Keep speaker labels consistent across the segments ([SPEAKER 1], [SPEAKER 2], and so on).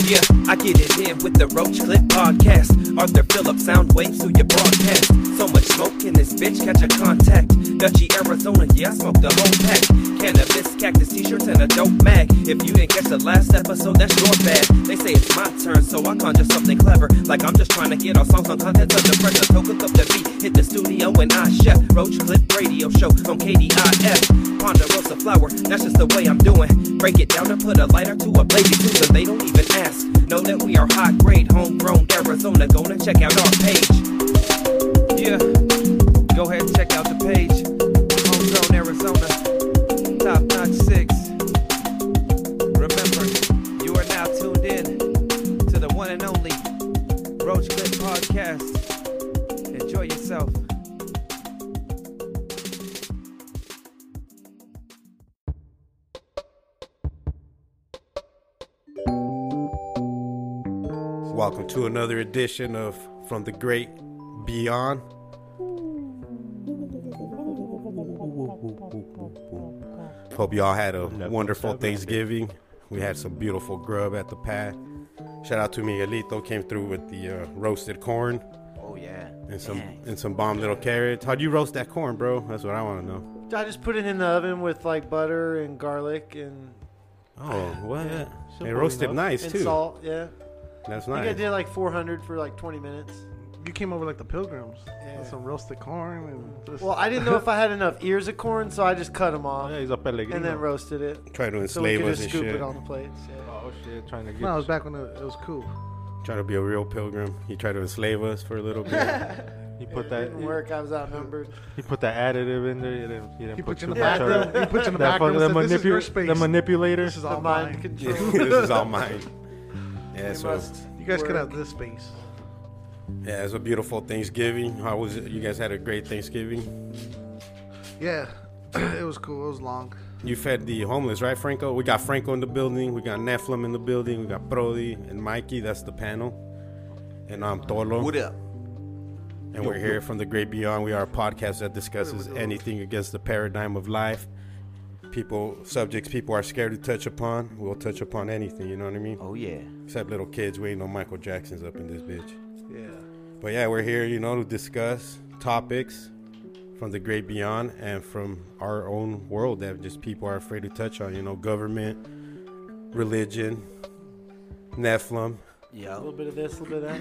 [SPEAKER 1] Yeah, I get it in with the Roach Clip Podcast. Arthur Phillips, sound waves through your broadcast. So much smoke in this bitch, catch a contact. Dutchy, Arizona, yeah, I smoke the whole pack. Cannabis, cactus, t-shirts, and a dope mag. If you didn't catch the last episode, that's your bad. They say it's my turn, so I conjure something clever. Like I'm just trying to get our songs on content under pressure. So cook up the beat, hit the studio, and I chef. Roach Clip Radio Show on KDIF. Ponderosa flower, that's just the way I'm doing. Break it down and put a lighter to a blazing cruiser. They don't even ask. Know that we are high grade, homegrown Arizona. Go and check out our page. Yeah, go ahead and check out the page. Homegrown Arizona, top notch six. Remember, you are now tuned in to the one and only Roach Clip Podcast. Enjoy yourself.
[SPEAKER 2] Welcome to another edition of From the Great Beyond. Hope y'all had a wonderful Thanksgiving. We had some beautiful grub at the pad. Shout out to Miguelito came through with the uh, roasted corn
[SPEAKER 3] Oh yeah.
[SPEAKER 2] and some and some bomb little carrots. How'd you roast that corn, bro? That's what I want to know.
[SPEAKER 4] I just put it in the oven with like butter and garlic and,
[SPEAKER 2] Oh, what? They
[SPEAKER 4] simple
[SPEAKER 2] roasted
[SPEAKER 4] enough.
[SPEAKER 2] nice
[SPEAKER 4] and
[SPEAKER 2] too.
[SPEAKER 4] salt. Yeah,
[SPEAKER 2] That's
[SPEAKER 4] I
[SPEAKER 2] nice.
[SPEAKER 4] think I did like 400 for like 20 minutes.
[SPEAKER 5] You came over like the pilgrims.
[SPEAKER 4] Yeah.
[SPEAKER 5] With some roasted corn and just,
[SPEAKER 4] Well, I didn't know if I had enough ears of corn, so I just cut them off
[SPEAKER 5] yeah, he's a pellegrino.
[SPEAKER 4] and then roasted it
[SPEAKER 2] Try to
[SPEAKER 4] so we
[SPEAKER 2] enslave
[SPEAKER 4] could
[SPEAKER 2] us
[SPEAKER 4] just
[SPEAKER 2] and
[SPEAKER 4] scoop
[SPEAKER 2] shit.
[SPEAKER 4] it on the plates. Yeah.
[SPEAKER 3] Oh shit, trying to get.
[SPEAKER 5] No, it was back when it, it was cool.
[SPEAKER 2] Try to be a real pilgrim. He tried to enslave us for a little bit.
[SPEAKER 3] he put
[SPEAKER 4] It
[SPEAKER 3] that.
[SPEAKER 4] didn't work. I was outnumbered.
[SPEAKER 3] He put that additive in there. He didn't, he didn't
[SPEAKER 5] He
[SPEAKER 3] put
[SPEAKER 5] put you in
[SPEAKER 3] too
[SPEAKER 5] the
[SPEAKER 3] much
[SPEAKER 5] back
[SPEAKER 3] of
[SPEAKER 5] room.
[SPEAKER 3] it.
[SPEAKER 5] He put you in the
[SPEAKER 3] That
[SPEAKER 5] back room.
[SPEAKER 3] fucking the,
[SPEAKER 5] and said, this is your
[SPEAKER 3] manipu-
[SPEAKER 5] space.
[SPEAKER 3] the manipulator.
[SPEAKER 5] This is
[SPEAKER 4] The
[SPEAKER 5] all
[SPEAKER 4] mind
[SPEAKER 5] mine.
[SPEAKER 2] Yeah,
[SPEAKER 4] control.
[SPEAKER 2] this is all mine. Yeah,
[SPEAKER 4] It
[SPEAKER 2] so
[SPEAKER 4] must
[SPEAKER 5] You guys could
[SPEAKER 4] work.
[SPEAKER 5] have this space.
[SPEAKER 2] yeah, it's a beautiful Thanksgiving. How was it? You guys had a great Thanksgiving.
[SPEAKER 5] Yeah, it was cool. It was long.
[SPEAKER 2] You fed the homeless, right, Franco? We got Franco in the building. We got Nephilim in the building. We got Brody and Mikey. That's the panel. And I'm Tolo.
[SPEAKER 3] What up?
[SPEAKER 2] And we're here from the Great Beyond. We are a podcast that discusses anything against the paradigm of life. People, subjects people are scared to touch upon. We'll touch upon anything, you know what I mean?
[SPEAKER 3] Oh yeah.
[SPEAKER 2] Except little kids. We ain't no Michael Jacksons up in this bitch.
[SPEAKER 5] Yeah.
[SPEAKER 2] But yeah, we're here, you know, to discuss topics from the great beyond and from our own world that just people are afraid to touch on, you know, government, religion, Nephilim.
[SPEAKER 4] A
[SPEAKER 3] Yo.
[SPEAKER 4] little bit of this, a little bit of that.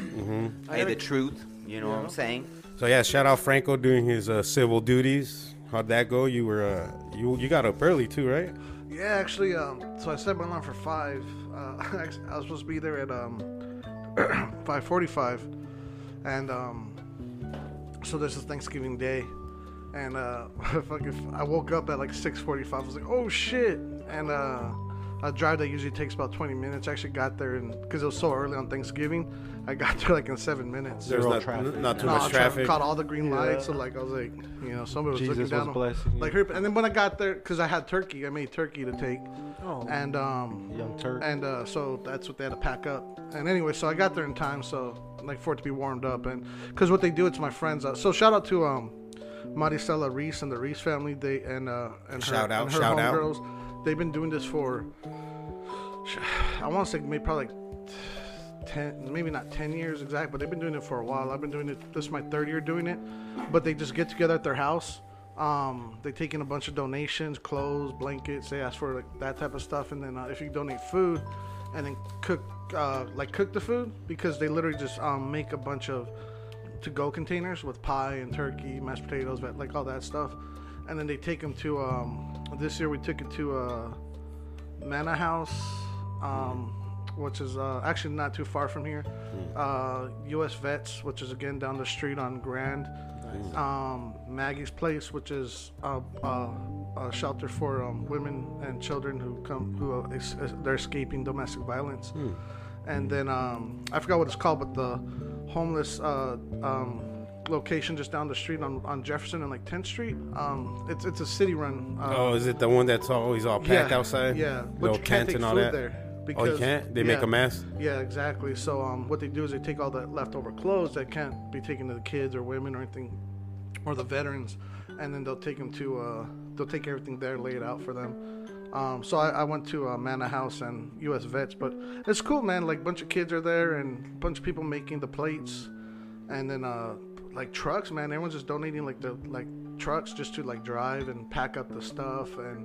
[SPEAKER 4] I
[SPEAKER 3] Hey,
[SPEAKER 4] gotta-
[SPEAKER 3] the truth. You know what I'm saying?
[SPEAKER 2] So yeah, shout out Franco doing his uh, civil duties. How'd that go? You were uh, you you got up early too, right?
[SPEAKER 5] Yeah, actually, um, so I set my alarm for five. Uh, I was supposed to be there at um, 5:45, and um, so this is Thanksgiving Day, and uh, I fucking, I woke up at like 6:45. I was like, oh shit, and uh, a drive that usually takes about 20 minutes. I actually got there, and because it was so early on Thanksgiving, I got there like in seven minutes.
[SPEAKER 2] There's
[SPEAKER 3] Zero
[SPEAKER 2] not,
[SPEAKER 3] traffic.
[SPEAKER 2] n- not too
[SPEAKER 5] No,
[SPEAKER 2] much traffic.
[SPEAKER 5] Caught all the green lights,
[SPEAKER 4] Yeah.
[SPEAKER 5] so like I was like, you know, somebody was
[SPEAKER 3] Jesus
[SPEAKER 5] looking down.
[SPEAKER 3] was blessing you.
[SPEAKER 5] Like, hurry up. and then when I got there, because I had turkey, I made turkey to take,
[SPEAKER 4] Oh.
[SPEAKER 5] and um,
[SPEAKER 3] Young Turk.
[SPEAKER 5] and uh, so that's what they had to pack up. And anyway, so I got there in time, so like for it to be warmed up, and because what they do, it's my friends. Uh, so shout out to um, Maricela Reese and the Reese family. They and uh, and her,
[SPEAKER 2] Shout out,
[SPEAKER 5] and her
[SPEAKER 2] shout out.
[SPEAKER 5] homegirls. They've been doing this for, I want to say maybe probably like 10 maybe not 10 years exact but they've been doing it for a while i've been doing it this is my third year doing it but they just get together at their house um, they take in a bunch of donations clothes blankets they ask for like that type of stuff and then uh, if you donate food and then cook uh, like cook the food because they literally just um, make a bunch of to-go containers with pie and turkey mashed potatoes but, like all that stuff and then they take them to um, this year we took it to uh, Manor House, um, which is uh, actually not too far from here. Uh, U.S. Vets, which is again down the street on Grand.
[SPEAKER 2] Hmm.
[SPEAKER 5] Um, Maggie's Place, which is a, a, a shelter for um, women and children who come who are es- es- they're escaping domestic violence.
[SPEAKER 2] Hmm.
[SPEAKER 5] And then um, I forgot what it's called, but the homeless uh, um, location just down the street on, on Jefferson and like 10th Street. Um, it's it's a city-run. Uh,
[SPEAKER 2] Oh, is it the one that's always all packed outside?
[SPEAKER 5] yeah, but
[SPEAKER 2] little
[SPEAKER 5] you can't
[SPEAKER 2] tent
[SPEAKER 5] take
[SPEAKER 2] and all
[SPEAKER 5] food
[SPEAKER 2] that.
[SPEAKER 5] there.
[SPEAKER 2] oh,
[SPEAKER 5] Because,
[SPEAKER 2] you can't? They make
[SPEAKER 5] yeah.
[SPEAKER 2] a mess.
[SPEAKER 5] Yeah, exactly. So um, what they do is they take all the leftover clothes that can't be taken to the kids or women or anything, or the veterans, and then they'll take them to uh, they'll take everything there, lay it out for them, Um, so I, I went to uh, Mana House and U.S. Vets, but it's cool, man. Like bunch of kids are there and bunch of people making the plates, and then uh, like trucks, man. Everyone's just donating like the like trucks just to like drive and pack up the stuff and.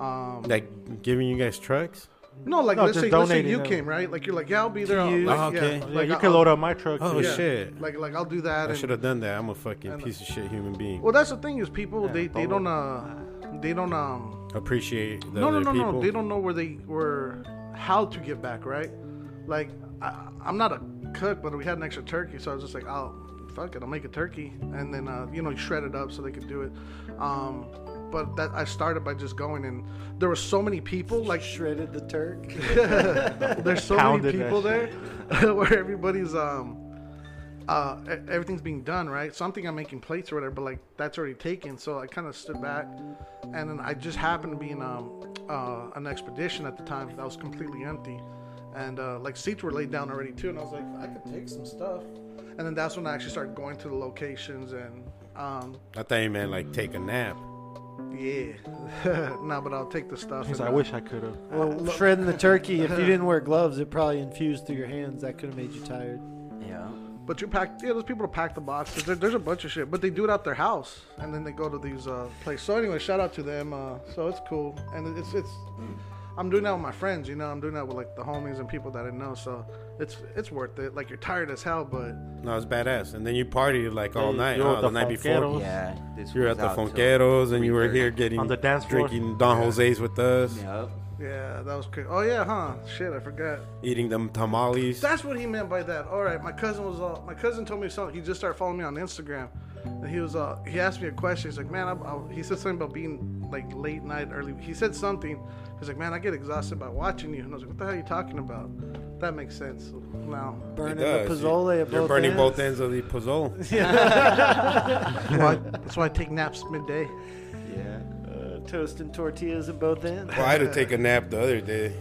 [SPEAKER 5] Um,
[SPEAKER 2] Like giving you guys trucks?
[SPEAKER 5] no, like
[SPEAKER 3] No,
[SPEAKER 5] let's
[SPEAKER 3] just
[SPEAKER 5] say, let's say
[SPEAKER 3] donating
[SPEAKER 5] you
[SPEAKER 3] them.
[SPEAKER 5] came, right? Like you're like, yeah, I'll be there. I'll-
[SPEAKER 3] you.
[SPEAKER 5] like,
[SPEAKER 2] Oh, okay.
[SPEAKER 5] Yeah,
[SPEAKER 3] Yeah,
[SPEAKER 5] like,
[SPEAKER 3] you
[SPEAKER 5] I-
[SPEAKER 3] can load up my truck.
[SPEAKER 2] Oh,
[SPEAKER 3] too.
[SPEAKER 5] yeah,
[SPEAKER 2] shit.
[SPEAKER 5] Like like I'll do that.
[SPEAKER 2] I
[SPEAKER 5] and-
[SPEAKER 2] should have done that. I'm a fucking piece of shit human being.
[SPEAKER 5] uh, Well, that's the thing is people they, they
[SPEAKER 3] follow.
[SPEAKER 5] don't uh they don't um
[SPEAKER 2] Appreciate the
[SPEAKER 5] no no
[SPEAKER 2] other
[SPEAKER 5] no
[SPEAKER 2] people.
[SPEAKER 5] no they don't know where they were how to give back right like I, I'm not a cook but we had an extra turkey so I was just like oh fuck it I'll make a turkey and then uh, you know you shred it up so they could do it um but that I started by just going and there were so many people like
[SPEAKER 4] Shredded the Turk.
[SPEAKER 5] there's so many
[SPEAKER 3] Pounded that
[SPEAKER 5] people there where everybody's um uh e- everything's being done right so i'm thinking i'm making plates or whatever but like that's already taken so i kind of stood back and then i just happened to be in um uh an expedition at the time that was completely empty and uh like seats were laid down already too and i was like i could take some stuff and then that's when i actually started going to the locations and um
[SPEAKER 2] I thought you meant like take a nap.
[SPEAKER 5] yeah no but i'll take the stuff and,
[SPEAKER 3] He's like, I
[SPEAKER 5] uh,
[SPEAKER 3] wish I could have.
[SPEAKER 4] Well, shredding the turkey. If you didn't wear gloves, it probably infused through your hands. That could have made you tired.
[SPEAKER 3] Yeah.
[SPEAKER 5] But you pack, yeah, there's people to pack the boxes. There, there's a bunch of shit, but they do it out their house, and then they go to these uh, places. So anyway, shout out to them. Uh, so it's cool, and it's it's. I'm doing that with my friends, you know. I'm doing that with like the homies and people that I know. So it's it's worth it. Like you're tired as hell, but
[SPEAKER 2] No, it's badass. And then you partied like all
[SPEAKER 3] Yeah,
[SPEAKER 2] night,
[SPEAKER 3] you're
[SPEAKER 2] huh?
[SPEAKER 3] at
[SPEAKER 2] the
[SPEAKER 3] the
[SPEAKER 2] night before.
[SPEAKER 3] Funkeros.
[SPEAKER 6] Yeah, this
[SPEAKER 2] You were at
[SPEAKER 6] was
[SPEAKER 2] the
[SPEAKER 6] out till
[SPEAKER 2] Funkeros and you were
[SPEAKER 6] 3:30.
[SPEAKER 2] here getting
[SPEAKER 3] On the dance floor.
[SPEAKER 2] drinking Don Jose's with us,
[SPEAKER 6] Yep.
[SPEAKER 5] yeah, that was crazy. Oh yeah, huh? Shit, I forgot.
[SPEAKER 2] eating them tamales.
[SPEAKER 5] That's what he meant by that. All right, my cousin was all. My cousin told me something. He just started following me on Instagram, and he was uh He asked me a question. He's like, man, I, I, he said something about being like late night, early. He said something. He's like, man, I get exhausted by watching you. And I was like, what the hell are you talking about? That makes sense now.
[SPEAKER 4] Burning
[SPEAKER 2] It does.
[SPEAKER 4] the pozole at
[SPEAKER 2] You're
[SPEAKER 4] both
[SPEAKER 2] burning
[SPEAKER 4] ends.
[SPEAKER 2] both ends of the pozole.
[SPEAKER 5] That's why, that's why I take naps midday.
[SPEAKER 6] Yeah.
[SPEAKER 4] Uh, toasting tortillas at both ends.
[SPEAKER 2] Well, I had to take a nap the other day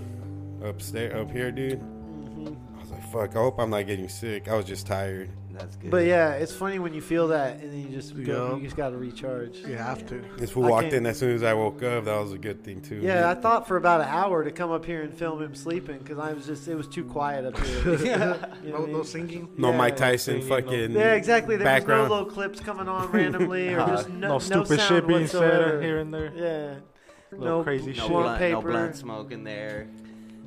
[SPEAKER 2] upstairs, up here, dude.
[SPEAKER 4] Mm-hmm.
[SPEAKER 2] I was like, fuck, I hope I'm not getting sick. I was just tired.
[SPEAKER 6] That's good.
[SPEAKER 4] But yeah, it's funny when you feel that, and then you just go.
[SPEAKER 5] Yeah.
[SPEAKER 4] You just got to recharge.
[SPEAKER 5] You have to.
[SPEAKER 2] This fool
[SPEAKER 4] I
[SPEAKER 2] walked
[SPEAKER 4] can't-
[SPEAKER 2] in as soon as I woke up. That was a good thing, too.
[SPEAKER 4] Yeah, I thought for about an hour to come up here and film him sleeping because I was just it was too quiet up here. You know
[SPEAKER 5] No,
[SPEAKER 4] what I
[SPEAKER 5] no
[SPEAKER 4] mean?
[SPEAKER 5] singing.
[SPEAKER 2] no
[SPEAKER 4] yeah.
[SPEAKER 2] Mike Tyson
[SPEAKER 3] Singing, no-
[SPEAKER 2] fucking.
[SPEAKER 4] Yeah, exactly. There was
[SPEAKER 2] Background.
[SPEAKER 4] no little clips coming on randomly or
[SPEAKER 6] Uh,
[SPEAKER 4] just no,
[SPEAKER 3] No, stupid
[SPEAKER 4] sound
[SPEAKER 3] shit being
[SPEAKER 4] whatsoever.
[SPEAKER 3] said here and there.
[SPEAKER 4] Yeah.
[SPEAKER 3] Little
[SPEAKER 6] no
[SPEAKER 3] crazy shit.
[SPEAKER 4] blunt
[SPEAKER 6] blunt, no
[SPEAKER 4] paper.
[SPEAKER 6] blunt smoke in there.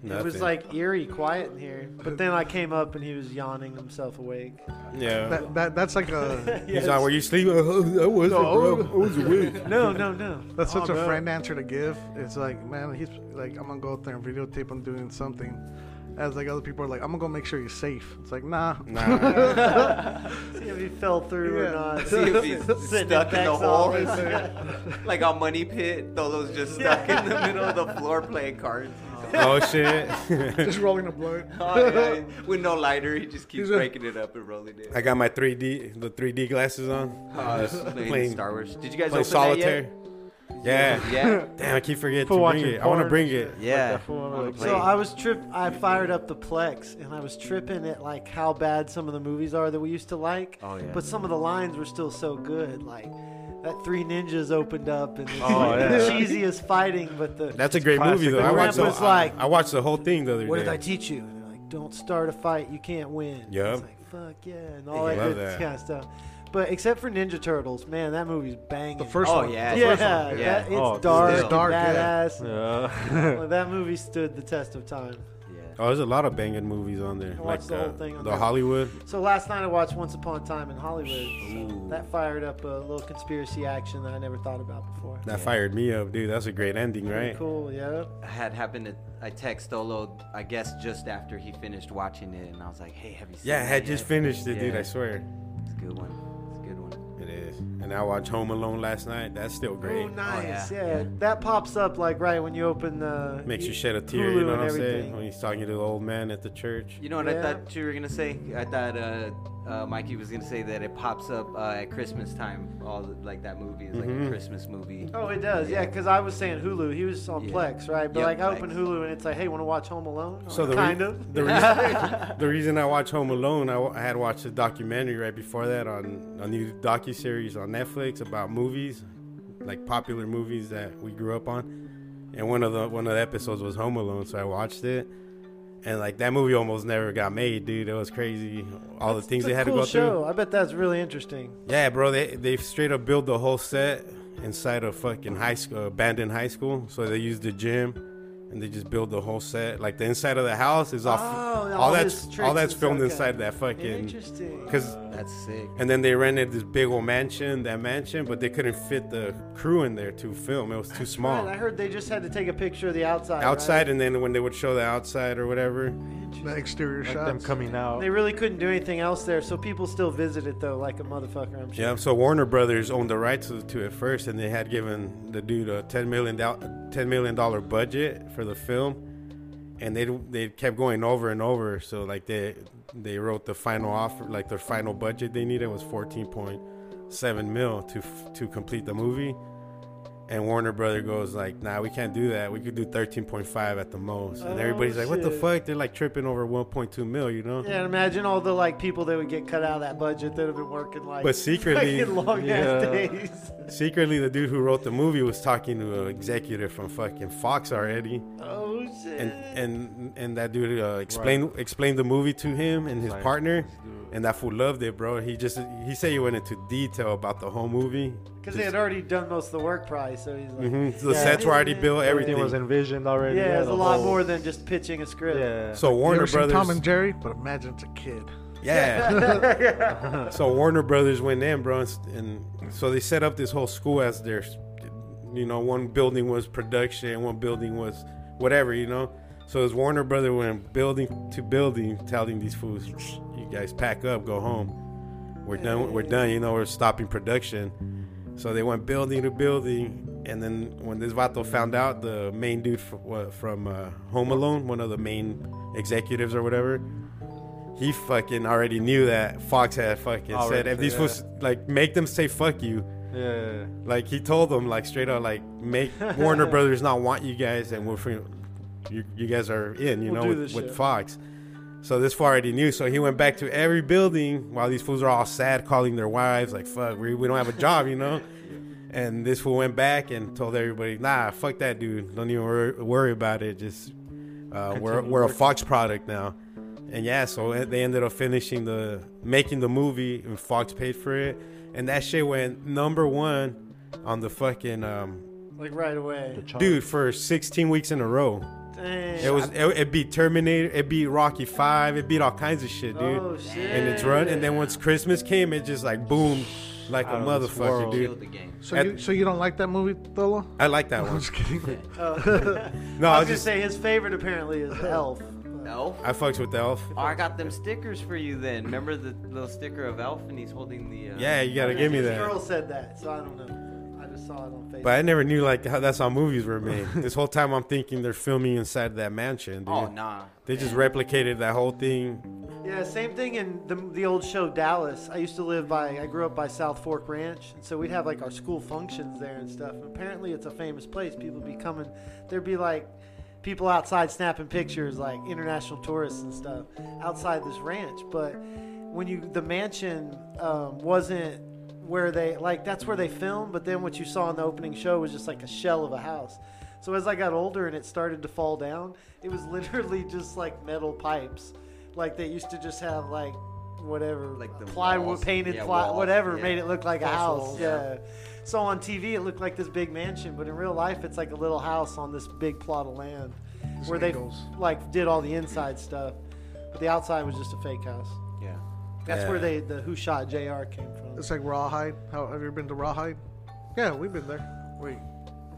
[SPEAKER 4] It was
[SPEAKER 2] nothing.
[SPEAKER 4] like eerie quiet in here. But then I came up and he was yawning himself awake.
[SPEAKER 2] Yeah.
[SPEAKER 5] That, that that's like a
[SPEAKER 2] He's like, were you sleeping? I wasn't, bro.
[SPEAKER 4] oh.
[SPEAKER 2] I was awake.
[SPEAKER 4] No, no, no.
[SPEAKER 5] that's such
[SPEAKER 4] Oh,
[SPEAKER 5] a
[SPEAKER 4] no.
[SPEAKER 5] friend answer to give. It's like man, he's like I'm gonna go out there and videotape him doing something. As like other people are like, I'm gonna go make sure you're safe. It's like nah,
[SPEAKER 2] Nah.
[SPEAKER 4] See if he fell through
[SPEAKER 5] Yeah.
[SPEAKER 4] or not.
[SPEAKER 6] See if he's
[SPEAKER 4] Sitting
[SPEAKER 6] stuck in the
[SPEAKER 4] Texas
[SPEAKER 6] hole.
[SPEAKER 4] office.
[SPEAKER 6] like on Money Pit, Tholo's just stuck in the middle of the floor playing cards.
[SPEAKER 2] oh, shit.
[SPEAKER 5] just rolling a blunt.
[SPEAKER 6] Oh, yeah. With no lighter, he just keeps
[SPEAKER 5] He's a-
[SPEAKER 6] breaking it up and rolling it.
[SPEAKER 2] I got my 3D, the 3D glasses on.
[SPEAKER 6] Uh,
[SPEAKER 2] Just
[SPEAKER 6] playing,
[SPEAKER 2] playing-
[SPEAKER 6] Star Wars. Did you guys
[SPEAKER 2] Play
[SPEAKER 6] open
[SPEAKER 2] solitaire.
[SPEAKER 6] that
[SPEAKER 2] Yeah.
[SPEAKER 6] yet? Yeah.
[SPEAKER 2] Damn, I keep forgetting
[SPEAKER 3] For
[SPEAKER 2] to bring
[SPEAKER 3] watching
[SPEAKER 2] it. I want to
[SPEAKER 3] porn.
[SPEAKER 2] bring it.
[SPEAKER 6] Yeah.
[SPEAKER 4] So I was trip. I fired up the Plex, and I was tripping at like how bad some of the movies are that we used to like.
[SPEAKER 6] Oh, yeah.
[SPEAKER 4] But some of the lines were still so good, like that Three Ninjas opened up, and it's
[SPEAKER 3] Oh,
[SPEAKER 4] like the
[SPEAKER 3] yeah.
[SPEAKER 4] cheesiest fighting. But the
[SPEAKER 2] That's a great
[SPEAKER 3] classic.
[SPEAKER 2] movie, though. I watched, the,
[SPEAKER 4] Grandpa's like,
[SPEAKER 2] I watched the whole thing the other
[SPEAKER 4] what
[SPEAKER 2] day.
[SPEAKER 4] did I teach you? And they're like, don't start a fight you can't win. And
[SPEAKER 2] Yup.
[SPEAKER 4] It's like fuck yeah, and all
[SPEAKER 2] Yeah.
[SPEAKER 4] that
[SPEAKER 2] Love
[SPEAKER 4] good
[SPEAKER 2] that.
[SPEAKER 4] kind of stuff. But except for Ninja Turtles, man, that movie's banging.
[SPEAKER 5] The first
[SPEAKER 6] Oh,
[SPEAKER 5] one.
[SPEAKER 6] yeah.
[SPEAKER 5] The
[SPEAKER 4] yeah,
[SPEAKER 5] first one.
[SPEAKER 6] yeah.
[SPEAKER 4] that- it's
[SPEAKER 3] Oh, it's
[SPEAKER 4] dark,
[SPEAKER 6] still-
[SPEAKER 5] dark, yeah.
[SPEAKER 4] badass.
[SPEAKER 3] Yeah.
[SPEAKER 4] Well, that movie stood the test of time.
[SPEAKER 6] Yeah.
[SPEAKER 2] Oh, there's a lot of banging movies on there.
[SPEAKER 4] I
[SPEAKER 2] Like
[SPEAKER 4] watched the whole
[SPEAKER 2] uh,
[SPEAKER 4] thing on
[SPEAKER 2] the
[SPEAKER 4] there.
[SPEAKER 2] Hollywood.
[SPEAKER 4] So last night I watched Once Upon a Time in Hollywood. So
[SPEAKER 6] Ooh.
[SPEAKER 4] that fired up a little conspiracy action that I never thought about before.
[SPEAKER 2] That fired me up, dude. That's a great ending, right?
[SPEAKER 4] Cool, yeah.
[SPEAKER 6] Had happened to I text Dolo, I guess just after he finished watching it, and I was like, "Hey, have you seen?"
[SPEAKER 2] Yeah, I had
[SPEAKER 6] that
[SPEAKER 2] just
[SPEAKER 6] yet?"
[SPEAKER 2] finished it, dude.
[SPEAKER 6] Yeah.
[SPEAKER 2] I swear.
[SPEAKER 6] It's a good one. It's a good one.
[SPEAKER 2] It is. And I watched Home Alone last night. That's still great.
[SPEAKER 4] Oh, nice.
[SPEAKER 6] yeah.
[SPEAKER 4] yeah. That pops up like right when you open the.
[SPEAKER 2] Makes you shed a tear,
[SPEAKER 4] Hulu
[SPEAKER 2] you know what
[SPEAKER 4] and
[SPEAKER 2] I'm saying?
[SPEAKER 4] everything.
[SPEAKER 2] When he's talking to the old man at the church.
[SPEAKER 6] You know what I
[SPEAKER 4] Yeah.
[SPEAKER 6] thought you were gonna say? I thought uh, uh, Mikey was gonna say that it pops up uh, at Christmas time. All the, like that movie is like
[SPEAKER 2] Mm-hmm.
[SPEAKER 6] a Christmas movie.
[SPEAKER 4] Oh, it does. Yeah, because I was saying Hulu. He was on
[SPEAKER 6] Yeah.
[SPEAKER 4] Plex, right? But
[SPEAKER 6] Yeah,
[SPEAKER 4] like I open
[SPEAKER 6] Plex.
[SPEAKER 4] Hulu and it's like, hey, want to watch Home Alone?
[SPEAKER 2] So the re-
[SPEAKER 4] Oh, kind of.
[SPEAKER 2] The reason, the reason I watch Home Alone, I, wa- I had watched a documentary right before that on a new docu series on Netflix about movies, like popular movies that we grew up on. and one of the one of the episodes was Home Alone, so I watched it. And like that movie almost never got made, dude. It was crazy. All the things
[SPEAKER 4] It's a
[SPEAKER 2] they had
[SPEAKER 4] cool
[SPEAKER 2] to go
[SPEAKER 4] show.
[SPEAKER 2] through.
[SPEAKER 4] I bet that's really interesting.
[SPEAKER 2] Yeah, bro. They they straight up built the whole set inside a fucking high school, abandoned high school. So they used the gym, and they just built the whole set. Like the inside of the house is off.
[SPEAKER 4] Oh, all
[SPEAKER 2] all that's
[SPEAKER 4] his
[SPEAKER 2] all
[SPEAKER 4] tricks
[SPEAKER 2] that's
[SPEAKER 4] and
[SPEAKER 2] filmed
[SPEAKER 4] stuff,
[SPEAKER 2] inside
[SPEAKER 4] yeah.
[SPEAKER 2] that fucking.
[SPEAKER 4] Interesting.
[SPEAKER 2] Because
[SPEAKER 6] That's sick.
[SPEAKER 2] and then they rented this big old mansion, that mansion, but they couldn't fit the crew in there to film. It was too small.
[SPEAKER 4] Right, I heard they just had to take a picture of the outside.
[SPEAKER 2] outside,
[SPEAKER 4] right?
[SPEAKER 2] and then when they would show the outside or whatever,
[SPEAKER 5] The exterior
[SPEAKER 3] Like them
[SPEAKER 5] shots.
[SPEAKER 3] coming out.
[SPEAKER 4] They really couldn't do anything else there, so people still visit it though, like a motherfucker. I'm sure.
[SPEAKER 2] yeah. So Warner Brothers owned the rights to, to it first, and they had given the dude a ten million ten million dollar budget for the film, and they they kept going over and over. So like they they wrote the final offer, like their final budget they needed was fourteen point seven mil to f- to complete the movie. And Warner Brother goes like, "Nah, we can't do that. We could do 13.5 at the most." And
[SPEAKER 4] Oh,
[SPEAKER 2] everybody's like, "What the
[SPEAKER 4] shit.
[SPEAKER 2] fuck?" They're like tripping over 1.2 mil, you know?
[SPEAKER 4] Yeah, and imagine all the like people that would get cut out of that budget that have been working like
[SPEAKER 2] But secretly-
[SPEAKER 4] fucking long ass
[SPEAKER 3] Yeah.
[SPEAKER 4] days.
[SPEAKER 2] Secretly, the dude who wrote the movie was talking to an executive from fucking Fox already,
[SPEAKER 4] Oh shit!
[SPEAKER 2] and and and that dude uh, explained explained the movie to him and his
[SPEAKER 3] Like,
[SPEAKER 2] partner,
[SPEAKER 3] dude.
[SPEAKER 2] and that fool loved it, bro. He just he said he went into detail about the whole movie
[SPEAKER 4] Because they had already done most of the work, probably. So he's like,
[SPEAKER 2] hmm The
[SPEAKER 4] Yeah.
[SPEAKER 2] sets were already built, everything.
[SPEAKER 3] Everything was envisioned already.
[SPEAKER 4] yeah, it's
[SPEAKER 3] the
[SPEAKER 4] a lot
[SPEAKER 3] whole-
[SPEAKER 4] more than just pitching a script.
[SPEAKER 3] Yeah.
[SPEAKER 2] so
[SPEAKER 5] You
[SPEAKER 2] Warner
[SPEAKER 5] ever seen
[SPEAKER 2] Brothers,
[SPEAKER 5] Tom and Jerry? But imagine it's a kid.
[SPEAKER 2] yeah. so Warner Brothers went in, bro, and, and so they set up this whole school as their, you know, one building was production, one building was whatever, you know. So it's Warner Brother went building to building, telling these fools, "You guys pack up, go home. We're done. We're done. You know, we're stopping production." So they went building to building, and then when this vato found out, the main dude from, from uh, Home Alone, one of the main executives or whatever, he fucking already knew that Fox had fucking said
[SPEAKER 3] Already
[SPEAKER 2] if these
[SPEAKER 3] said
[SPEAKER 2] fools like make them say fuck you.
[SPEAKER 3] Yeah.
[SPEAKER 2] Like he told them like straight out like make Warner Brothers not want you guys and we're free, you, you guys are in you
[SPEAKER 4] We'll
[SPEAKER 2] know
[SPEAKER 4] do
[SPEAKER 2] with,
[SPEAKER 4] this
[SPEAKER 2] with
[SPEAKER 4] shit.
[SPEAKER 2] Fox. So this fool already knew. So he went back to every building while these fools are all sad, calling their wives like fuck we, we don't have a job you know. And this fool went back and told everybody nah fuck that dude don't even worry, worry about it just uh, we're, we're a Fox product now. And yeah, so e- they ended up finishing the making the movie, and Fox paid for it, and that shit went number one on the fucking um,
[SPEAKER 4] Like right away.
[SPEAKER 2] dude for 16 weeks in a row.
[SPEAKER 4] Dang.
[SPEAKER 2] It was it, it beat Terminator, it beat Rocky Five, it beat all kinds of shit, dude.
[SPEAKER 4] Oh, shit.
[SPEAKER 2] And it's run, and then once Christmas came, it just like boomed like a
[SPEAKER 3] Out of this
[SPEAKER 2] motherfucker,
[SPEAKER 3] world.
[SPEAKER 6] Killed
[SPEAKER 2] dude.
[SPEAKER 6] the game.
[SPEAKER 5] So
[SPEAKER 2] At-
[SPEAKER 5] you so you don't like that movie, Tholo?
[SPEAKER 2] I like that
[SPEAKER 5] I'm
[SPEAKER 2] one.
[SPEAKER 5] just kidding.
[SPEAKER 2] No,
[SPEAKER 4] I
[SPEAKER 2] I
[SPEAKER 4] was gonna
[SPEAKER 2] just
[SPEAKER 4] say his favorite apparently is Elf.
[SPEAKER 6] Elf.
[SPEAKER 2] I fucks with Elf.
[SPEAKER 6] Oh, I got them stickers for you then. Remember the little sticker of Elf and he's holding the. Uh,
[SPEAKER 2] Yeah, you gotta give me
[SPEAKER 4] His
[SPEAKER 2] that.
[SPEAKER 4] Girl said that, so I don't know. I just saw it on Facebook.
[SPEAKER 2] But I never knew like how that's how movies were made. this whole time I'm thinking they're filming inside that mansion. Dude.
[SPEAKER 6] Oh nah.
[SPEAKER 2] They just replicated that whole thing.
[SPEAKER 4] Yeah, same thing in the, the old show Dallas. I used to live by, I grew up by South Fork Ranch, and so we'd have like our school functions there and stuff. And apparently, it's a famous place. People be coming, there'd be like people outside snapping pictures, like international tourists and stuff outside this ranch. But when you, the mansion um, wasn't where they like that's where they filmed but then what you saw in the opening show was just like a shell of a house so as i got older and it started to fall down it was literally just like metal pipes like they used to just have like whatever
[SPEAKER 6] Like the
[SPEAKER 4] plywood
[SPEAKER 6] walls.
[SPEAKER 4] painted
[SPEAKER 6] Yeah,
[SPEAKER 4] ply,
[SPEAKER 6] walls.
[SPEAKER 4] whatever
[SPEAKER 6] Yeah.
[SPEAKER 4] made it look like a
[SPEAKER 6] False
[SPEAKER 4] house
[SPEAKER 6] walls.
[SPEAKER 4] yeah so on tv it looked like this big mansion but in real life it's like a little house on this big plot of land where they
[SPEAKER 5] angles.
[SPEAKER 4] like did all the inside stuff but the outside was just a fake house
[SPEAKER 6] Yeah.
[SPEAKER 4] that's
[SPEAKER 2] Yeah.
[SPEAKER 4] where they the who shot jr came from
[SPEAKER 5] It's like Rawhide. How have you ever been to Rawhide? Yeah, we've been there. Wait,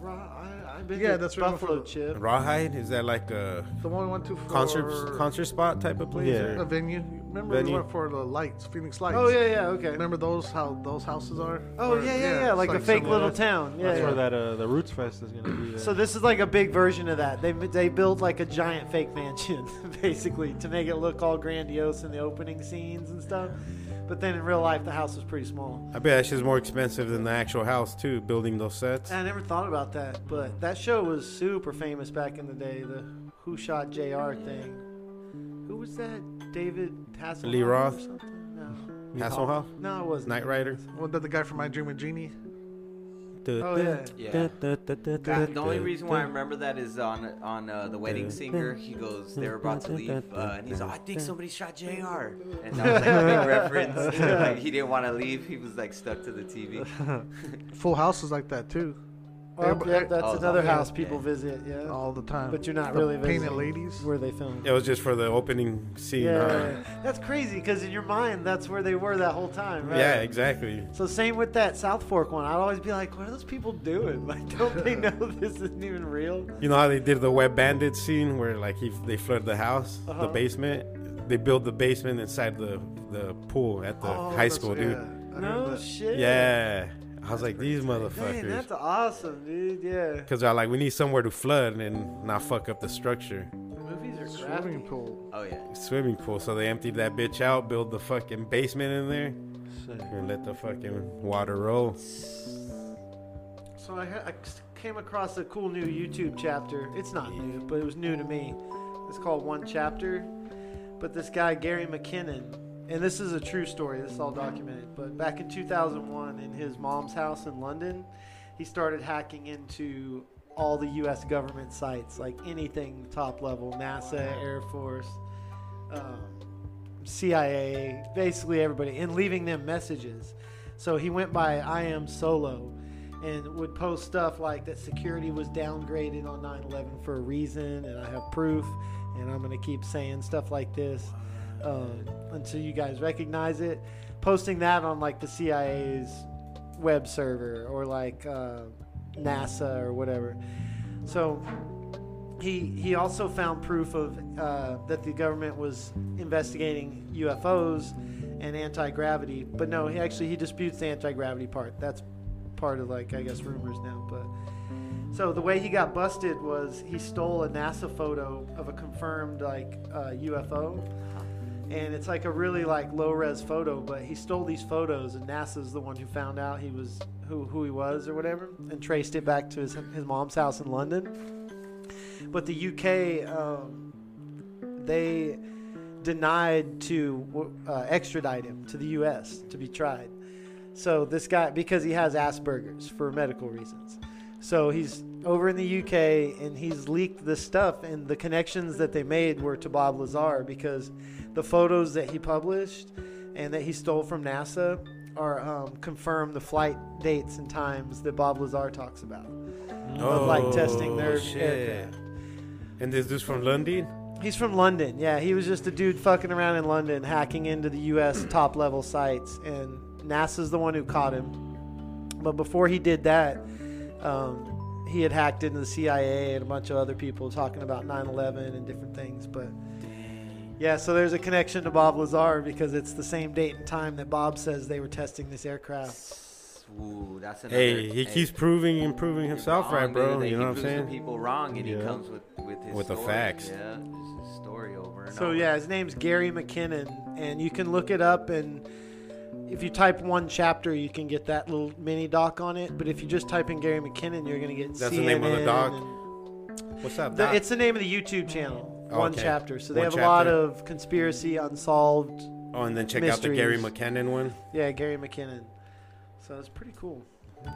[SPEAKER 4] I, have been
[SPEAKER 5] Yeah,
[SPEAKER 4] to
[SPEAKER 5] that's where I'm
[SPEAKER 4] Buffalo
[SPEAKER 5] from.
[SPEAKER 4] Chip.
[SPEAKER 2] Rawhide is that like a
[SPEAKER 5] the one we went to for
[SPEAKER 2] concert concert spot type of place?
[SPEAKER 3] Yeah.
[SPEAKER 5] a
[SPEAKER 2] or-
[SPEAKER 5] venue. Remember
[SPEAKER 2] Venue.
[SPEAKER 5] we went for the lights, Phoenix Lights.
[SPEAKER 4] Oh yeah, yeah, okay.
[SPEAKER 5] Remember those how those houses are?
[SPEAKER 4] Oh
[SPEAKER 5] Or-
[SPEAKER 4] yeah, yeah, yeah,
[SPEAKER 5] it's
[SPEAKER 4] like the fake
[SPEAKER 5] similar.
[SPEAKER 4] little town. Yeah,
[SPEAKER 3] That's
[SPEAKER 4] yeah.
[SPEAKER 3] where that uh, the Roots Fest is gonna be. There.
[SPEAKER 4] So this is like a big version of that. They they built like a giant fake mansion, basically, to make it look all grandiose in the opening scenes and stuff. But then in real life, the house was pretty small.
[SPEAKER 2] I bet that shit's more expensive than the actual house too. Building those sets.
[SPEAKER 4] And I never thought about that, but that show was super famous back in the day. The Who Shot Jr. thing. Who was that? David Hasselhoff.
[SPEAKER 2] Lee Roth?
[SPEAKER 4] Or something? No,
[SPEAKER 2] Hasselhoff,
[SPEAKER 4] no, it wasn't.
[SPEAKER 2] Knight Rider.
[SPEAKER 5] Wasn't that the guy from My Dream of Genie?
[SPEAKER 4] Oh, yeah.
[SPEAKER 6] Yeah.
[SPEAKER 2] The
[SPEAKER 6] The only reason why I remember that is on on uh, the wedding singer. He goes, "They're about to leave," uh, and he's like, "I think somebody shot Jr." And that was like a big reference. like he didn't want to leave. He was like stuck to the TV.
[SPEAKER 5] Full House is like that too,
[SPEAKER 4] Oh,
[SPEAKER 5] Yeah,
[SPEAKER 4] yeah, that's
[SPEAKER 6] oh,
[SPEAKER 4] another
[SPEAKER 6] yeah. Oh.
[SPEAKER 4] house people visit. Yeah,
[SPEAKER 5] all the time.
[SPEAKER 4] but you're not
[SPEAKER 5] The
[SPEAKER 4] really
[SPEAKER 5] painted
[SPEAKER 4] visiting
[SPEAKER 5] ladies.
[SPEAKER 4] where they filmed.
[SPEAKER 2] It was just for the opening scene.
[SPEAKER 4] Yeah,
[SPEAKER 2] uh,
[SPEAKER 4] that's crazy because in your mind, that's where they were that whole time, right?
[SPEAKER 2] uh, yeah, exactly.
[SPEAKER 4] So same with that South Fork one. I'd always be like, what are those people doing? Like, don't they know this isn't even real?
[SPEAKER 2] You know how they did the web bandit scene where like he, they flood the house,
[SPEAKER 4] Uh-huh.
[SPEAKER 2] the basement. They build the basement inside the the pool at the
[SPEAKER 5] Oh,
[SPEAKER 2] high
[SPEAKER 5] that's-
[SPEAKER 2] school,
[SPEAKER 5] yeah,
[SPEAKER 2] dude.
[SPEAKER 5] I heard
[SPEAKER 4] No
[SPEAKER 5] that.
[SPEAKER 4] shit.
[SPEAKER 2] Yeah, I was like these
[SPEAKER 4] Dang,
[SPEAKER 2] motherfuckers.
[SPEAKER 4] that's awesome, dude. Yeah.
[SPEAKER 2] Cause they're like, we need somewhere to flood and not fuck up the structure.
[SPEAKER 4] Movies are crafty.
[SPEAKER 5] Swimming pool.
[SPEAKER 6] Oh yeah.
[SPEAKER 2] Swimming pool, so they emptied that bitch out, build the fucking basement in there, and let the fucking water roll.
[SPEAKER 4] So I, ha- I s- came across a cool new YouTube chapter. It's not new, but it was new to me. It's called One Chapter. But this guy, Gary McKinnon, and this is a true story, this is all documented. But back in 2001, in his mom's house in London, he started hacking into all the U.S. government sites, like anything top level NASA, Air Force, um, CIA, basically everybody, and leaving them messages. So he went by I am solo and would post stuff like that security was downgraded on 9 11 for a reason, and I have proof, and I'm going to keep saying stuff like this um, until you guys recognize it. Posting that on like the CIA's web server or like uh, NASA or whatever. So he he also found proof of uh, that the government was investigating UFOs and anti gravity. But no, he actually he disputes the anti gravity part. That's part of like I guess rumors now, but. So the way he got busted was he stole a NASA photo of a confirmed like uh, UFO, and it's like a really like low res photo. But he stole these photos, and NASA's the one who found out he was who who he was or whatever, and traced it back to his his mom's house in London but the UK um, they denied to uh, extradite him to the US to be tried. So this guy because he has Asperger's for medical reasons. So he's over in the UK and he's leaked this stuff and the connections that they made were to Bob Lazar because the photos that he published and that he stole from NASA are um, confirmed the flight dates and times that Bob Lazar talks about of like testing their aircraft.
[SPEAKER 2] And this dude's from London.
[SPEAKER 4] He's from London. Yeah, he was just a dude fucking around in London, hacking into the U.S. top level sites, and NASA's the one who caught him. But before he did that, um, he had hacked into the CIA and a bunch of other people talking about 9/11 and different things. But yeah, so there's a connection to Bob Lazar because it's the same date and time that Bob says they were testing this aircraft.
[SPEAKER 6] Ooh, that's another.
[SPEAKER 2] Hey, he keeps proving and proving himself, right,
[SPEAKER 6] wrong, dude.
[SPEAKER 2] bro?
[SPEAKER 6] They
[SPEAKER 2] You
[SPEAKER 6] keep
[SPEAKER 2] know what I'm
[SPEAKER 6] proving
[SPEAKER 2] saying?
[SPEAKER 6] People wrong, and
[SPEAKER 3] Yeah.
[SPEAKER 6] he comes with with his
[SPEAKER 2] With the
[SPEAKER 6] story.
[SPEAKER 2] facts.
[SPEAKER 6] Yeah, just his story over and
[SPEAKER 4] So
[SPEAKER 6] over.
[SPEAKER 4] yeah, his name's Gary McKinnon, and you can look it up and if you type one chapter, you can get that little mini doc on it. But if you just type in Gary McKinnon, you're gonna get
[SPEAKER 2] That's
[SPEAKER 4] CNN
[SPEAKER 2] the name of the doc?
[SPEAKER 4] and-
[SPEAKER 2] What's up,
[SPEAKER 4] The-
[SPEAKER 2] Doc?
[SPEAKER 4] it's the name of the YouTube channel. One
[SPEAKER 2] Oh, Okay.
[SPEAKER 4] chapter. So they
[SPEAKER 2] One
[SPEAKER 4] have a lot
[SPEAKER 2] chapter.
[SPEAKER 4] of conspiracy unsolved.
[SPEAKER 2] oh, and then check out the Gary
[SPEAKER 4] mysteries.
[SPEAKER 2] McKinnon one.
[SPEAKER 4] Yeah, Gary McKinnon. So it's pretty cool.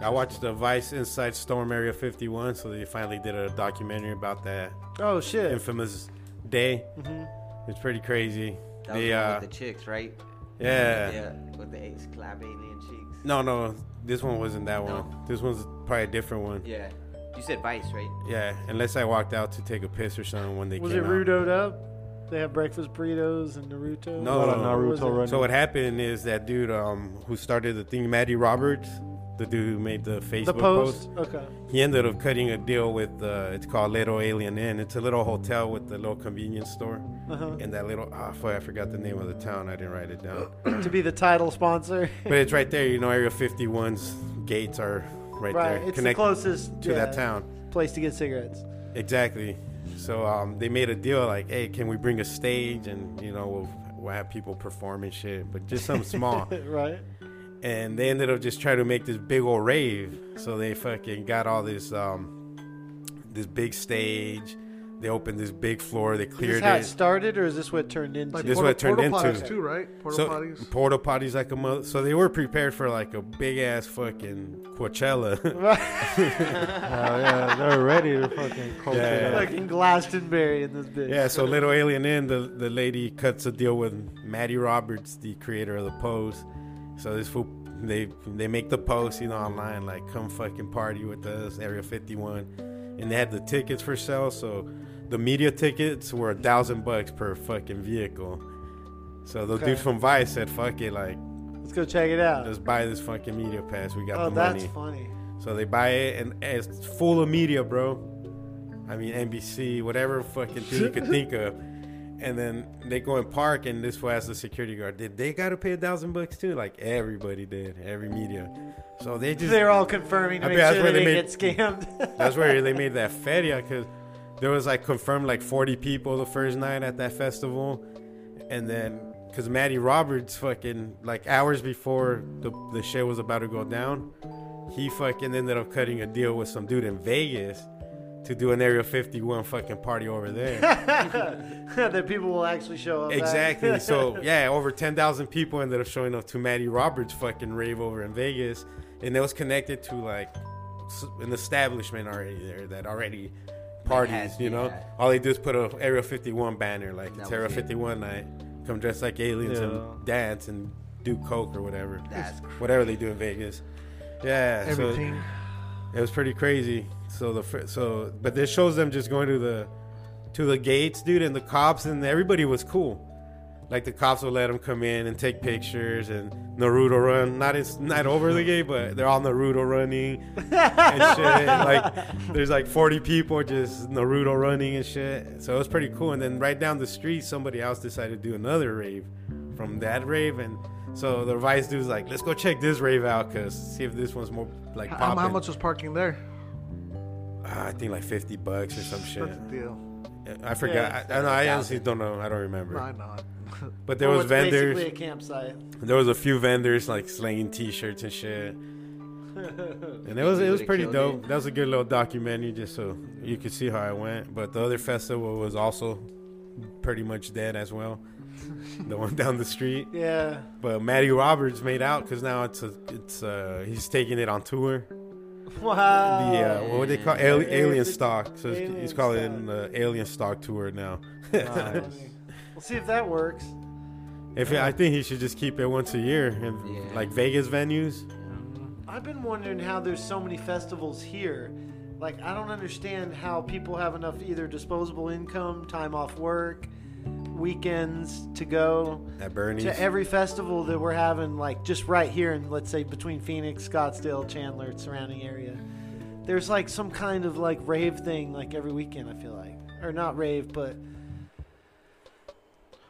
[SPEAKER 2] I watched the Vice Inside Storm Area 51, so they finally did a documentary about that
[SPEAKER 4] Oh shit.
[SPEAKER 2] infamous day.
[SPEAKER 4] Mhm.
[SPEAKER 2] It's pretty crazy.
[SPEAKER 6] Mm-hmm. That was
[SPEAKER 2] They,
[SPEAKER 6] the one
[SPEAKER 2] uh,
[SPEAKER 6] with the chicks, right?
[SPEAKER 2] yeah.
[SPEAKER 6] Yeah, with the ace clap alien cheeks.
[SPEAKER 2] No, no, this one wasn't that
[SPEAKER 6] No.
[SPEAKER 2] one. This one's probably a different one. Yeah.
[SPEAKER 6] Yeah, you said Vice, right?
[SPEAKER 2] unless I walked out to take a piss or something when they
[SPEAKER 4] Was it
[SPEAKER 2] came out.
[SPEAKER 4] Rudoed up? They have breakfast burritos and Naruto.
[SPEAKER 2] No,
[SPEAKER 3] Not a
[SPEAKER 2] no,
[SPEAKER 4] no.
[SPEAKER 3] Naruto running.
[SPEAKER 2] So what happened is that dude um, who started the thing, Matty Roberts, the dude who made the Facebook
[SPEAKER 4] The post. Okay.
[SPEAKER 2] he ended up cutting a deal with uh, it's called Little Alien Inn. It's a little hotel with a little convenience store,
[SPEAKER 4] Uh-huh.
[SPEAKER 2] and that little ah fuck, I forgot the name of the town. I didn't write it down,
[SPEAKER 4] to be the title sponsor.
[SPEAKER 2] but it's right there. You know, Area 51's gates are right,
[SPEAKER 4] Right.
[SPEAKER 2] there,
[SPEAKER 4] It's the closest
[SPEAKER 2] to
[SPEAKER 4] yeah,
[SPEAKER 2] that town.
[SPEAKER 4] place to get cigarettes.
[SPEAKER 2] Exactly. So um, they made a deal like, hey, can we bring a stage and you know we'll, we'll have people perform and shit, but just something small.
[SPEAKER 4] right?
[SPEAKER 2] and they ended up just trying to make this big old rave. So they fucking got all this um, this big stage. They opened this big floor. They
[SPEAKER 4] Is this
[SPEAKER 2] cleared
[SPEAKER 4] how it
[SPEAKER 2] it.
[SPEAKER 4] started, or is this what it turned into?
[SPEAKER 5] Like
[SPEAKER 2] This is
[SPEAKER 5] porta-
[SPEAKER 2] what it turned
[SPEAKER 5] porta
[SPEAKER 2] into.
[SPEAKER 5] potties too, right? Porta
[SPEAKER 2] so
[SPEAKER 5] potties.
[SPEAKER 2] porta potties like a mother. So they were prepared for like a big ass fucking Coachella.
[SPEAKER 3] Hell yeah, they're ready to fucking coach
[SPEAKER 2] Yeah,
[SPEAKER 3] it
[SPEAKER 2] yeah.
[SPEAKER 3] up.
[SPEAKER 4] Fucking Glastonbury in this bitch.
[SPEAKER 2] Yeah, so Little Alien In, the, the lady cuts a deal with Maddie Roberts, the creator of the pose. So this fool, they they make the post, you know, online, like come fucking party with us, Area 51, and they had the tickets for sale. So the media tickets were a thousand bucks per fucking vehicle. So the
[SPEAKER 4] Okay.
[SPEAKER 2] dude from Vice said, "Fuck it, like
[SPEAKER 4] Let's go check it out.
[SPEAKER 2] let's buy this fucking media pass. We got
[SPEAKER 4] Oh,
[SPEAKER 2] the
[SPEAKER 4] that's
[SPEAKER 2] money."
[SPEAKER 4] funny.
[SPEAKER 2] So they buy it, and it's full of media, bro. I mean, NBC, whatever fucking thing you could think of. And then they go and park, and this fool asks the security guard, "Did they gotta pay a thousand bucks too?" Like everybody did, every media. So they just
[SPEAKER 4] They're all confirming to
[SPEAKER 2] I
[SPEAKER 4] make
[SPEAKER 2] bet
[SPEAKER 4] sure
[SPEAKER 2] that's
[SPEAKER 4] they
[SPEAKER 2] where
[SPEAKER 4] didn't
[SPEAKER 2] they
[SPEAKER 4] get scammed.
[SPEAKER 2] that's where they made that feria because there was like confirmed like 40 people the first night at that festival, and then because Maddie Roberts fucking like hours before the the shit was about to go down, he fucking ended up cutting a deal with some dude in Vegas to do an Area 51 fucking party over there.
[SPEAKER 4] that people will actually show up. at.
[SPEAKER 2] exactly. So yeah, over 10,000 people ended up showing up to Maddie Roberts fucking rave over in Vegas, and it was connected to like s- an establishment already there that already parties.
[SPEAKER 6] had-
[SPEAKER 2] You know,
[SPEAKER 6] yeah.
[SPEAKER 2] all they do is put a Area 51 banner like
[SPEAKER 6] That
[SPEAKER 2] it's
[SPEAKER 6] was
[SPEAKER 2] Area
[SPEAKER 6] it.
[SPEAKER 2] 51 night. Come dressed like aliens and
[SPEAKER 3] Yeah.
[SPEAKER 2] dance and do coke or whatever.
[SPEAKER 6] That's
[SPEAKER 2] whatever they do in Vegas. Yeah, so-
[SPEAKER 5] Everything.
[SPEAKER 2] it was pretty crazy. So the fir- so but this shows them just going to the to the gates, dude, and the cops and everybody was cool. Like the cops would let them come in and take pictures and Naruto run. Not it's not over the gate, but they're all Naruto running and shit. And like there's like 40 people just Naruto running and shit. So it was pretty cool. And then right down the street, somebody else decided to do another rave from that rave. And so the vice dude's like, let's go check this rave out, cause see if this one's more like
[SPEAKER 5] How,
[SPEAKER 2] popping.
[SPEAKER 5] how much was parking there?
[SPEAKER 2] Ah, I think like fifty bucks or some shit.
[SPEAKER 5] That's the deal.
[SPEAKER 2] I forgot.
[SPEAKER 4] Yeah,
[SPEAKER 2] I, I, know, I honestly don't know. I don't remember.
[SPEAKER 5] No, I know.
[SPEAKER 2] But there
[SPEAKER 4] Or
[SPEAKER 2] was
[SPEAKER 4] it's
[SPEAKER 2] vendors.
[SPEAKER 4] Basically a campsite.
[SPEAKER 2] There was a few vendors like slinging T-shirts and shit. And it was it was
[SPEAKER 6] would've
[SPEAKER 2] pretty
[SPEAKER 6] killed
[SPEAKER 2] dope. That was a good little documentary, just so you could see how it went. But the other festival was also pretty much dead as well. the one down the street.
[SPEAKER 4] Yeah.
[SPEAKER 2] But Matty Roberts made out because now it's a, it's uh he's taking it on tour. the
[SPEAKER 4] Wow.
[SPEAKER 2] uh, what would they call Al-
[SPEAKER 4] Oh, Yeah.
[SPEAKER 2] alien stock? So he's-
[SPEAKER 4] Alien
[SPEAKER 2] he's calling
[SPEAKER 4] stock.
[SPEAKER 2] it uh, alien stock tour now.
[SPEAKER 3] Nice.
[SPEAKER 4] We'll see if that works.
[SPEAKER 2] If I think he should just keep it once a year in
[SPEAKER 6] Yeah.
[SPEAKER 2] like Vegas venues.
[SPEAKER 4] I've been wondering how there's so many festivals here. Like, I don't understand how people have enough either disposable income, time off work, weekends to go
[SPEAKER 2] At Bernie's.
[SPEAKER 4] to every festival that we're having, like just right here in, let's say, between Phoenix, Scottsdale, Chandler, surrounding area. There's like some kind of like rave thing like every weekend, I feel like. Or not rave, but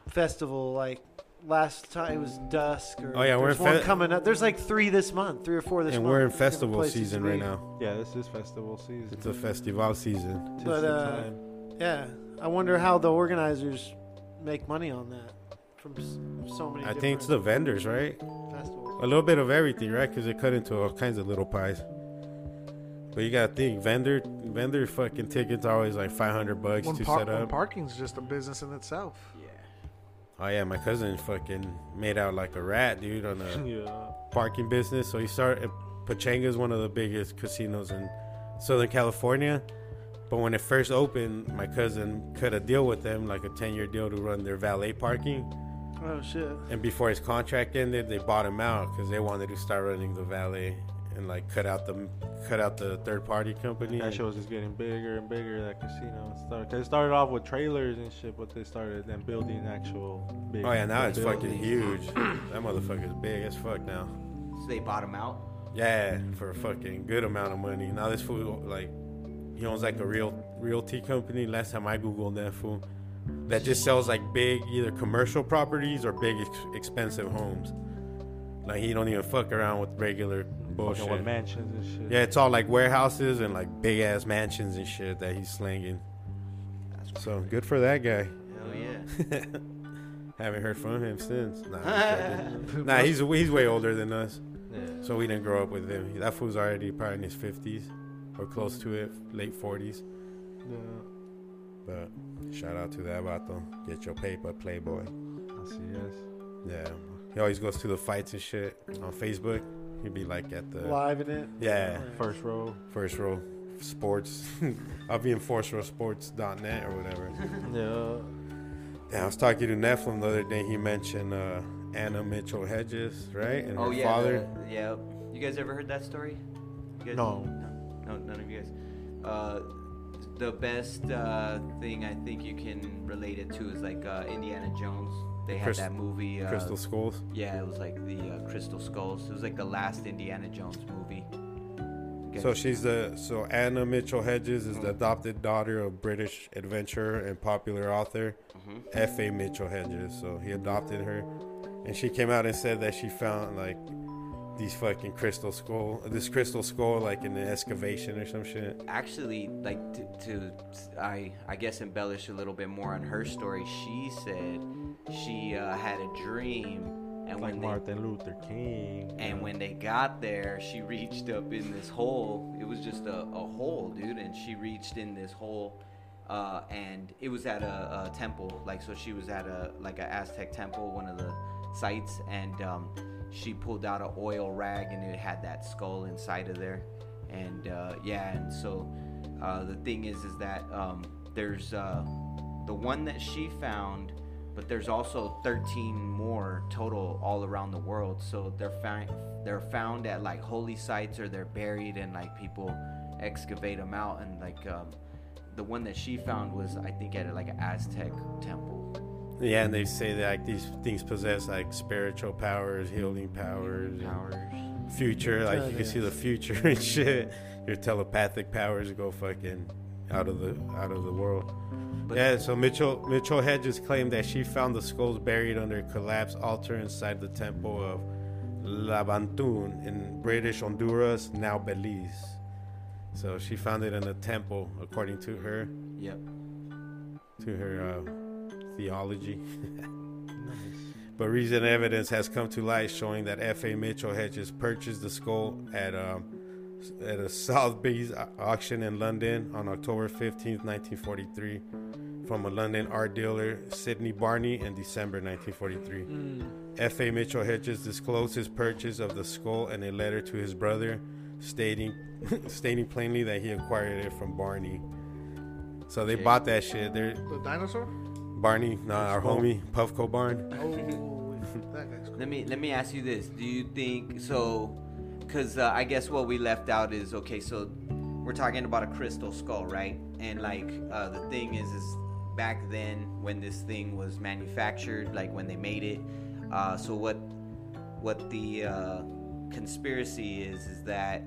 [SPEAKER 4] festival. Like last time it was dusk or
[SPEAKER 2] Oh, yeah, we're
[SPEAKER 4] there's
[SPEAKER 2] in
[SPEAKER 4] one
[SPEAKER 2] fe-
[SPEAKER 4] coming up. There's like three this month, three or four this
[SPEAKER 2] and
[SPEAKER 4] month.
[SPEAKER 2] we're in
[SPEAKER 4] Different
[SPEAKER 2] festival
[SPEAKER 4] places
[SPEAKER 2] season
[SPEAKER 4] to
[SPEAKER 2] right
[SPEAKER 4] be.
[SPEAKER 2] now.
[SPEAKER 3] Yeah, this is festival season.
[SPEAKER 2] It's a festival season.
[SPEAKER 3] Tis
[SPEAKER 4] but,
[SPEAKER 3] the
[SPEAKER 4] uh,
[SPEAKER 3] time.
[SPEAKER 4] Yeah. I wonder how the organizers make money on that from s- so many
[SPEAKER 2] I think it's the vendors, right?
[SPEAKER 4] different festivals.
[SPEAKER 2] A little bit of everything, right? Because they cut into all kinds of little pies. But you gotta think, vendor vendor fucking tickets are always like five hundred bucks
[SPEAKER 5] When,
[SPEAKER 2] to
[SPEAKER 5] par-
[SPEAKER 2] set
[SPEAKER 5] when
[SPEAKER 2] up.
[SPEAKER 5] parking's just a business in itself.
[SPEAKER 2] oh yeah, my cousin fucking made out like a rat, dude, on a
[SPEAKER 3] yeah.
[SPEAKER 2] parking business. So he started Pachanga is one of the biggest casinos in Southern California. But when it first opened, my cousin cut a deal with them, like a 10 year deal to run their valet parking.
[SPEAKER 4] Oh shit.
[SPEAKER 2] And before his contract ended, they bought him out because they wanted to start running the valet and like cut out the cut out the third party company.
[SPEAKER 3] That show was just getting bigger and bigger. That casino and stuff. 'Cause it started off with trailers and shit, but they started then building actual. Big
[SPEAKER 2] Oh yeah, now it's
[SPEAKER 3] buildings.
[SPEAKER 2] fucking huge. That motherfucker's big as fuck now.
[SPEAKER 6] So they bought him out.
[SPEAKER 2] Yeah, for a fucking good amount of money. Now this fool like he owns like a real realty company. Last time I googled that fool, that just sells like big either commercial properties or big ex- expensive homes. Like he don't even fuck around with regular
[SPEAKER 3] Fucking with
[SPEAKER 2] bullshit.
[SPEAKER 3] mansions and shit.
[SPEAKER 2] Yeah, it's all like warehouses and like big ass mansions and shit that he's slinging. So good for that guy.
[SPEAKER 6] Hell yeah.
[SPEAKER 2] Haven't heard from him since. Nah, I'm just joking. nah he's he's way older than us.
[SPEAKER 3] Yeah.
[SPEAKER 2] So we didn't grow up with him. That fool's already probably in his fifties or close to it, late forties.
[SPEAKER 3] Yeah.
[SPEAKER 2] But shout out to that vato. Get your paper, Playboy.
[SPEAKER 3] I see, yes.
[SPEAKER 2] Yeah. He always goes to the fights and shit on Facebook. He'd be like at the
[SPEAKER 4] Live in it.
[SPEAKER 2] yeah
[SPEAKER 3] First row.
[SPEAKER 2] first row sports. I'll be in first row sports.net or whatever.
[SPEAKER 3] Yeah.
[SPEAKER 2] Yeah, I was talking to Nephilim the other day. He mentioned uh, Anna Mitchell Hedges, right? And
[SPEAKER 6] Oh
[SPEAKER 2] her
[SPEAKER 6] yeah,
[SPEAKER 2] father.
[SPEAKER 6] the- yeah. You guys ever heard that story? You guys,
[SPEAKER 3] No.
[SPEAKER 6] no, no, none of you guys. Uh, the best uh, thing I think you can relate it to is like uh, Indiana Jones. They had
[SPEAKER 2] Crys-
[SPEAKER 6] that movie. Uh,
[SPEAKER 2] Crystal Skulls.
[SPEAKER 6] Yeah, it was like the uh, Crystal Skulls. It was like the last Indiana Jones movie. Okay.
[SPEAKER 2] So she's the so Anna Mitchell Hedges is the adopted daughter of British adventurer and popular author F.A. Mitchell Hedges. So he adopted her, and she came out and said that she found like these fucking crystal skull, this crystal skull like in an excavation or some shit.
[SPEAKER 6] actually like to, to I I guess embellish a little bit more on her story. She said she uh, had a dream, and
[SPEAKER 3] Like
[SPEAKER 6] when they,
[SPEAKER 3] Martin Luther King.
[SPEAKER 6] and when they got there, she reached up in this hole. It was just a, a hole, dude, and she reached in this hole. Uh, and it was at a, a temple, like so. She was at a like a Aztec temple, one of the sites, and um, she pulled out an oil rag, and it had that skull inside of there. And uh, yeah, and so uh, the thing is, is that um, there's uh, the one that she found, but there's also 13 more total all around the world. So they're found they're found at like holy sites or they're buried and like people excavate them out and like um, the one that she found was I think at like an Aztec temple.
[SPEAKER 2] Yeah, and they say that like, these things possess like spiritual powers, healing powers,
[SPEAKER 6] Powers.
[SPEAKER 2] future. Like you can
[SPEAKER 4] Tele-
[SPEAKER 2] see the future and shit. Your telepathic powers go fucking out of the out of the world.
[SPEAKER 6] But-
[SPEAKER 2] yeah, so Mitchell Mitchell Hedges claimed that she found the skulls buried under a collapsed altar inside the temple of Labantun in British Honduras, now Belize. So she found it in a temple, according to her
[SPEAKER 6] Yep.
[SPEAKER 2] to her uh, theology. but recent evidence has come to light showing that F.A. Mitchell Hedges purchased the skull at um, at a Sotheby's au- auction in London on October 15, 1943, from a London art dealer, Sidney Barney, in December 1943. F.A. Mitchell Hedges disclosed his purchase of the skull in a letter to his brother, stating stating plainly that he acquired it from Barney. So they
[SPEAKER 6] Okay.
[SPEAKER 2] bought that shit. They're
[SPEAKER 5] The dinosaur?
[SPEAKER 2] Barney, not our homie, Puffco Barn.
[SPEAKER 5] Oh, that guy's cool.
[SPEAKER 6] Let me let me ask you this: Do you think so? Because uh, I guess what we left out is okay. So we're talking about a crystal skull, right? And like uh, the thing is, is back then when this thing was manufactured, like when they made it. Uh, so what what the uh, conspiracy is is that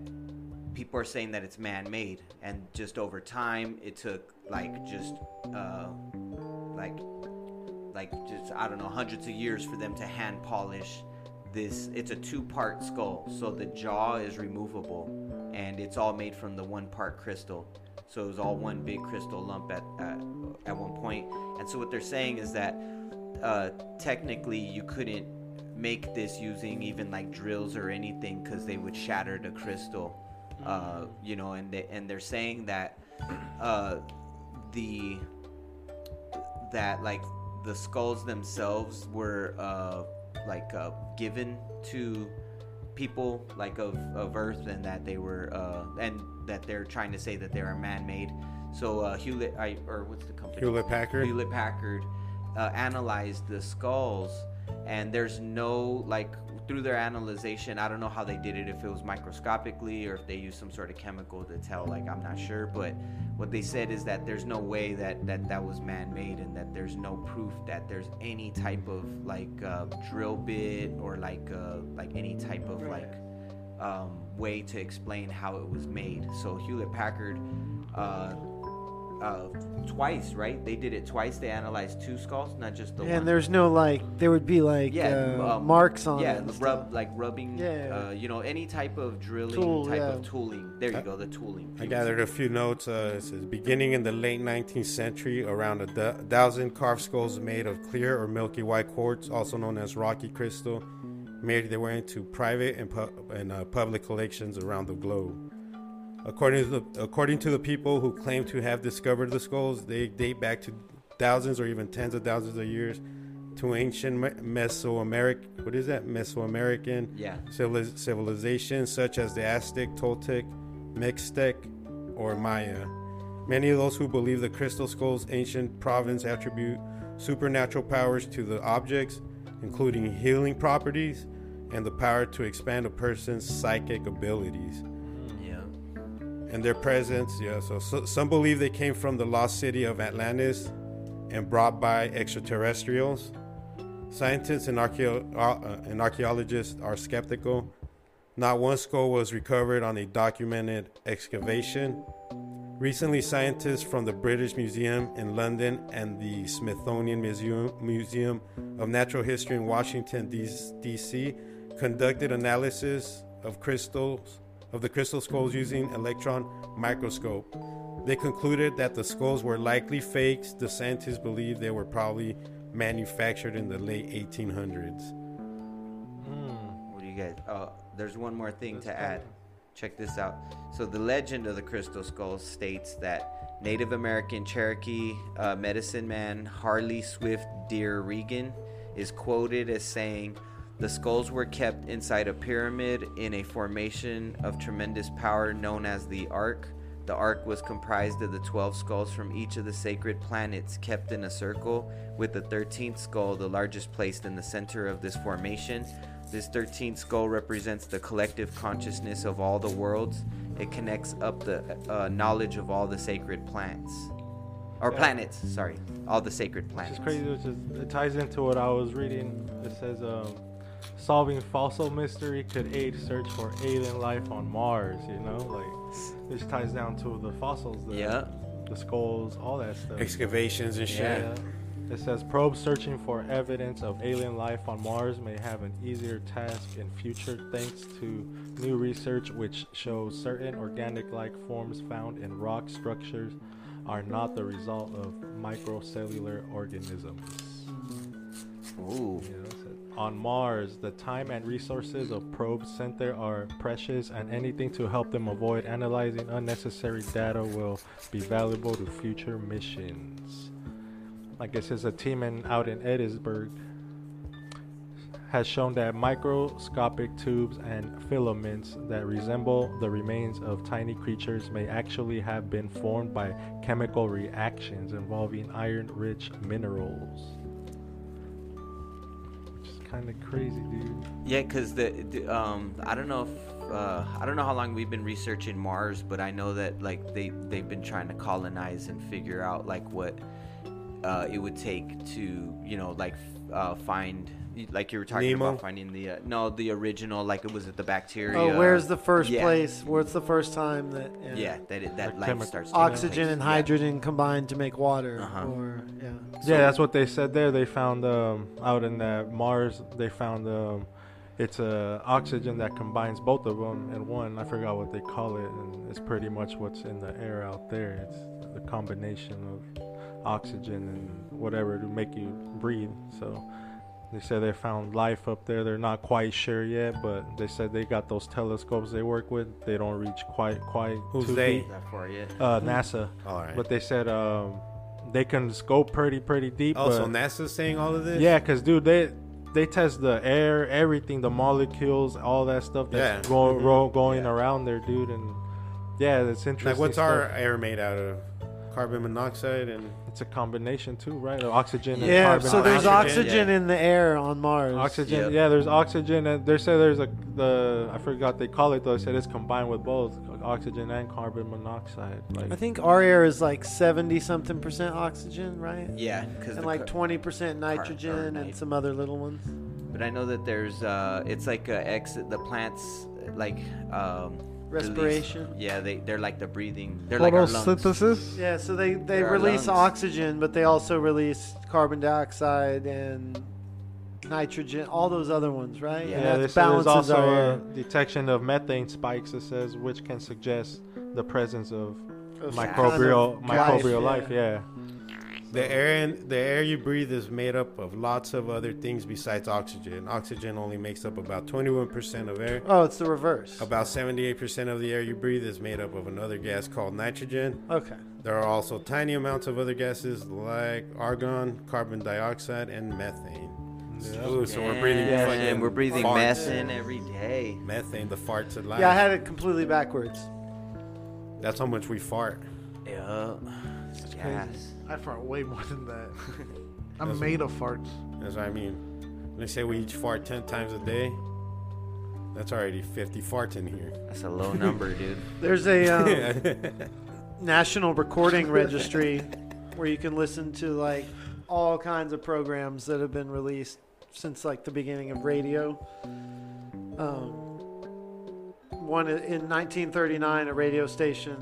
[SPEAKER 6] people are saying that it's man-made, and just over time it took like just uh, like like just I don't know hundreds of years for them to hand polish this. It's a two-part skull, so the jaw is removable, and it's all made from the one-part crystal. So it was all one big crystal lump at at, at one point. And so what they're saying is that uh, technically you couldn't make this using even like drills or anything because they would shatter the crystal. Uh, you know, and they, and they're saying that uh, the that like the skulls themselves were uh, like uh, given to people like of, of earth and that they were uh, and that they're trying to say that they are man-made so uh, hewlett I, or what's the company
[SPEAKER 2] Hewlett Packard?
[SPEAKER 6] hewlett packard uh, analyzed the skulls and there's no like through their analyzation i don't know how they did it if it was microscopically or if they used some sort of chemical to tell like i'm not sure but what they said is that there's no way that that, that was man-made and that there's no proof that there's any type of like uh, drill bit or like uh, like any type of like um, way to explain how it was made so hewlett packard uh, uh, twice right they did it twice they analyzed two skulls not just the one
[SPEAKER 4] And there's no like, there would be like
[SPEAKER 6] yeah,
[SPEAKER 4] uh,
[SPEAKER 6] um,
[SPEAKER 4] marks on
[SPEAKER 6] yeah,
[SPEAKER 4] it. and
[SPEAKER 6] rub
[SPEAKER 4] stuff.
[SPEAKER 6] like rubbing,
[SPEAKER 4] Yeah.
[SPEAKER 6] uh, you know, any type of drilling,
[SPEAKER 4] Tool,
[SPEAKER 6] type
[SPEAKER 4] yeah. Uh,
[SPEAKER 6] of tooling. There you go, the tooling.
[SPEAKER 2] I gathered a few notes. Uh, it says, beginning in the late 19th century, around a do- thousand carved skulls made of clear or milky white quartz, also known as rocky crystal, made their way into private and, pu- and uh, public collections around the globe. According to the, according to the people who claim to have discovered the skulls, they date back to thousands or even tens of thousands of years to ancient Me- Mesoameric. What is that? Mesoamerican
[SPEAKER 6] Yeah.
[SPEAKER 2] civili- civilizations such as the Aztec, Toltec, Mixtec, or Maya. Many of those who believe the crystal skull's ancient province attribute supernatural powers to the objects, including healing properties and the power to expand a person's psychic abilities
[SPEAKER 6] Yeah.
[SPEAKER 2] and their presence. Yeah, so, so some believe they came from the lost city of Atlantis and brought by extraterrestrials. Scientists and, archeo- uh, and archaeologists are skeptical. Not one skull was recovered on a documented excavation. Recently, scientists from the British Museum in London and the Smithsonian Museum, Museum of Natural History in Washington, D.C., conducted analysis of crystals of the crystal skulls using electron microscope. They concluded that the skulls were likely fakes. The scientists believe they were probably manufactured in the late 1800s.
[SPEAKER 6] What do you guys? Oh, there's one more thing to add. Check this out. So the legend of the crystal skull states that Native American Cherokee uh, medicine man Harley Swift Deer Regan is quoted as saying, "The skulls were kept inside a pyramid in a formation of tremendous power known as the Ark." The ark was comprised of the 12 skulls from each of the sacred planets kept in a circle, with the 13th skull the largest placed in the center of this formation. This 13th skull represents the collective consciousness of all the worlds. It connects up the uh, knowledge of all the sacred plants. Or planets, sorry. All the sacred
[SPEAKER 3] It's
[SPEAKER 6] planets.
[SPEAKER 3] just crazy. It's just, it ties into what I was reading. It says um, solving fossil mystery could aid search for alien life on Mars. You know, like this ties down to the fossils, the,
[SPEAKER 6] Yeah.
[SPEAKER 3] the skulls, all that stuff.
[SPEAKER 2] Excavations and shit.
[SPEAKER 3] Yeah. It says probes searching for evidence of alien life on Mars may have an easier task in future thanks to new research which shows certain organic-like forms found in rock structures are not the result of microcellular organisms.
[SPEAKER 6] Ooh.
[SPEAKER 3] You know, it said, on Mars, the time and resources of probes sent there are precious, and anything to help them avoid analyzing unnecessary data will be valuable to future missions. Like it says, a team in, out in Edinburgh has shown that microscopic tubes and filaments that resemble the remains of tiny creatures may actually have been formed by chemical reactions involving iron rich minerals. Which is kind of crazy, dude.
[SPEAKER 6] Yeah, because the, the um, I don't know if uh, I don't know how long we've been researching Mars, but I know that like they they've been trying to colonize and figure out like what uh, it would take to you know like f- uh, find like you were talking
[SPEAKER 2] Nemo?
[SPEAKER 6] about finding the uh, no the original like it was it the bacteria.
[SPEAKER 4] Oh, where's the first
[SPEAKER 6] yeah.
[SPEAKER 4] place? Where it's the first time that yeah,
[SPEAKER 6] yeah that it, that
[SPEAKER 3] The
[SPEAKER 6] life
[SPEAKER 3] chemi-
[SPEAKER 6] starts to
[SPEAKER 4] oxygen
[SPEAKER 6] take
[SPEAKER 4] and
[SPEAKER 6] place.
[SPEAKER 4] hydrogen combined to make water,
[SPEAKER 6] Uh-huh.
[SPEAKER 4] or yeah,
[SPEAKER 3] yeah, that's what they said there. They found um, out in that Mars, they found um, it's a oxygen that combines both of them in one. I forgot what they call it, and it's pretty much what's in the air out there. It's the combination of oxygen and whatever to make you breathe. So they said they found life up there. They're not quite sure yet, but they said they got those telescopes they work with. They don't reach quite quite
[SPEAKER 2] Who's
[SPEAKER 3] two
[SPEAKER 2] they?
[SPEAKER 3] feet.
[SPEAKER 6] Yeah. That for you.
[SPEAKER 3] Uh, NASA.
[SPEAKER 2] All right.
[SPEAKER 3] But they said um, they can scope pretty pretty deep.
[SPEAKER 2] Also,
[SPEAKER 3] but,
[SPEAKER 2] Oh, NASA's saying all of this?
[SPEAKER 3] yeah, cause dude, they they test the air, everything, the molecules, all that stuff that's
[SPEAKER 2] Yeah.
[SPEAKER 3] go,
[SPEAKER 2] Mhm.
[SPEAKER 3] ro- going
[SPEAKER 2] Yeah.
[SPEAKER 3] around there, dude. And yeah, it's interesting.
[SPEAKER 2] Like, what's
[SPEAKER 3] stuff.
[SPEAKER 2] our air made out of? Carbon monoxide and
[SPEAKER 3] It's a combination too, right? Of oxygen. and
[SPEAKER 4] yeah.
[SPEAKER 3] carbon
[SPEAKER 4] So there's
[SPEAKER 2] Oxygen,
[SPEAKER 4] oxygen,
[SPEAKER 6] yeah.
[SPEAKER 4] in the air on Mars.
[SPEAKER 3] Oxygen,
[SPEAKER 6] Yep.
[SPEAKER 3] yeah. There's oxygen, and they say there's a the I forgot they call it though. They said it's combined with both oxygen and carbon monoxide. Like
[SPEAKER 4] I think our air is like seventy something percent oxygen, right?
[SPEAKER 6] Yeah, because
[SPEAKER 4] And like twenty percent nitrogen
[SPEAKER 6] nit-
[SPEAKER 4] and some other little ones.
[SPEAKER 6] But I know that there's uh, it's like uh, exit the plants uh, like um, release-
[SPEAKER 4] Respiration.
[SPEAKER 6] yeah, they they're like the breathing. They're like our lungs.
[SPEAKER 5] Photosynthesis.
[SPEAKER 4] Yeah, so they, they
[SPEAKER 6] There are
[SPEAKER 4] release
[SPEAKER 6] lungs.
[SPEAKER 4] oxygen, but they also release carbon dioxide and nitrogen, all those other ones, right?
[SPEAKER 6] Yeah.
[SPEAKER 4] And
[SPEAKER 3] Yeah,
[SPEAKER 4] that
[SPEAKER 3] this there's also
[SPEAKER 4] our
[SPEAKER 3] a
[SPEAKER 4] air.
[SPEAKER 3] detection of methane spikes. It says which can suggest the presence of
[SPEAKER 4] Of
[SPEAKER 3] microbial
[SPEAKER 4] some kind of
[SPEAKER 3] microbial life. Yeah.
[SPEAKER 2] The air in, the air you breathe is made up of lots of other things besides oxygen. Oxygen only makes up about 21% of air.
[SPEAKER 4] Oh, it's the reverse.
[SPEAKER 2] About 78% of the air you breathe is made up of another gas called nitrogen.
[SPEAKER 4] Okay.
[SPEAKER 2] There are also tiny amounts of other gases like argon, carbon dioxide, and methane. Ooh, so we're breathing
[SPEAKER 6] Damn,
[SPEAKER 2] fucking
[SPEAKER 6] we're breathing
[SPEAKER 2] farts.
[SPEAKER 6] mess in every day.
[SPEAKER 2] Methane, the farts of life.
[SPEAKER 4] Yeah, I had it completely backwards.
[SPEAKER 2] That's how much we fart.
[SPEAKER 6] Yeah. Yes.
[SPEAKER 5] I fart way more than that. I'm made of farts.
[SPEAKER 2] That's what I mean. They say we each fart 10 times a day. That's already 50 farts in here.
[SPEAKER 6] That's a low number, dude.
[SPEAKER 4] There's a um, national recording registry where you can listen to like all kinds of programs that have been released since like the beginning of radio. Um, one in 1939, a radio station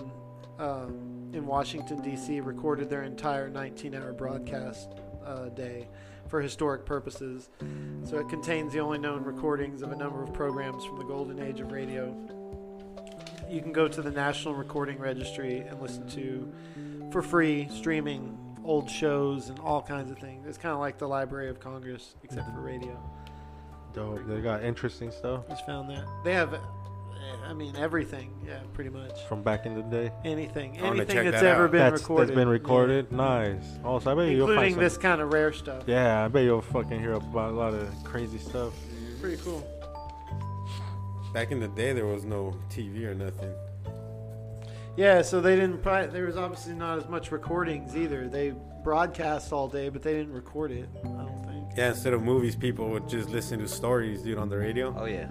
[SPEAKER 4] um, in Washington D.C. recorded their entire 19-hour broadcast uh, day for historic purposes. So it contains the only known recordings of a number of programs from the golden age of radio you can go to the National Recording Registry and listen to for free streaming old shows and all kinds of things. It's kind of like the Library of Congress, except for radio.
[SPEAKER 3] Dope. They got interesting stuff
[SPEAKER 4] Just found that they have, eh, I mean, everything. Yeah, pretty much
[SPEAKER 3] from back in the day.
[SPEAKER 4] anything,
[SPEAKER 2] wanna check
[SPEAKER 4] anything that's
[SPEAKER 2] that
[SPEAKER 4] ever
[SPEAKER 2] out.
[SPEAKER 4] been
[SPEAKER 3] that's,
[SPEAKER 4] recorded.
[SPEAKER 3] that's been
[SPEAKER 4] Yeah.
[SPEAKER 3] recorded. Nice. Oh, so I bet you'll find
[SPEAKER 4] including
[SPEAKER 3] some-
[SPEAKER 4] this kind of rare stuff.
[SPEAKER 3] Yeah, I bet you'll fucking hear about a lot of crazy stuff.
[SPEAKER 4] pretty cool.
[SPEAKER 2] Back in the day, there was no TV or nothing.
[SPEAKER 4] Yeah, so they didn't. Probably, there was obviously not as much recordings either. They broadcast all day, but they didn't record it. I don't think.
[SPEAKER 2] Yeah, instead of movies, people would just listen to stories, dude, on the radio.
[SPEAKER 6] Oh yeah.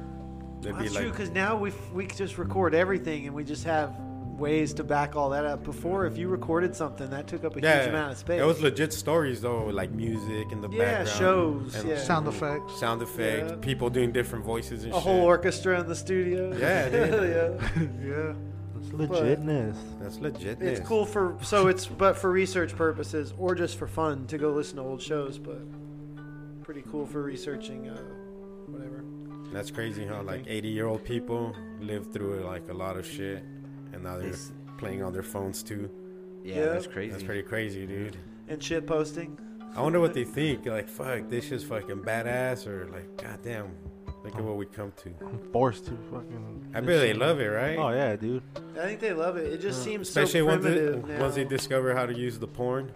[SPEAKER 2] They'd
[SPEAKER 4] That's
[SPEAKER 2] be
[SPEAKER 4] true
[SPEAKER 2] like,
[SPEAKER 4] because now we we just record everything and we just have ways to back all that up. Before, if you recorded something, that took up a huge amount of space.
[SPEAKER 2] It was legit stories though, with, like music in the
[SPEAKER 4] Yeah,
[SPEAKER 2] background.
[SPEAKER 4] shows,
[SPEAKER 2] and
[SPEAKER 4] yeah.
[SPEAKER 5] Sound effects.
[SPEAKER 2] Sound effects,
[SPEAKER 4] Yeah.
[SPEAKER 2] people doing different voices and
[SPEAKER 4] a
[SPEAKER 2] shit.
[SPEAKER 4] whole orchestra in the studio.
[SPEAKER 2] Yeah, dude.
[SPEAKER 4] yeah.
[SPEAKER 5] yeah.
[SPEAKER 3] It's legitness.
[SPEAKER 2] That's legit.
[SPEAKER 4] It's cool for so it's but for research purposes or just for fun to go listen to old shows, but pretty cool for researching uh, whatever.
[SPEAKER 2] That's crazy how like 80 year old people live through like a lot of shit, and now they're
[SPEAKER 6] This-
[SPEAKER 2] playing on their phones too.
[SPEAKER 6] Yeah,
[SPEAKER 4] Yeah.
[SPEAKER 6] that's crazy.
[SPEAKER 2] That's pretty crazy, dude.
[SPEAKER 4] And shit posting.
[SPEAKER 2] I wonder what they think. Like, fuck, this is fucking badass, or like, goddamn, look at what we come to.
[SPEAKER 3] I'm forced to fucking.
[SPEAKER 2] I bet they love it, right?
[SPEAKER 3] Oh yeah, dude.
[SPEAKER 4] I think they love it. It just seems
[SPEAKER 2] Uh, Especially
[SPEAKER 4] so
[SPEAKER 2] once,
[SPEAKER 4] primitive
[SPEAKER 2] they,
[SPEAKER 4] now.
[SPEAKER 2] once they discover how to use the porn.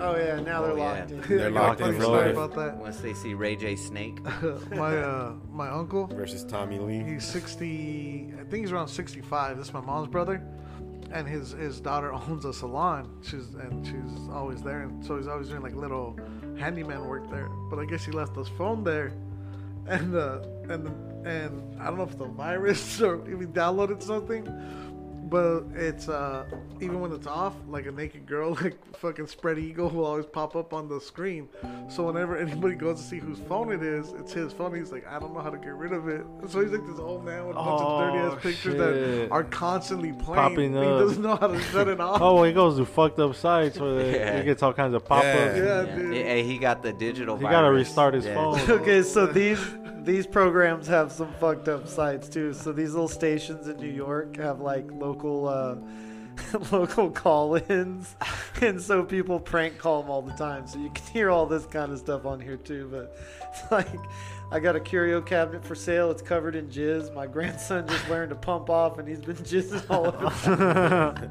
[SPEAKER 4] oh yeah, now they're
[SPEAKER 6] Oh, yeah.
[SPEAKER 4] locked in.
[SPEAKER 2] They're
[SPEAKER 5] I got a
[SPEAKER 2] locked in
[SPEAKER 5] funny
[SPEAKER 2] for
[SPEAKER 5] story
[SPEAKER 2] life.
[SPEAKER 5] about that.
[SPEAKER 6] Once they see Ray J Snake.
[SPEAKER 5] my uh, my uncle,
[SPEAKER 2] versus Tommy Lee.
[SPEAKER 5] he's 60. I think he's around 65. This is my mom's brother, and his his daughter owns a salon. She's and she's always there, and so he's always doing like little handyman work there. But I guess he left his phone there, and uh, and and I don't know if the virus or if he downloaded something. But it's uh even when it's off, like a naked girl, like fucking spread eagle will always pop up on the screen. So whenever anybody goes to see whose phone it is, it's his phone. He's like, I don't know how to get rid of it. So he's like this old man with a bunch
[SPEAKER 3] Oh,
[SPEAKER 5] of dirty ass pictures
[SPEAKER 3] shit.
[SPEAKER 5] that are constantly playing.
[SPEAKER 3] Popping
[SPEAKER 5] He
[SPEAKER 3] up.
[SPEAKER 5] doesn't know how to shut it off.
[SPEAKER 3] Oh, it goes to fucked up sites where they,
[SPEAKER 6] Yeah.
[SPEAKER 3] it gets all kinds of pop ups.
[SPEAKER 5] Yeah.
[SPEAKER 6] Yeah.
[SPEAKER 5] dude.
[SPEAKER 6] Hey, hey, he got the digital.
[SPEAKER 3] He gotta
[SPEAKER 6] virus.
[SPEAKER 3] restart his
[SPEAKER 6] Yeah.
[SPEAKER 3] phone.
[SPEAKER 4] okay, so these these programs have some fucked up sites too. So these little stations in New York have like local uh, local call-ins, and so people prank call them all the time. So you can hear all this kind of stuff on here too. But it's like, I got a curio cabinet for sale. It's covered in jizz. My grandson just learned to pump off, and he's been jizzing all over.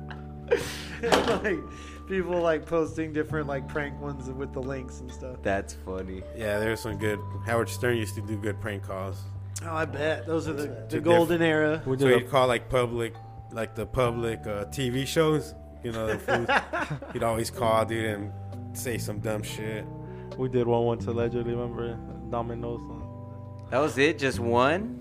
[SPEAKER 4] like people like posting different like prank ones with the links and stuff.
[SPEAKER 6] That's funny.
[SPEAKER 2] Yeah, there's some good. Howard Stern used to do good prank calls.
[SPEAKER 4] Oh, I bet those are the, the
[SPEAKER 2] diff-
[SPEAKER 4] golden era.
[SPEAKER 3] We
[SPEAKER 2] So
[SPEAKER 3] did
[SPEAKER 2] he'd call like public, like the public uh, TV shows. You know, the fools. he'd always call dude and say some dumb shit.
[SPEAKER 3] a, we did one once allegedly. Remember Domino's?
[SPEAKER 6] That was it. Just one.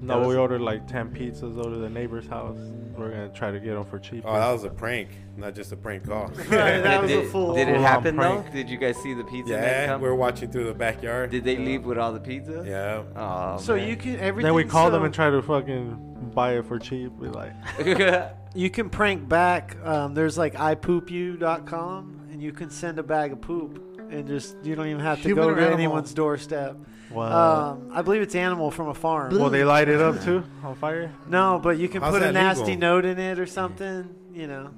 [SPEAKER 3] No,
[SPEAKER 6] That was-
[SPEAKER 3] we ordered like ten pizzas over to the neighbor's house. We're gonna try to get them for cheap.
[SPEAKER 2] Oh, that was a prank, not just a prank call.
[SPEAKER 4] Right, that was
[SPEAKER 6] did,
[SPEAKER 4] a full.
[SPEAKER 6] did it
[SPEAKER 3] full-on
[SPEAKER 6] happen
[SPEAKER 3] prank.
[SPEAKER 6] though? Did you guys see the pizza? man
[SPEAKER 2] yeah,
[SPEAKER 6] come?
[SPEAKER 2] we're watching through the backyard.
[SPEAKER 6] Did they leave with all the pizza?
[SPEAKER 2] yeah.
[SPEAKER 6] Oh,
[SPEAKER 4] so you can everything.
[SPEAKER 3] then we called
[SPEAKER 4] so
[SPEAKER 3] them and tried to fucking buy it for cheap. We like,
[SPEAKER 4] You can prank back. Um, there's like ipoopyou.com, and you can send a bag of poop, and just you don't even have to
[SPEAKER 5] Human
[SPEAKER 4] go
[SPEAKER 5] or
[SPEAKER 4] to
[SPEAKER 5] animal?
[SPEAKER 4] anyone's doorstep.
[SPEAKER 3] wow.
[SPEAKER 4] Um, I believe it's animal from a farm.
[SPEAKER 3] well, they light it up too on fire.
[SPEAKER 4] no, but you can
[SPEAKER 2] How's
[SPEAKER 4] put a
[SPEAKER 2] that legal?
[SPEAKER 4] nasty note in it or something. You know,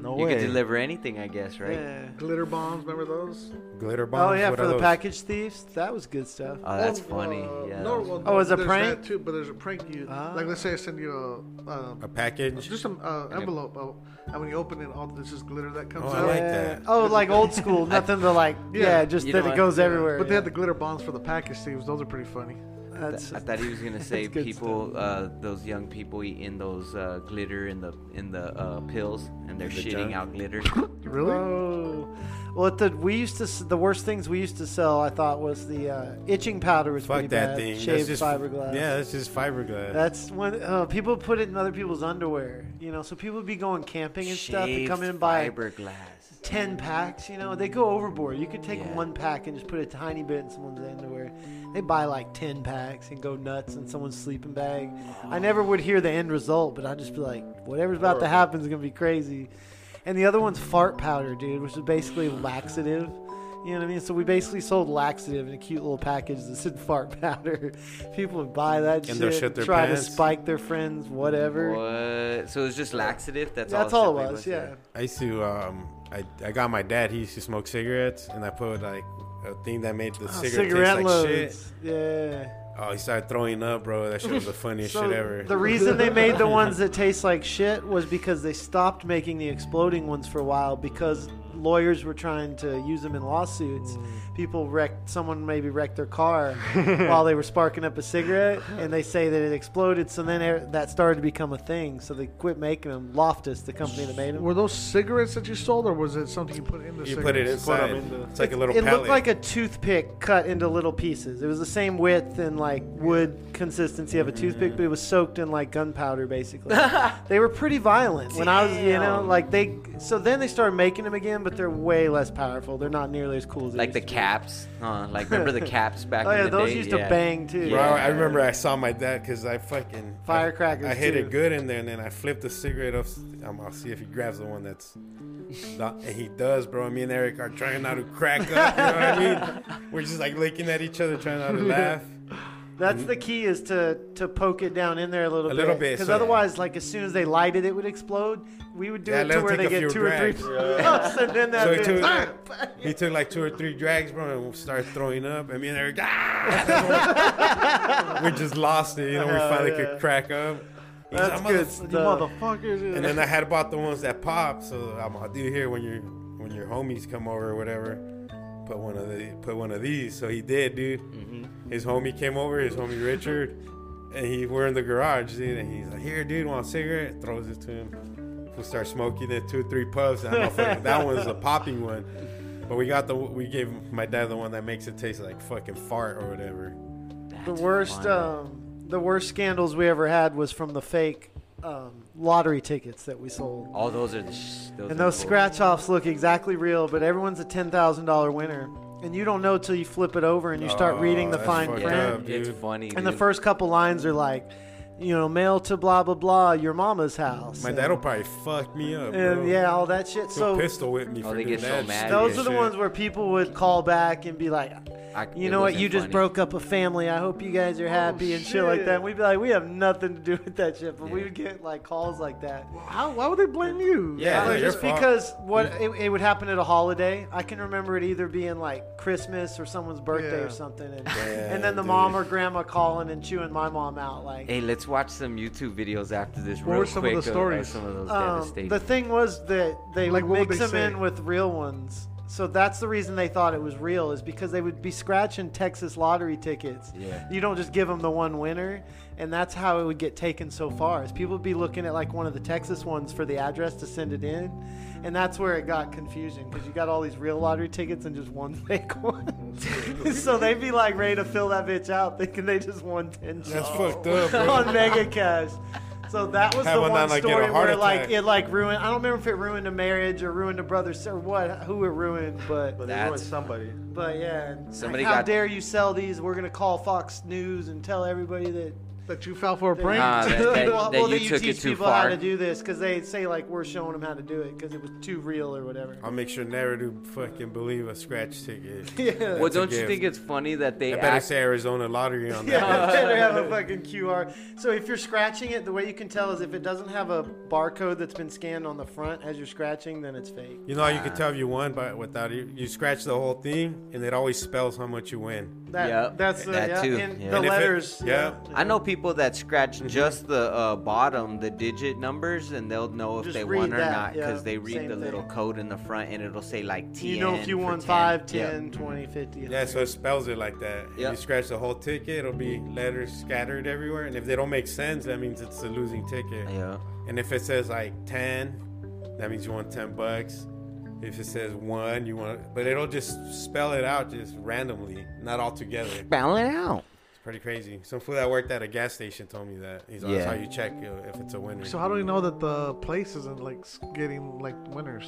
[SPEAKER 3] No
[SPEAKER 6] You
[SPEAKER 3] way.
[SPEAKER 6] could deliver anything, I guess, right?
[SPEAKER 4] Yeah.
[SPEAKER 5] Glitter bombs, remember those?
[SPEAKER 2] Glitter bombs.
[SPEAKER 4] Oh yeah,
[SPEAKER 2] what
[SPEAKER 4] for
[SPEAKER 2] are
[SPEAKER 4] the
[SPEAKER 2] those?
[SPEAKER 4] package thieves, that was good stuff.
[SPEAKER 6] Oh, that's
[SPEAKER 5] Well,
[SPEAKER 6] funny.
[SPEAKER 5] uh,
[SPEAKER 6] yeah.
[SPEAKER 5] No,
[SPEAKER 6] that was-
[SPEAKER 5] well,
[SPEAKER 4] Oh, it's a
[SPEAKER 5] there's
[SPEAKER 4] prank?
[SPEAKER 5] that too, but there's a prank you
[SPEAKER 4] Ah.
[SPEAKER 5] like. Let's say I send you a, uh,
[SPEAKER 2] A package.
[SPEAKER 5] just an uh, envelope, uh, and when you open it, all this is glitter that comes
[SPEAKER 2] Oh, I
[SPEAKER 5] out.
[SPEAKER 2] like
[SPEAKER 4] Yeah.
[SPEAKER 2] that.
[SPEAKER 4] Oh, like old school, nothing to like.
[SPEAKER 5] Yeah.
[SPEAKER 4] Yeah, just
[SPEAKER 6] You
[SPEAKER 4] that
[SPEAKER 6] know
[SPEAKER 4] it
[SPEAKER 6] what?
[SPEAKER 4] goes
[SPEAKER 5] Yeah.
[SPEAKER 4] everywhere.
[SPEAKER 5] But they
[SPEAKER 4] yeah.
[SPEAKER 5] had the glitter bombs for the package thieves. Those are pretty funny.
[SPEAKER 4] That's
[SPEAKER 6] I thought he was gonna say
[SPEAKER 4] good
[SPEAKER 6] people, uh, those young people eating those uh, glitter in the in the uh, pills, and they're
[SPEAKER 2] The
[SPEAKER 6] shitting
[SPEAKER 2] junk.
[SPEAKER 6] out glitter.
[SPEAKER 5] Really?
[SPEAKER 4] Oh. Well, at the, we used to s- the worst things we used to sell. I thought was the uh, itching powder was pretty
[SPEAKER 2] Fuck that
[SPEAKER 4] bad.
[SPEAKER 2] thing. That's
[SPEAKER 4] Shaved
[SPEAKER 2] just-
[SPEAKER 4] fiberglass.
[SPEAKER 2] Yeah, that's just fiberglass.
[SPEAKER 4] That's when uh, people put it in other people's underwear. You know, so people would be going camping and stuff and
[SPEAKER 6] Shaved
[SPEAKER 4] come in and buy
[SPEAKER 6] fiberglass.
[SPEAKER 4] ten packs. You know, they go overboard. You could take
[SPEAKER 6] Yeah.
[SPEAKER 4] one pack and just put a tiny bit in someone's underwear. They buy like ten packs and go nuts in someone's sleeping bag. I never would hear the end result, but I'd just be like, whatever's about to happen is gonna be crazy. And the other one's fart powder, dude, which is basically laxative. You know what I mean? So we basically sold laxative in a cute little package that said fart powder. People would buy that
[SPEAKER 2] And they'll
[SPEAKER 4] shit,
[SPEAKER 2] shit their
[SPEAKER 4] try
[SPEAKER 2] pants.
[SPEAKER 4] to spike their friends, whatever.
[SPEAKER 6] What? So it was just laxative. That's,
[SPEAKER 4] That's
[SPEAKER 6] all.
[SPEAKER 4] all it
[SPEAKER 6] simply
[SPEAKER 4] was, yeah.
[SPEAKER 2] I used to, um, I, I got my dad. He used to smoke cigarettes, and I put like a thing that made
[SPEAKER 4] Ah,
[SPEAKER 2] the cigarette, taste like shit.
[SPEAKER 4] Yeah.
[SPEAKER 2] Oh, he started throwing up, bro. That shit was the funniest shit ever.
[SPEAKER 4] The reason they made the ones that taste like shit was because they stopped making the exploding ones for a while because lawyers were trying to use them in lawsuits. People wrecked, someone maybe wrecked their car while they were sparking up a cigarette, and they say that it exploded. So then er- that started to become a thing. So they quit making them. Loftus, the company that made them.
[SPEAKER 5] Were those cigarettes that you sold, or was it something you put in the
[SPEAKER 2] you
[SPEAKER 5] cigarettes?
[SPEAKER 2] put it inside.
[SPEAKER 3] in the-
[SPEAKER 2] it's like a little
[SPEAKER 4] it
[SPEAKER 2] pellet.
[SPEAKER 4] looked like a toothpick cut into little pieces. It was the same width and like wood consistency of a toothpick, but it was soaked in like gunpowder basically. they were pretty violent when I was, you know,
[SPEAKER 6] Damn.
[SPEAKER 4] like they. So then they started making them again, but they're way less powerful. They're not nearly as cool as they
[SPEAKER 6] Like the
[SPEAKER 4] used to be.
[SPEAKER 6] caps. Huh? Like remember the caps back
[SPEAKER 4] Oh
[SPEAKER 6] in
[SPEAKER 4] yeah,
[SPEAKER 6] the
[SPEAKER 4] those
[SPEAKER 6] day?
[SPEAKER 4] used to
[SPEAKER 6] Yeah.
[SPEAKER 4] bang too.
[SPEAKER 2] Bro,
[SPEAKER 6] Yeah.
[SPEAKER 2] I remember I saw my dad because I fucking
[SPEAKER 4] Firecrackers,
[SPEAKER 2] I, I hit
[SPEAKER 4] too.
[SPEAKER 2] it good in there, and then I flipped the cigarette up. Um, I'll see if he grabs the one that's. Not, and he does, bro. Me and Eric are trying not to crack up. You know what I mean? We're just like looking at each other, trying not to laugh.
[SPEAKER 4] That's the key is to to poke it down in there a little
[SPEAKER 2] A
[SPEAKER 4] bit.
[SPEAKER 2] little bit,
[SPEAKER 4] because
[SPEAKER 2] so-
[SPEAKER 4] otherwise, like as soon as they lighted, it would explode. We would do
[SPEAKER 2] Yeah,
[SPEAKER 4] it
[SPEAKER 2] let
[SPEAKER 4] to
[SPEAKER 2] 'em
[SPEAKER 4] where
[SPEAKER 2] take
[SPEAKER 4] they
[SPEAKER 2] a
[SPEAKER 4] get
[SPEAKER 2] few
[SPEAKER 4] two or three
[SPEAKER 2] drags.
[SPEAKER 4] puffs, and then that
[SPEAKER 2] So he
[SPEAKER 4] bitch-
[SPEAKER 2] took, he took like two or three drags, bro, and started throwing up. And me and Eric, ah! we just lost it. You know, we
[SPEAKER 4] Oh,
[SPEAKER 2] finally
[SPEAKER 4] yeah.
[SPEAKER 2] could crack up. He's
[SPEAKER 4] That's
[SPEAKER 2] like,
[SPEAKER 4] good
[SPEAKER 2] "Motherf-
[SPEAKER 4] stuff.
[SPEAKER 5] You motherfuckers.
[SPEAKER 2] And then I had bought the ones that pop, so I'm gonna do here when your when your homies come over or whatever. Put one of the put one of these. So he did, dude.
[SPEAKER 6] Mm-hmm.
[SPEAKER 2] His homie came over, his homie Richard, and he we're in the garage, dude. And he's like, "Here, dude, want a cigarette?" Throws it to him. We start smoking it, two or three puffs. And I'm like, "Fuck, that one's a popping one. But we got the we gave my dad the one that makes it taste like fucking fart or whatever.
[SPEAKER 4] the worst um, the worst scandals we ever had was from the fake um, lottery tickets that we sold
[SPEAKER 6] All those are the. Sh- those
[SPEAKER 4] and
[SPEAKER 6] are
[SPEAKER 4] those
[SPEAKER 6] cool.
[SPEAKER 4] scratch offs look exactly real but everyone's a $10000 winner and you don't know till you flip it over and you start
[SPEAKER 2] Oh,
[SPEAKER 4] reading the
[SPEAKER 2] that's
[SPEAKER 4] fine
[SPEAKER 2] fucked
[SPEAKER 4] print
[SPEAKER 6] Yeah,
[SPEAKER 2] up,
[SPEAKER 6] it's
[SPEAKER 2] dude.
[SPEAKER 6] funny.
[SPEAKER 4] and the
[SPEAKER 6] dude.
[SPEAKER 4] first couple lines are like you know mail to blah blah blah your mama's house
[SPEAKER 2] My
[SPEAKER 4] and,
[SPEAKER 2] dad'll probably fuck me up. bro.
[SPEAKER 4] and yeah all that shit
[SPEAKER 2] He'll
[SPEAKER 4] so
[SPEAKER 2] pistol with me
[SPEAKER 6] Oh,
[SPEAKER 2] for
[SPEAKER 6] they
[SPEAKER 2] doing
[SPEAKER 6] get so
[SPEAKER 2] that
[SPEAKER 6] mad
[SPEAKER 2] shit.
[SPEAKER 6] at you.
[SPEAKER 4] those are the ones where people would call back and be like
[SPEAKER 6] I-
[SPEAKER 4] You
[SPEAKER 6] it
[SPEAKER 4] know what?
[SPEAKER 6] wasn't
[SPEAKER 4] You just
[SPEAKER 6] funny. Oh,
[SPEAKER 4] broke up a family. I hope you guys are happy and shit. like that. And we'd be like, we have nothing to do with that shit, but we
[SPEAKER 6] Yeah.
[SPEAKER 4] would get like calls like that.
[SPEAKER 5] How, why would they blame you?
[SPEAKER 2] Yeah,
[SPEAKER 4] Uh,
[SPEAKER 2] no, your
[SPEAKER 4] just
[SPEAKER 2] fault.
[SPEAKER 4] because what it, it would happen at a holiday. I can remember it either being like Christmas or someone's birthday
[SPEAKER 5] Yeah.
[SPEAKER 4] or something, and,
[SPEAKER 2] Yeah,
[SPEAKER 4] and then the
[SPEAKER 2] dude.
[SPEAKER 4] mom or grandma calling and chewing my mom out like.
[SPEAKER 6] Hey, let's watch some YouTube videos after this.
[SPEAKER 5] What
[SPEAKER 6] real
[SPEAKER 5] were some of
[SPEAKER 6] quick uh,
[SPEAKER 5] the stories?
[SPEAKER 6] some of those
[SPEAKER 4] Um,
[SPEAKER 6] devastating.
[SPEAKER 4] the thing was that they
[SPEAKER 5] Like,
[SPEAKER 4] would
[SPEAKER 5] what would
[SPEAKER 4] mix
[SPEAKER 5] they
[SPEAKER 4] them
[SPEAKER 5] say?
[SPEAKER 4] in with real ones. So that's the reason they thought it was real is because they would be scratching Texas lottery tickets.
[SPEAKER 6] Yeah.
[SPEAKER 4] You don't just give them the one winner, and that's how it would get taken so far. Is people would be looking at like one of the Texas ones for the address to send it in, and that's where it got confusing because you got all these real lottery tickets and just one fake one. so they'd be like ready to fill that bitch out, thinking they just won ten.
[SPEAKER 2] That's
[SPEAKER 4] dollars
[SPEAKER 2] fucked up, bro.
[SPEAKER 4] on Mega Cash. So that was
[SPEAKER 2] Have
[SPEAKER 4] the
[SPEAKER 2] one
[SPEAKER 4] one
[SPEAKER 2] not, like, get a
[SPEAKER 4] story
[SPEAKER 2] heart
[SPEAKER 4] where like
[SPEAKER 2] attack.
[SPEAKER 4] it like ruined. I don't remember if it ruined a marriage or ruined a brother or what, who it ruined, but
[SPEAKER 3] But they ruined
[SPEAKER 6] That's-
[SPEAKER 3] somebody.
[SPEAKER 4] but yeah. and
[SPEAKER 6] Somebody
[SPEAKER 4] like, how
[SPEAKER 6] got-
[SPEAKER 4] dare you sell these? We're gonna call Fox News and tell everybody that
[SPEAKER 5] that you fell for a prank.
[SPEAKER 6] Nah, Ah, that- that-
[SPEAKER 4] well,
[SPEAKER 6] that
[SPEAKER 4] well,
[SPEAKER 6] you
[SPEAKER 4] you
[SPEAKER 6] took it
[SPEAKER 4] teach
[SPEAKER 6] too
[SPEAKER 4] people how
[SPEAKER 6] far.
[SPEAKER 4] to do this because they say like we're showing them how to do it because it was too real or whatever.
[SPEAKER 2] I'll make sure never to fucking believe a scratch ticket.
[SPEAKER 4] Yeah.
[SPEAKER 6] Well,
[SPEAKER 2] That's a
[SPEAKER 6] don't you
[SPEAKER 2] gift.
[SPEAKER 6] think it's funny that
[SPEAKER 2] I
[SPEAKER 6] they
[SPEAKER 2] better
[SPEAKER 6] act?
[SPEAKER 2] say Arizona lottery on that.
[SPEAKER 4] Yeah, they better have a fucking QR. So if you're scratching it, the way you can tell is if it doesn't have a barcode that's been scanned on the front as you're scratching, then it's fake.
[SPEAKER 2] You know how you can tell if you won, but without it, you scratch the whole thing, and it always spells how much you win.
[SPEAKER 4] That,
[SPEAKER 6] Yep,
[SPEAKER 4] that's uh,
[SPEAKER 6] that
[SPEAKER 4] yeah,
[SPEAKER 6] too,
[SPEAKER 4] and
[SPEAKER 6] yeah.
[SPEAKER 4] the
[SPEAKER 2] And if it-
[SPEAKER 4] letters.
[SPEAKER 2] yeah.
[SPEAKER 6] I know people that scratch
[SPEAKER 4] Mm-hmm.
[SPEAKER 6] just the uh, bottom, the digit numbers, and they'll know if
[SPEAKER 4] Just
[SPEAKER 6] they
[SPEAKER 4] read
[SPEAKER 6] won or
[SPEAKER 4] that,
[SPEAKER 6] not
[SPEAKER 4] yeah,
[SPEAKER 6] because they read
[SPEAKER 4] same
[SPEAKER 6] the little
[SPEAKER 4] thing.
[SPEAKER 6] code in the front, and it'll say like TN.
[SPEAKER 4] You know if you
[SPEAKER 6] for
[SPEAKER 4] won
[SPEAKER 6] 10.
[SPEAKER 4] 5,
[SPEAKER 6] Yep.
[SPEAKER 4] 10, 20, 50.
[SPEAKER 2] Yeah, so it spells it like that. If
[SPEAKER 6] Yeah.
[SPEAKER 2] You scratch the whole ticket, it'll be letters scattered everywhere, and if they don't make sense, that means it's a losing ticket.
[SPEAKER 6] Yeah.
[SPEAKER 2] And if it says like ten, that means you want ten bucks. If it says one, you want, but it'll just spell it out just randomly, not all together.
[SPEAKER 6] Spell it out.
[SPEAKER 2] It's pretty crazy. Some fool that worked at a gas station told me that. He's like,
[SPEAKER 6] Yeah.
[SPEAKER 2] that's how you check you know, if it's a winner.
[SPEAKER 5] So how do we know that the place isn't like s- getting like winners,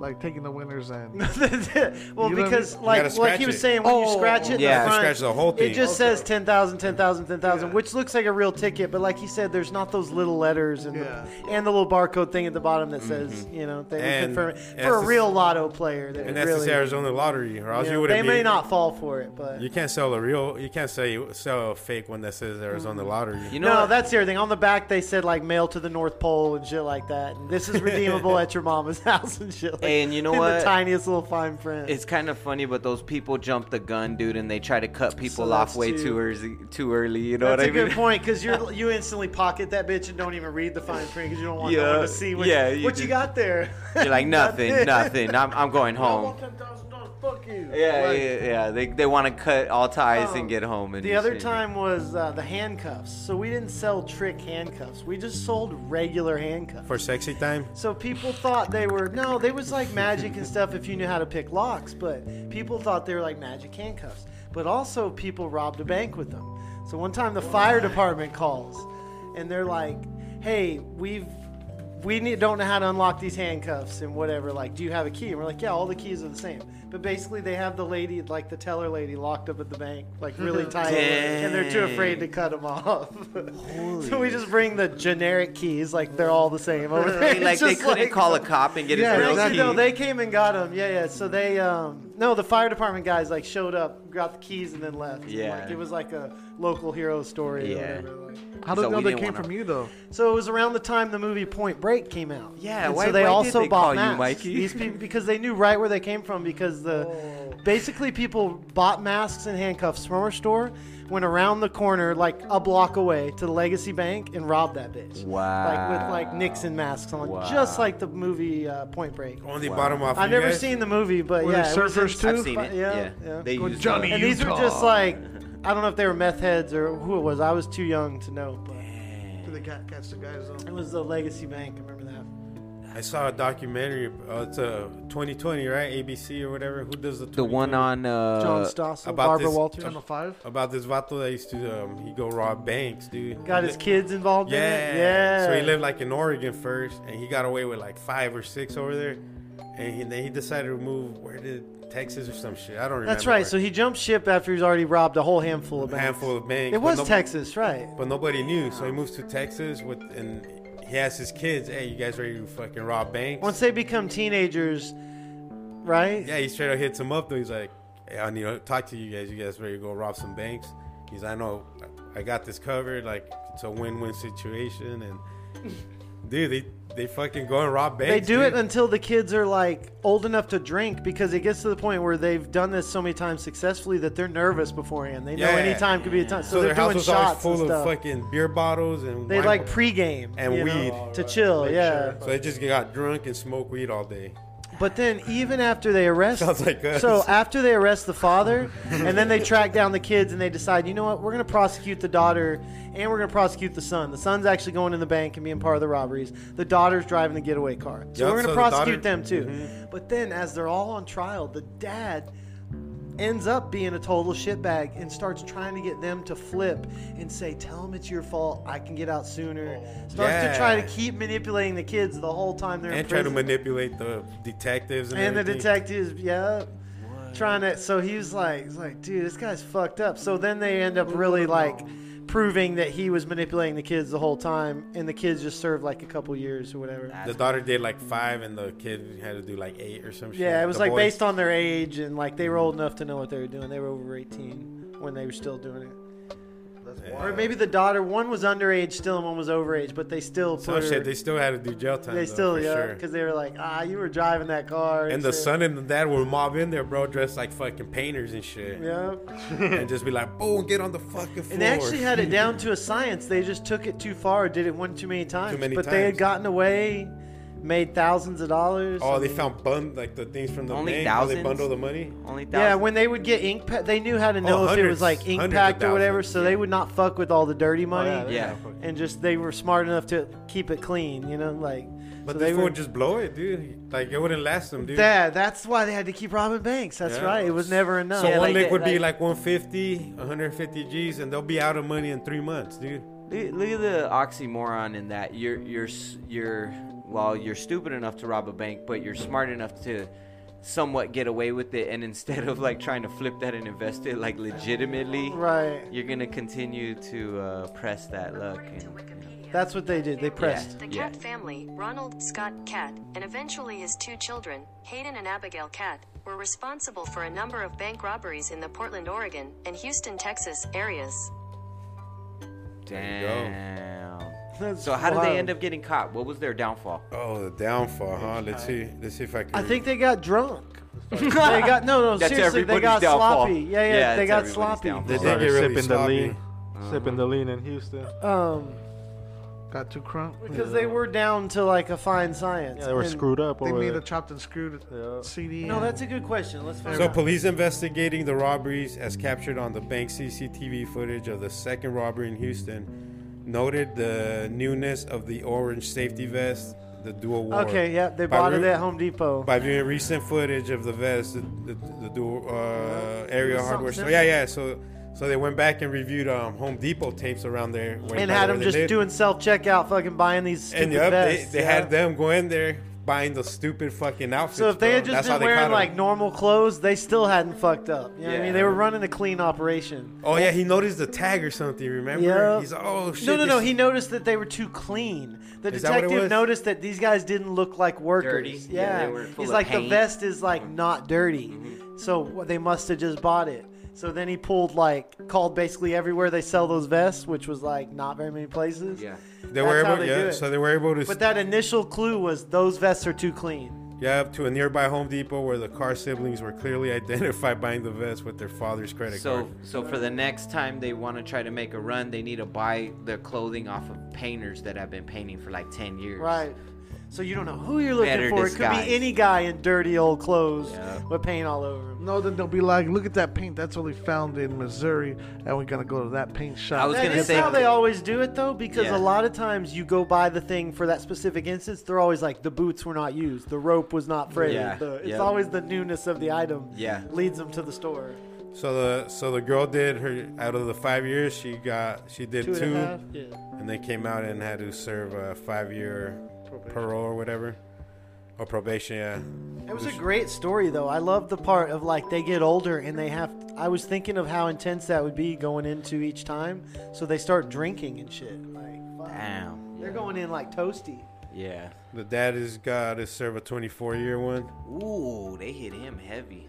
[SPEAKER 5] like taking the winners and?
[SPEAKER 4] well,
[SPEAKER 5] You know what I
[SPEAKER 4] because
[SPEAKER 5] mean?
[SPEAKER 2] You gotta
[SPEAKER 4] like like he
[SPEAKER 2] scratch
[SPEAKER 4] was
[SPEAKER 2] it.
[SPEAKER 4] saying, when you
[SPEAKER 6] Oh,
[SPEAKER 4] scratch it, in
[SPEAKER 6] yeah.
[SPEAKER 4] the front,
[SPEAKER 2] Scratch the whole thing.
[SPEAKER 4] It just
[SPEAKER 2] Okay.
[SPEAKER 4] says 10,000, 10,000, 10,000,
[SPEAKER 5] Yeah.
[SPEAKER 4] which looks like a real ticket, but like he said, there's not those little letters and
[SPEAKER 5] Yeah.
[SPEAKER 4] the, and the little barcode thing at the bottom that says you know they
[SPEAKER 2] Mm-hmm. And-
[SPEAKER 4] confirm it.
[SPEAKER 2] and
[SPEAKER 4] for
[SPEAKER 2] that's
[SPEAKER 4] a
[SPEAKER 2] the-
[SPEAKER 4] real lotto player. That
[SPEAKER 2] and
[SPEAKER 4] would
[SPEAKER 2] that's
[SPEAKER 4] really,
[SPEAKER 2] the Arizona lottery, or else
[SPEAKER 4] you
[SPEAKER 2] you
[SPEAKER 4] know,
[SPEAKER 2] would
[SPEAKER 4] they
[SPEAKER 2] be,
[SPEAKER 4] may not fall for it, but
[SPEAKER 2] You can't sell a real. You can't say sell a fake one that says Arizona
[SPEAKER 4] Mm.
[SPEAKER 2] lottery.
[SPEAKER 6] You know.
[SPEAKER 4] no,
[SPEAKER 6] what?
[SPEAKER 4] that's the other thing. On the back, they said like mail to the North Pole and shit like that. And this is redeemable at your mama's house and shit. Like,
[SPEAKER 6] And you know
[SPEAKER 4] in
[SPEAKER 6] what?
[SPEAKER 4] The tiniest little fine print.
[SPEAKER 6] It's kind of funny, but those people jump the gun, dude, and they try to cut people off
[SPEAKER 4] that's
[SPEAKER 6] way
[SPEAKER 4] too-
[SPEAKER 6] too early. Too early, you know
[SPEAKER 4] That's
[SPEAKER 6] what
[SPEAKER 4] a
[SPEAKER 6] I mean?
[SPEAKER 4] good point because you you instantly pocket that bitch and don't even read the fine print because you don't want
[SPEAKER 6] Yeah,
[SPEAKER 4] no one to see what,
[SPEAKER 6] yeah, you
[SPEAKER 4] you, what you
[SPEAKER 6] just-
[SPEAKER 4] got there.
[SPEAKER 6] You're like nothing,
[SPEAKER 4] Nothing.
[SPEAKER 6] nothing. I'm, I'm going home.
[SPEAKER 5] Fuck you.
[SPEAKER 6] Yeah, yeah, yeah. They, they want to cut all ties
[SPEAKER 4] Um,
[SPEAKER 6] and get home. And
[SPEAKER 4] The
[SPEAKER 6] you
[SPEAKER 4] other
[SPEAKER 6] see-
[SPEAKER 4] time was uh, the handcuffs. So we didn't sell trick handcuffs. We just sold regular handcuffs.
[SPEAKER 2] For sexy time,
[SPEAKER 4] So people thought they were no, they was like magic and stuff if you knew how to pick locks, but people thought they were like magic handcuffs. But also people robbed a bank with them. So one time the fire department calls and they're like, "Hey, we've we need, don't know how to unlock these handcuffs and whatever. Like, do you have a key? And we're like, yeah, all the keys are the same. But basically, they have the lady, like the teller lady, locked up at the bank, like really tight, and they're too afraid to cut them off. so we just bring the generic keys, like they're all the same over there.
[SPEAKER 6] They, like
[SPEAKER 4] It's
[SPEAKER 6] they
[SPEAKER 4] just
[SPEAKER 6] couldn't
[SPEAKER 4] like-
[SPEAKER 6] call a cop and get
[SPEAKER 5] Yeah,
[SPEAKER 4] yeah,
[SPEAKER 6] his real
[SPEAKER 4] no,
[SPEAKER 5] exactly.
[SPEAKER 6] key.
[SPEAKER 4] no, they came and got them. Yeah, yeah. So they, um, no, the fire department guys like showed up, got the keys, and then left.
[SPEAKER 6] Yeah.
[SPEAKER 4] like, it was like a local hero story.
[SPEAKER 6] Yeah.
[SPEAKER 4] or whatever. like.
[SPEAKER 5] How do
[SPEAKER 6] So
[SPEAKER 5] they know
[SPEAKER 6] we
[SPEAKER 5] they
[SPEAKER 6] didn't
[SPEAKER 5] came
[SPEAKER 6] wanna-
[SPEAKER 5] from you though?
[SPEAKER 4] So it was around the time the movie Point Break came out.
[SPEAKER 6] Yeah,
[SPEAKER 4] and
[SPEAKER 6] why-
[SPEAKER 4] so they
[SPEAKER 6] why did
[SPEAKER 4] also
[SPEAKER 6] they call
[SPEAKER 4] bought
[SPEAKER 6] you
[SPEAKER 4] masks.
[SPEAKER 6] Mikey? Oh.
[SPEAKER 4] These people because they knew right where they came from because the basically people bought masks and handcuffs from our store, went around the corner like a block away to the Legacy Bank and robbed that bitch. Like with like
[SPEAKER 6] Wow.
[SPEAKER 4] Nixon masks on,
[SPEAKER 6] Wow.
[SPEAKER 4] just like the movie uh, Point Break.
[SPEAKER 2] only bottom off.
[SPEAKER 4] I've
[SPEAKER 2] you
[SPEAKER 4] never
[SPEAKER 2] guys.
[SPEAKER 4] seen the movie, but
[SPEAKER 5] Were
[SPEAKER 4] yeah,
[SPEAKER 5] they
[SPEAKER 4] it was
[SPEAKER 5] surfers
[SPEAKER 4] in-
[SPEAKER 5] too?
[SPEAKER 6] I've seen it.
[SPEAKER 4] Yeah,
[SPEAKER 6] Yeah,
[SPEAKER 4] yeah.
[SPEAKER 6] They
[SPEAKER 5] Go
[SPEAKER 6] use
[SPEAKER 5] Johnny.
[SPEAKER 6] those.
[SPEAKER 4] And these were just
[SPEAKER 5] Utah.
[SPEAKER 4] like I don't know if they were meth heads or who it was. I was too young to know, but
[SPEAKER 5] They got catch the guys um, though.
[SPEAKER 4] it was the Legacy Bank. I remember that.
[SPEAKER 2] I saw a documentary. Uh, it's a 2020, right? ABC or whatever. Who does the
[SPEAKER 6] the one
[SPEAKER 2] 2020?
[SPEAKER 6] on uh,
[SPEAKER 4] John Stossel,
[SPEAKER 2] about
[SPEAKER 4] Barbara
[SPEAKER 2] this-
[SPEAKER 4] Walters.
[SPEAKER 5] Channel five.
[SPEAKER 2] about this vato that used to um, he go rob banks, dude.
[SPEAKER 4] Got his kids involved
[SPEAKER 2] Yeah.
[SPEAKER 4] in it. Yeah.
[SPEAKER 2] So he lived like in Oregon first, and he got away with like five or six over there, and, he, then he decided to move where did Texas or some shit. I don't remember.
[SPEAKER 4] That's right. So he jumped ship after he's already robbed a whole handful of
[SPEAKER 2] a
[SPEAKER 4] banks.
[SPEAKER 2] handful of banks.
[SPEAKER 4] It
[SPEAKER 2] but
[SPEAKER 4] was
[SPEAKER 2] no-
[SPEAKER 4] Texas, right?
[SPEAKER 2] But nobody knew, so he moves to Texas with, and he asks his kids, "Hey, you guys ready to fucking rob banks?"
[SPEAKER 4] Once they become teenagers, right?
[SPEAKER 2] yeah, he straight up hits him up though. He's like, "Hey, I need to talk to you guys. You guys ready to go rob some banks?" He's, "I know, I got this covered. Like it's a win-win situation." And dude, they they fucking go and rob
[SPEAKER 4] They
[SPEAKER 2] banks.
[SPEAKER 4] do it
[SPEAKER 2] dude.
[SPEAKER 4] until the kids are like old enough to drink because it gets to the point where they've done this so many times successfully that they're nervous beforehand. They know
[SPEAKER 2] Yeah.
[SPEAKER 4] any time could be a time. So,
[SPEAKER 2] so
[SPEAKER 4] they're
[SPEAKER 2] their house
[SPEAKER 4] doing
[SPEAKER 2] was always
[SPEAKER 4] shots
[SPEAKER 2] full
[SPEAKER 4] and
[SPEAKER 2] of
[SPEAKER 4] stuff.
[SPEAKER 2] fucking beer bottles and
[SPEAKER 4] they
[SPEAKER 2] wine
[SPEAKER 4] like
[SPEAKER 2] bo-
[SPEAKER 4] pregame
[SPEAKER 2] And
[SPEAKER 4] you know,
[SPEAKER 2] weed.
[SPEAKER 4] to chill. yeah.
[SPEAKER 2] so they just got drunk and smoked weed all day.
[SPEAKER 4] But then, even after they arrest,
[SPEAKER 2] Sounds like us.
[SPEAKER 4] so after they arrest the father, and then they track down the kids, and they decide, you know what, we're going to prosecute the daughter, and we're going to prosecute the son. The son's actually going in the bank and being part of the robberies. The daughter's driving the getaway car, so
[SPEAKER 2] Yeah,
[SPEAKER 4] we're going to
[SPEAKER 2] so the
[SPEAKER 4] prosecute
[SPEAKER 2] daughter- Mm-hmm.
[SPEAKER 4] them too. But then, as they're all on trial, the dad ends up being a total shitbag and starts trying to get them to flip and say, "Tell them it's your fault. I can get out sooner." Starts
[SPEAKER 2] Yeah.
[SPEAKER 4] to try to keep manipulating the kids the whole time they're in
[SPEAKER 2] And try
[SPEAKER 4] prison
[SPEAKER 2] to manipulate the detectives and,
[SPEAKER 4] and the
[SPEAKER 2] everything.
[SPEAKER 4] detectives, yeah, trying to. So he was like, he's like, dude, this guy's fucked up. So then they end up really like proving that he was manipulating the kids the whole time, and the kids just served like a couple years or whatever.
[SPEAKER 2] The daughter did like five, and the kid had to do like eight or some shit.
[SPEAKER 4] Yeah, it was
[SPEAKER 2] The
[SPEAKER 4] like
[SPEAKER 2] boy-
[SPEAKER 4] based on their age, and like they were old enough to know what they were doing. They were over 18 when they were still doing it. Or maybe the daughter, one was underage still, and one was overage, but they still put
[SPEAKER 2] some
[SPEAKER 4] her,
[SPEAKER 2] shit. They still had to do jail time.
[SPEAKER 4] they
[SPEAKER 2] though,
[SPEAKER 4] still
[SPEAKER 2] for
[SPEAKER 4] yeah,
[SPEAKER 2] sure.
[SPEAKER 4] because they were like, ah, you were driving that car,
[SPEAKER 2] And the
[SPEAKER 4] shit."
[SPEAKER 2] son and the dad would mob in there, bro, dressed like fucking painters and shit,
[SPEAKER 4] Yeah,
[SPEAKER 2] and just be like, "Boom, get on the fucking floor."
[SPEAKER 4] and they actually had it down to a science. They just took it too far, did it one too many times.
[SPEAKER 2] many
[SPEAKER 4] but they had
[SPEAKER 2] times.
[SPEAKER 4] gotten away, made thousands of dollars.
[SPEAKER 2] Oh,
[SPEAKER 4] I
[SPEAKER 2] they
[SPEAKER 4] mean-
[SPEAKER 2] found bund like the things from the
[SPEAKER 6] Only
[SPEAKER 2] bank. how They
[SPEAKER 6] thousands?
[SPEAKER 2] bundle the money.
[SPEAKER 6] Only
[SPEAKER 4] Yeah,
[SPEAKER 6] thousands.
[SPEAKER 4] when they would get ink, pa- they knew how to know if it
[SPEAKER 2] Oh, hundreds-
[SPEAKER 4] was like ink
[SPEAKER 2] hundreds of
[SPEAKER 4] packed or whatever,
[SPEAKER 2] thousands. Oh,
[SPEAKER 4] so they would not fuck with all the dirty money.
[SPEAKER 3] yeah, they
[SPEAKER 6] Yeah.
[SPEAKER 3] got fucking-
[SPEAKER 4] and just they were smart enough to keep it clean, you know, like.
[SPEAKER 2] But
[SPEAKER 4] so
[SPEAKER 2] this
[SPEAKER 4] they
[SPEAKER 2] fool
[SPEAKER 4] were
[SPEAKER 2] would just blow it, dude. Like it wouldn't last them, dude.
[SPEAKER 4] that. That's why they had to keep robbing banks. That's
[SPEAKER 2] Yeah.
[SPEAKER 4] right. It was never enough.
[SPEAKER 2] So
[SPEAKER 6] Yeah,
[SPEAKER 2] one
[SPEAKER 6] like
[SPEAKER 2] lick
[SPEAKER 6] that-
[SPEAKER 2] would be
[SPEAKER 6] like-
[SPEAKER 2] like 150, 150 G's, and they'll be out of money in three months, dude.
[SPEAKER 6] Look, look at the oxymoron in that. You're you're s- you're well, you're stupid enough to rob a bank, but you're smart enough to somewhat get away with it. And instead of like trying to flip that and invest it like legitimately,
[SPEAKER 4] Right.
[SPEAKER 6] You're gonna continue to uh, press that luck. And, you know.
[SPEAKER 4] That's what they did. They pressed.
[SPEAKER 7] The
[SPEAKER 6] Yeah.
[SPEAKER 7] Cat family, Ronald, Scott Cat, and eventually his two children, Hayden and Abigail Cat, were responsible for a number of bank robberies in the Portland, Oregon, and Houston, Texas areas.
[SPEAKER 6] Damn.
[SPEAKER 4] That's
[SPEAKER 6] So how did
[SPEAKER 4] wild.
[SPEAKER 6] they end up getting caught? What was their downfall?
[SPEAKER 2] Oh, the downfall, huh? Let's see. Let's see if I can.
[SPEAKER 4] I think they got drunk. they got no, no. seriously, they got sloppy. Yeah, yeah. they
[SPEAKER 6] it's
[SPEAKER 4] got
[SPEAKER 6] everybody's
[SPEAKER 4] sloppy.
[SPEAKER 6] downfall.
[SPEAKER 2] They did
[SPEAKER 3] Started
[SPEAKER 2] get really
[SPEAKER 3] sipping the
[SPEAKER 2] sloppy.
[SPEAKER 3] lean, sipping the lean in Houston.
[SPEAKER 4] Um,
[SPEAKER 5] Got too crunk.
[SPEAKER 4] because they were down to like a fine science.
[SPEAKER 3] Yeah, they were
[SPEAKER 4] and-
[SPEAKER 3] screwed up.
[SPEAKER 5] They
[SPEAKER 3] Over
[SPEAKER 5] made
[SPEAKER 3] there.
[SPEAKER 5] a chopped and screwed
[SPEAKER 3] Yeah.
[SPEAKER 5] CD.
[SPEAKER 4] No, that's a good question. Let's find
[SPEAKER 2] So
[SPEAKER 4] out.
[SPEAKER 2] police investigating the robberies as captured on the bank CCTV footage of the second robbery in Houston noted the newness of the orange safety vest the dual wore.
[SPEAKER 4] Okay, yeah, they
[SPEAKER 2] By
[SPEAKER 4] bought it
[SPEAKER 2] re-
[SPEAKER 4] at Home Depot.
[SPEAKER 2] By viewing recent footage of the vest, the, the, the dual uh, area
[SPEAKER 4] something
[SPEAKER 2] hardware store.
[SPEAKER 4] simple.
[SPEAKER 2] Yeah, yeah. So, so they went back and reviewed um, Home Depot tapes around there. where-
[SPEAKER 4] and
[SPEAKER 2] by where
[SPEAKER 4] had them
[SPEAKER 2] they
[SPEAKER 4] just
[SPEAKER 2] lived.
[SPEAKER 4] doing self checkout, fucking buying these stupid
[SPEAKER 2] And yep, they,
[SPEAKER 4] vests.
[SPEAKER 2] they
[SPEAKER 4] yeah.
[SPEAKER 2] had them go in there buying the stupid fucking outfits.
[SPEAKER 4] So if they
[SPEAKER 2] bro.
[SPEAKER 4] had just
[SPEAKER 2] That's how
[SPEAKER 4] been
[SPEAKER 2] they
[SPEAKER 4] wearing
[SPEAKER 2] caught 'em.
[SPEAKER 4] like normal clothes, they still hadn't fucked up. You know what I
[SPEAKER 6] Yeah.
[SPEAKER 4] mean? They were running a clean operation.
[SPEAKER 2] Oh yeah, he noticed the tag or something. Remember?
[SPEAKER 4] Yeah.
[SPEAKER 2] He's like, oh shit.
[SPEAKER 4] no, no, no.
[SPEAKER 2] this-
[SPEAKER 4] He noticed that they were too clean. The
[SPEAKER 2] Is that what it
[SPEAKER 4] detective
[SPEAKER 2] was?
[SPEAKER 4] noticed that these guys didn't look like workers.
[SPEAKER 6] Dirty. Yeah,
[SPEAKER 4] Yeah,
[SPEAKER 6] they were full
[SPEAKER 4] he's
[SPEAKER 6] of
[SPEAKER 4] like the
[SPEAKER 6] paint. Mm-hmm.
[SPEAKER 4] vest is like not dirty, so wh- they must have just bought it. So then he pulled like called basically everywhere they sell those vests, which was like not very many places.
[SPEAKER 6] Yeah.
[SPEAKER 2] they were
[SPEAKER 4] that's how
[SPEAKER 2] able,
[SPEAKER 4] they
[SPEAKER 2] yeah.
[SPEAKER 4] do it.
[SPEAKER 2] So they were able to,
[SPEAKER 4] But that initial clue was those vests are too clean.
[SPEAKER 2] yeah, up to a nearby Home Depot where the car siblings were clearly identified buying the vest with their father's credit
[SPEAKER 6] So,
[SPEAKER 2] card.
[SPEAKER 6] so for the next time they want to try to make a run, they need to buy their clothing off of painters that have been painting for like ten years.
[SPEAKER 4] Right. So you don't know who you're looking
[SPEAKER 6] Better
[SPEAKER 4] for. It could
[SPEAKER 6] disguise.
[SPEAKER 4] be any guy in dirty old clothes
[SPEAKER 6] Yeah.
[SPEAKER 4] with paint all over him.
[SPEAKER 5] No, then they'll be like, look at that paint. That's only found in Missouri, and we're gonna go to that paint
[SPEAKER 6] I
[SPEAKER 5] shop.
[SPEAKER 6] was
[SPEAKER 4] That
[SPEAKER 6] gonna
[SPEAKER 4] is
[SPEAKER 6] say-
[SPEAKER 4] how they always do it, though, because
[SPEAKER 6] Yeah.
[SPEAKER 4] a lot of times you go buy the thing for that specific instance. They're always like, the boots were not used, the rope was not frayed.
[SPEAKER 6] Yeah.
[SPEAKER 4] the- it's
[SPEAKER 6] Yeah.
[SPEAKER 4] always the newness of the item
[SPEAKER 6] Yeah.
[SPEAKER 4] leads them to the store.
[SPEAKER 2] So, the so the girl did her out of the five years she got she did
[SPEAKER 4] Two
[SPEAKER 2] two,
[SPEAKER 4] and a half. Yeah.
[SPEAKER 2] and then came out and had to serve a five year parole or whatever or probation. Yeah.
[SPEAKER 4] It was a great story, though. I love the part of like they get older and they have. I was thinking of how intense that would be going into each time, so they start drinking and shit. Like, fuck.
[SPEAKER 6] Damn.
[SPEAKER 4] they're going in like toasty.
[SPEAKER 6] Yeah.
[SPEAKER 2] The dad has got to serve a 24 year one.
[SPEAKER 6] Ooh, they hit him heavy.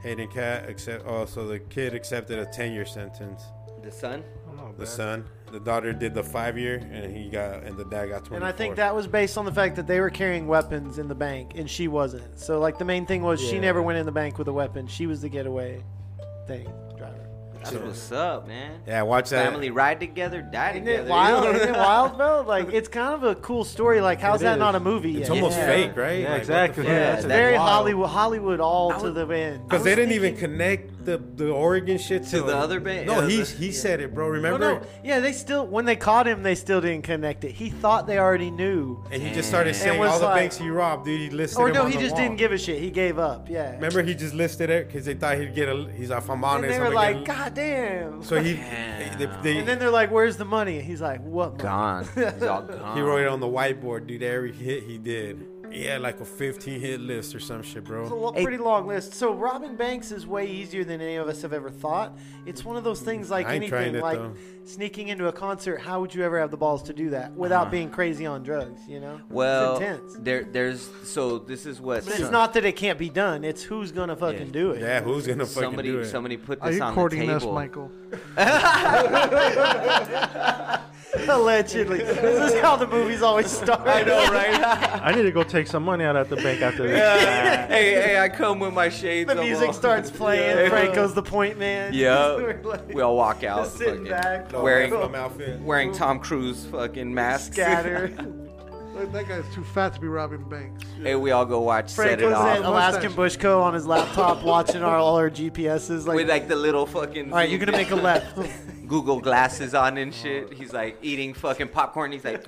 [SPEAKER 2] Hayden Cat accept. Oh, so the kid accepted a 10 year sentence.
[SPEAKER 6] The son?
[SPEAKER 4] Oh,
[SPEAKER 2] The son, the daughter did the five year, and he got, and the dad got twenty.
[SPEAKER 4] And I think that was based on the fact that they were carrying weapons in the bank and she wasn't. So like the main thing was she
[SPEAKER 3] Yeah.
[SPEAKER 4] never went in the bank with a weapon. She was the getaway thing driver.
[SPEAKER 6] That's what's up, man.
[SPEAKER 2] Yeah, watch that.
[SPEAKER 6] Family ride together, die
[SPEAKER 4] Isn't
[SPEAKER 6] together.
[SPEAKER 4] it wild? Isn't it wild, bro? Like it's kind of a cool story. Like how's
[SPEAKER 3] It
[SPEAKER 4] that
[SPEAKER 3] is.
[SPEAKER 4] not a movie yet?
[SPEAKER 2] It's almost
[SPEAKER 4] Yeah.
[SPEAKER 2] fake, right?
[SPEAKER 3] Yeah, exactly.
[SPEAKER 6] fuck? Yeah,
[SPEAKER 3] that's a
[SPEAKER 6] that-
[SPEAKER 4] Very
[SPEAKER 6] Wild.
[SPEAKER 4] Hollywood, Hollywood all
[SPEAKER 6] I
[SPEAKER 4] to
[SPEAKER 6] would-
[SPEAKER 4] the end.
[SPEAKER 2] Because they didn't even connect the the Oregon shit to,
[SPEAKER 6] To the other ba-
[SPEAKER 2] No,
[SPEAKER 6] yeah,
[SPEAKER 2] he
[SPEAKER 6] the-
[SPEAKER 2] he said it, bro.
[SPEAKER 4] Oh,
[SPEAKER 2] Remember?
[SPEAKER 4] no. Yeah, they still when they caught him, they still didn't connect it. He thought they already knew,
[SPEAKER 2] And he just started
[SPEAKER 4] Damn.
[SPEAKER 2] saying
[SPEAKER 4] It was
[SPEAKER 2] all the
[SPEAKER 4] like-
[SPEAKER 2] banks he robbed, dude. He listed.
[SPEAKER 4] or
[SPEAKER 2] them
[SPEAKER 4] no,
[SPEAKER 2] on
[SPEAKER 4] he
[SPEAKER 2] the
[SPEAKER 4] just
[SPEAKER 2] wall.
[SPEAKER 4] didn't give a shit. He gave up. Yeah.
[SPEAKER 2] Remember, he just listed it because they thought he'd get a. He's like, if I'm
[SPEAKER 4] and
[SPEAKER 2] honest,
[SPEAKER 4] they
[SPEAKER 2] I'm
[SPEAKER 4] were
[SPEAKER 2] gonna
[SPEAKER 4] like,
[SPEAKER 2] get a-"
[SPEAKER 4] "God damn!"
[SPEAKER 2] So he,
[SPEAKER 6] Damn.
[SPEAKER 2] they, they,
[SPEAKER 4] and then they're like, "Where's the money?" He's like, "What?" money?"
[SPEAKER 6] Gone. He's all gone.
[SPEAKER 2] he wrote it on the whiteboard, dude. Every hit he did, Yeah, like a 15 hit list or some shit,
[SPEAKER 4] It's a
[SPEAKER 2] bro.
[SPEAKER 4] lo-
[SPEAKER 8] Hey.
[SPEAKER 4] pretty long list. So Robin Banks is way easier than any of us have ever thought. It's one of those things like
[SPEAKER 2] I ain't trying
[SPEAKER 4] anything,
[SPEAKER 2] it,
[SPEAKER 4] like
[SPEAKER 2] though.
[SPEAKER 4] sneaking into a concert. How would you ever have the balls to do that without
[SPEAKER 2] Uh-huh.
[SPEAKER 4] being crazy on drugs? You know,
[SPEAKER 6] Well,
[SPEAKER 4] it's intense.
[SPEAKER 6] there, there's so this is what
[SPEAKER 4] But it's
[SPEAKER 6] some-
[SPEAKER 4] not that it can't be done. It's who's gonna fucking
[SPEAKER 6] Yeah.
[SPEAKER 4] do it.
[SPEAKER 2] Yeah, who's gonna fucking
[SPEAKER 6] somebody
[SPEAKER 2] do it?
[SPEAKER 6] somebody put
[SPEAKER 5] Are
[SPEAKER 6] this
[SPEAKER 5] you
[SPEAKER 6] on the
[SPEAKER 5] courting
[SPEAKER 6] table.
[SPEAKER 5] us, Michael?
[SPEAKER 4] Allegedly, this is how the movies always start. I know, right?
[SPEAKER 3] I need to go take some money out at the bank after this.
[SPEAKER 6] hey, hey, I come with my shades.
[SPEAKER 4] the
[SPEAKER 6] on.
[SPEAKER 4] music starts playing. Franco's the point man. We're
[SPEAKER 6] Yep.
[SPEAKER 4] like-
[SPEAKER 6] we all walk out
[SPEAKER 4] Just sitting
[SPEAKER 6] fucking
[SPEAKER 4] back. No,
[SPEAKER 6] wearing
[SPEAKER 2] Some outfit.
[SPEAKER 6] wearing Tom Cruise fucking masks.
[SPEAKER 4] scatter.
[SPEAKER 5] Look, That guy's too fat to be Robin Banks.
[SPEAKER 6] Hey, we all go watch Set It
[SPEAKER 4] Franco's at
[SPEAKER 6] Off
[SPEAKER 4] Alaskan Bushco on his laptop watching our, all our GPSs. Like,
[SPEAKER 6] with like the little fucking.
[SPEAKER 4] all right, you're gonna make a left.
[SPEAKER 6] Google glasses on and shit. He's like eating fucking popcorn. He's like,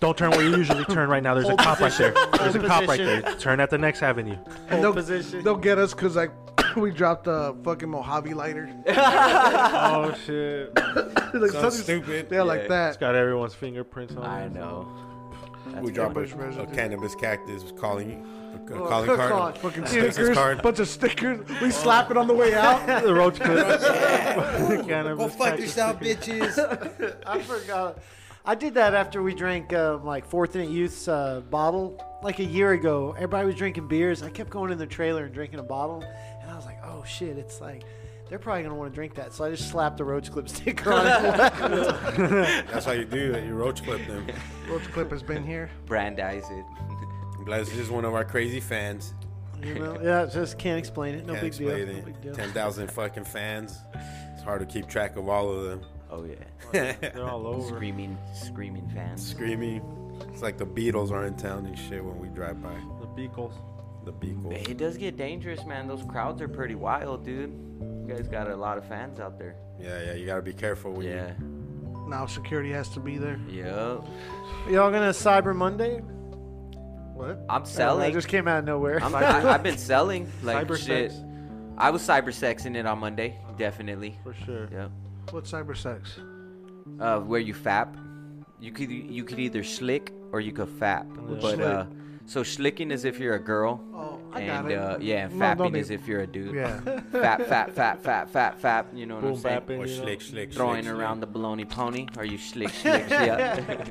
[SPEAKER 3] Don't turn where you usually turn right now. There's a
[SPEAKER 4] Hold
[SPEAKER 3] cop right there.
[SPEAKER 4] position.
[SPEAKER 3] There's a
[SPEAKER 4] Hold
[SPEAKER 3] cop right
[SPEAKER 4] position.
[SPEAKER 3] there. Turn at the next avenue.
[SPEAKER 4] Hold
[SPEAKER 5] they'll,
[SPEAKER 4] position.
[SPEAKER 5] they'll get us because like we dropped a fucking Mojave lighter.
[SPEAKER 3] Oh shit!
[SPEAKER 5] like,
[SPEAKER 2] Some
[SPEAKER 5] something-
[SPEAKER 2] stupid.
[SPEAKER 5] Yeah, like
[SPEAKER 6] Yeah.
[SPEAKER 3] It's
[SPEAKER 5] that.
[SPEAKER 3] got everyone's fingerprints on
[SPEAKER 6] I
[SPEAKER 3] it.
[SPEAKER 6] know.
[SPEAKER 2] We drop a,
[SPEAKER 5] Bush
[SPEAKER 2] a
[SPEAKER 5] residue.
[SPEAKER 2] cannabis cactus calling you. A, a
[SPEAKER 4] Oh,
[SPEAKER 2] calling
[SPEAKER 4] hook
[SPEAKER 2] card.
[SPEAKER 4] on.
[SPEAKER 5] Fucking
[SPEAKER 2] Stickers
[SPEAKER 5] stickers,
[SPEAKER 2] card.
[SPEAKER 5] bunch of stickers. We slap it on the way out.
[SPEAKER 3] The roach clip.
[SPEAKER 2] Go
[SPEAKER 3] Cannabis
[SPEAKER 2] fuck
[SPEAKER 3] tax-
[SPEAKER 2] yourself, bitches.
[SPEAKER 4] I forgot. I did that after we drank um, like Fourth and Youth's uh, bottle like a year ago. Everybody was drinking beers. I kept going in the trailer and drinking a bottle, and I was like, "Oh shit!" It's like they're probably gonna want to drink that. So I just slapped a Roach Clip sticker on it.
[SPEAKER 2] That's how you do it. You roach clip them.
[SPEAKER 5] Roach Clip has been here.
[SPEAKER 6] Brandize it.
[SPEAKER 2] Bless is just one of our crazy fans.
[SPEAKER 4] You know? Yeah, just can't explain it. No,
[SPEAKER 2] Can't
[SPEAKER 4] big, deal.
[SPEAKER 2] explain
[SPEAKER 4] no
[SPEAKER 2] it.
[SPEAKER 4] big deal.
[SPEAKER 2] Ten thousand fucking fans. It's hard to keep track of all of them.
[SPEAKER 6] Oh yeah.
[SPEAKER 3] They're all over.
[SPEAKER 6] Screaming, screaming fans.
[SPEAKER 2] Screaming. It's like the Beatles are in town and shit when we drive by.
[SPEAKER 3] The beagles.
[SPEAKER 2] The Beatles.
[SPEAKER 6] It does get dangerous, man. Those crowds are pretty wild, dude. You guys got a lot of fans out there.
[SPEAKER 2] Yeah, yeah. You gotta be careful when
[SPEAKER 6] Yeah.
[SPEAKER 5] Now security has to be there.
[SPEAKER 6] Yep.
[SPEAKER 4] Y'all gonna Cyber Monday? What?
[SPEAKER 6] I'm
[SPEAKER 4] I
[SPEAKER 6] selling.
[SPEAKER 4] just came out of nowhere.
[SPEAKER 6] I'm, I, I've been selling like
[SPEAKER 3] Cyber
[SPEAKER 6] shit.
[SPEAKER 3] sex?
[SPEAKER 6] I was cyber sexing it on Monday, definitely.
[SPEAKER 3] For sure.
[SPEAKER 6] Yeah.
[SPEAKER 5] What cyber sex?
[SPEAKER 6] Uh, where you fap, you could you could either slick or you could fap. But
[SPEAKER 5] Slick.
[SPEAKER 6] uh, so slicking is if you're a girl.
[SPEAKER 5] Oh, I got
[SPEAKER 6] And
[SPEAKER 5] it.
[SPEAKER 6] uh, yeah, and
[SPEAKER 5] No,
[SPEAKER 6] fapping
[SPEAKER 5] don't
[SPEAKER 6] is
[SPEAKER 5] need-
[SPEAKER 6] if you're a dude.
[SPEAKER 5] Yeah.
[SPEAKER 6] fap, fap, fap, fap, fap, fap. You know what
[SPEAKER 3] Boom
[SPEAKER 6] I'm saying?
[SPEAKER 2] you
[SPEAKER 3] bapping.
[SPEAKER 2] or
[SPEAKER 3] You know,
[SPEAKER 2] slick, slick,
[SPEAKER 6] Throwing
[SPEAKER 2] slick,
[SPEAKER 6] around the baloney pony. Are you slick, slick? yeah.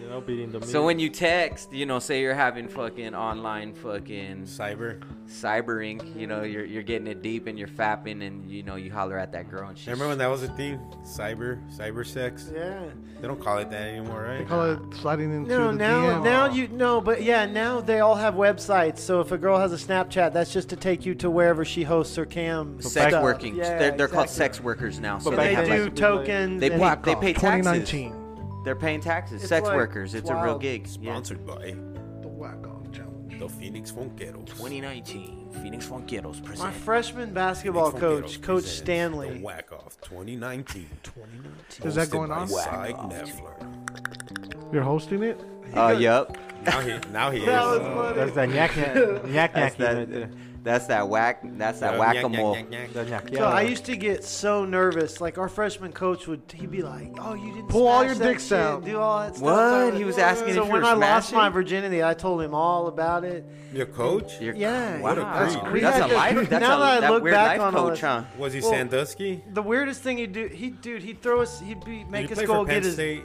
[SPEAKER 3] you know, beating the meat.
[SPEAKER 6] So when you text, you know, say you're having fucking online fucking
[SPEAKER 2] slick. cyber.
[SPEAKER 6] cybering, you know, you're you're getting it deep and you're fapping and you know you holler at that girl and shit.
[SPEAKER 2] Remember when that was a thing? Cyber, cyber sex.
[SPEAKER 4] yeah.
[SPEAKER 2] They don't call it that anymore,
[SPEAKER 5] They
[SPEAKER 2] right?
[SPEAKER 5] call it sliding into
[SPEAKER 4] No,
[SPEAKER 5] the
[SPEAKER 4] now
[SPEAKER 5] DM.
[SPEAKER 4] now you no, but yeah, now they all have websites. So if a girl has a Snapchat, that's just to take you to wherever she hosts her cam.
[SPEAKER 6] sex
[SPEAKER 4] stuff.
[SPEAKER 6] working?
[SPEAKER 4] Yeah,
[SPEAKER 6] they're they're called
[SPEAKER 4] exactly.
[SPEAKER 6] sex workers now. So
[SPEAKER 3] But
[SPEAKER 4] They
[SPEAKER 6] they
[SPEAKER 3] back
[SPEAKER 6] have
[SPEAKER 3] then-
[SPEAKER 4] do
[SPEAKER 6] like,
[SPEAKER 4] tokens.
[SPEAKER 6] they
[SPEAKER 4] and-
[SPEAKER 6] pay, they pay taxes.
[SPEAKER 5] 2019.
[SPEAKER 6] They're paying taxes.
[SPEAKER 4] It's
[SPEAKER 6] sex
[SPEAKER 4] like-
[SPEAKER 6] workers. It's,
[SPEAKER 4] it's
[SPEAKER 6] a real
[SPEAKER 4] wild.
[SPEAKER 6] gig. Yeah.
[SPEAKER 2] Sponsored by
[SPEAKER 5] The whack off challenge.
[SPEAKER 2] the Phoenix Funkeros.
[SPEAKER 6] 2019 Phoenix Funkeros
[SPEAKER 4] My
[SPEAKER 6] presents.
[SPEAKER 4] freshman basketball
[SPEAKER 2] Funkeros
[SPEAKER 4] coach, Coach
[SPEAKER 2] presents The
[SPEAKER 4] Stanley.
[SPEAKER 2] Whack Off 2019.
[SPEAKER 5] Is that
[SPEAKER 2] Hosted
[SPEAKER 5] going
[SPEAKER 2] by
[SPEAKER 5] on?
[SPEAKER 2] Cy Knefler.
[SPEAKER 5] You're hosting it?
[SPEAKER 6] Uh, yep.
[SPEAKER 2] Now he, now he is.
[SPEAKER 4] That was funny.
[SPEAKER 3] that's that yak yak
[SPEAKER 6] That's
[SPEAKER 3] yak yak right
[SPEAKER 6] that.
[SPEAKER 3] there.
[SPEAKER 6] That's that whack. That's that
[SPEAKER 2] Yeah,
[SPEAKER 6] whack a
[SPEAKER 2] uh, nyak,
[SPEAKER 6] mole.
[SPEAKER 2] nyak, nyak, nyak.
[SPEAKER 3] That yak
[SPEAKER 4] So I
[SPEAKER 3] yak.
[SPEAKER 4] used to get so nervous. Like our freshman coach would, he'd be like, "Oh, you didn't
[SPEAKER 5] Pull all
[SPEAKER 4] smash
[SPEAKER 5] your
[SPEAKER 4] that
[SPEAKER 5] dicks
[SPEAKER 4] shit,
[SPEAKER 5] out."
[SPEAKER 4] do all that stuff."
[SPEAKER 6] What?
[SPEAKER 4] I
[SPEAKER 6] He was asking
[SPEAKER 4] So
[SPEAKER 6] if you
[SPEAKER 4] when
[SPEAKER 6] were
[SPEAKER 4] I lost
[SPEAKER 6] smashing?
[SPEAKER 4] my virginity, I told him all about it.
[SPEAKER 2] Your coach?
[SPEAKER 6] You're-
[SPEAKER 4] Yeah,
[SPEAKER 6] Wow.
[SPEAKER 4] what a
[SPEAKER 6] That's,
[SPEAKER 2] creep.
[SPEAKER 4] We
[SPEAKER 6] that's
[SPEAKER 4] had
[SPEAKER 6] a
[SPEAKER 4] to-
[SPEAKER 6] life. That's
[SPEAKER 4] now
[SPEAKER 6] a,
[SPEAKER 4] that I
[SPEAKER 6] that
[SPEAKER 4] look
[SPEAKER 6] weird
[SPEAKER 4] back
[SPEAKER 6] life
[SPEAKER 4] on all
[SPEAKER 6] coach,
[SPEAKER 4] this-
[SPEAKER 6] huh?
[SPEAKER 2] was he
[SPEAKER 4] Well,
[SPEAKER 2] Sandusky?
[SPEAKER 4] The weirdest thing he'd do, he dude, he'd throw us, he'd be
[SPEAKER 2] Did
[SPEAKER 4] make
[SPEAKER 2] he
[SPEAKER 4] us
[SPEAKER 2] play
[SPEAKER 4] go
[SPEAKER 2] for Penn
[SPEAKER 4] get his.
[SPEAKER 2] State?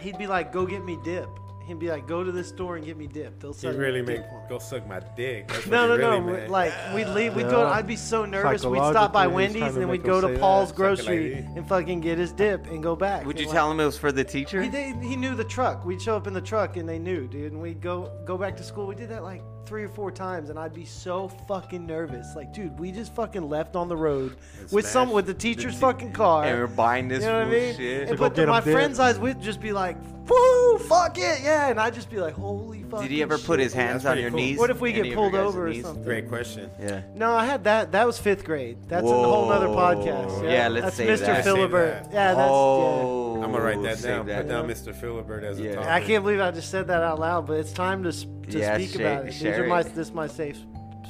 [SPEAKER 4] He'd be like, "Go get me dip." He'd be like, "Go to this store and get me dip." They'll
[SPEAKER 2] He
[SPEAKER 4] sell you
[SPEAKER 2] really
[SPEAKER 4] dip
[SPEAKER 2] made
[SPEAKER 4] for me."
[SPEAKER 2] go suck my dick. That's
[SPEAKER 4] No, no,
[SPEAKER 2] what he really
[SPEAKER 4] no.
[SPEAKER 2] meant.
[SPEAKER 4] Like we'd leave, we'd go.
[SPEAKER 3] Yeah.
[SPEAKER 4] I'd be so nervous. We'd stop
[SPEAKER 3] Psychologically,
[SPEAKER 4] by
[SPEAKER 3] he's
[SPEAKER 4] Wendy's
[SPEAKER 3] trying
[SPEAKER 4] and
[SPEAKER 3] to
[SPEAKER 4] then
[SPEAKER 3] make
[SPEAKER 4] we'd
[SPEAKER 3] him
[SPEAKER 4] go
[SPEAKER 3] say
[SPEAKER 4] to
[SPEAKER 3] that.
[SPEAKER 4] Paul's
[SPEAKER 2] Suck a
[SPEAKER 4] grocery
[SPEAKER 2] lady.
[SPEAKER 4] and fucking get his dip and go back.
[SPEAKER 6] Would
[SPEAKER 4] And,
[SPEAKER 6] you
[SPEAKER 4] like,
[SPEAKER 6] tell him it was for the teacher?
[SPEAKER 4] He, they, he knew the truck. We'd show up in the truck and they knew, dude. And we'd go go back to school. We did that like three or four times, and I'd be so fucking nervous. Like, dude, we just fucking left on the road with some
[SPEAKER 2] smashed
[SPEAKER 4] with the teacher's fucking car.
[SPEAKER 6] And we're buying this
[SPEAKER 4] you know what I mean?
[SPEAKER 6] bullshit.
[SPEAKER 4] And,
[SPEAKER 3] go
[SPEAKER 4] but
[SPEAKER 3] get 'em
[SPEAKER 4] my
[SPEAKER 3] dip.
[SPEAKER 4] friends' eyes would just be like, "Woo, fuck it, yeah!" And I'd just be like, "Holy fuck!"
[SPEAKER 6] Did he ever put his hands
[SPEAKER 2] That's
[SPEAKER 6] on
[SPEAKER 2] pretty
[SPEAKER 6] your
[SPEAKER 2] cool.
[SPEAKER 6] knees?
[SPEAKER 4] What if we
[SPEAKER 6] Any
[SPEAKER 4] get
[SPEAKER 6] of
[SPEAKER 4] pulled
[SPEAKER 6] your guys'
[SPEAKER 4] over or
[SPEAKER 6] knees?
[SPEAKER 4] something?
[SPEAKER 2] Great question.
[SPEAKER 6] Yeah.
[SPEAKER 4] No, I had that. That was fifth grade. That's a whole other
[SPEAKER 6] Whoa.
[SPEAKER 4] podcast.
[SPEAKER 6] Yeah,
[SPEAKER 4] that's
[SPEAKER 6] let's save
[SPEAKER 4] Mr.
[SPEAKER 6] that.
[SPEAKER 4] Philibert.
[SPEAKER 2] Save that.
[SPEAKER 4] Yeah, that's.
[SPEAKER 6] oh,
[SPEAKER 2] I'm gonna write that
[SPEAKER 6] save
[SPEAKER 2] down.
[SPEAKER 6] that.
[SPEAKER 2] Put down Mr. Philibert as
[SPEAKER 6] Yeah.
[SPEAKER 2] a
[SPEAKER 4] Yeah.
[SPEAKER 2] topic.
[SPEAKER 4] I can't believe I just said that out loud, but it's time to, s- to
[SPEAKER 6] Yeah,
[SPEAKER 4] speak
[SPEAKER 6] share-
[SPEAKER 4] about it. These
[SPEAKER 6] share
[SPEAKER 4] are my,
[SPEAKER 6] it.
[SPEAKER 4] this is my safe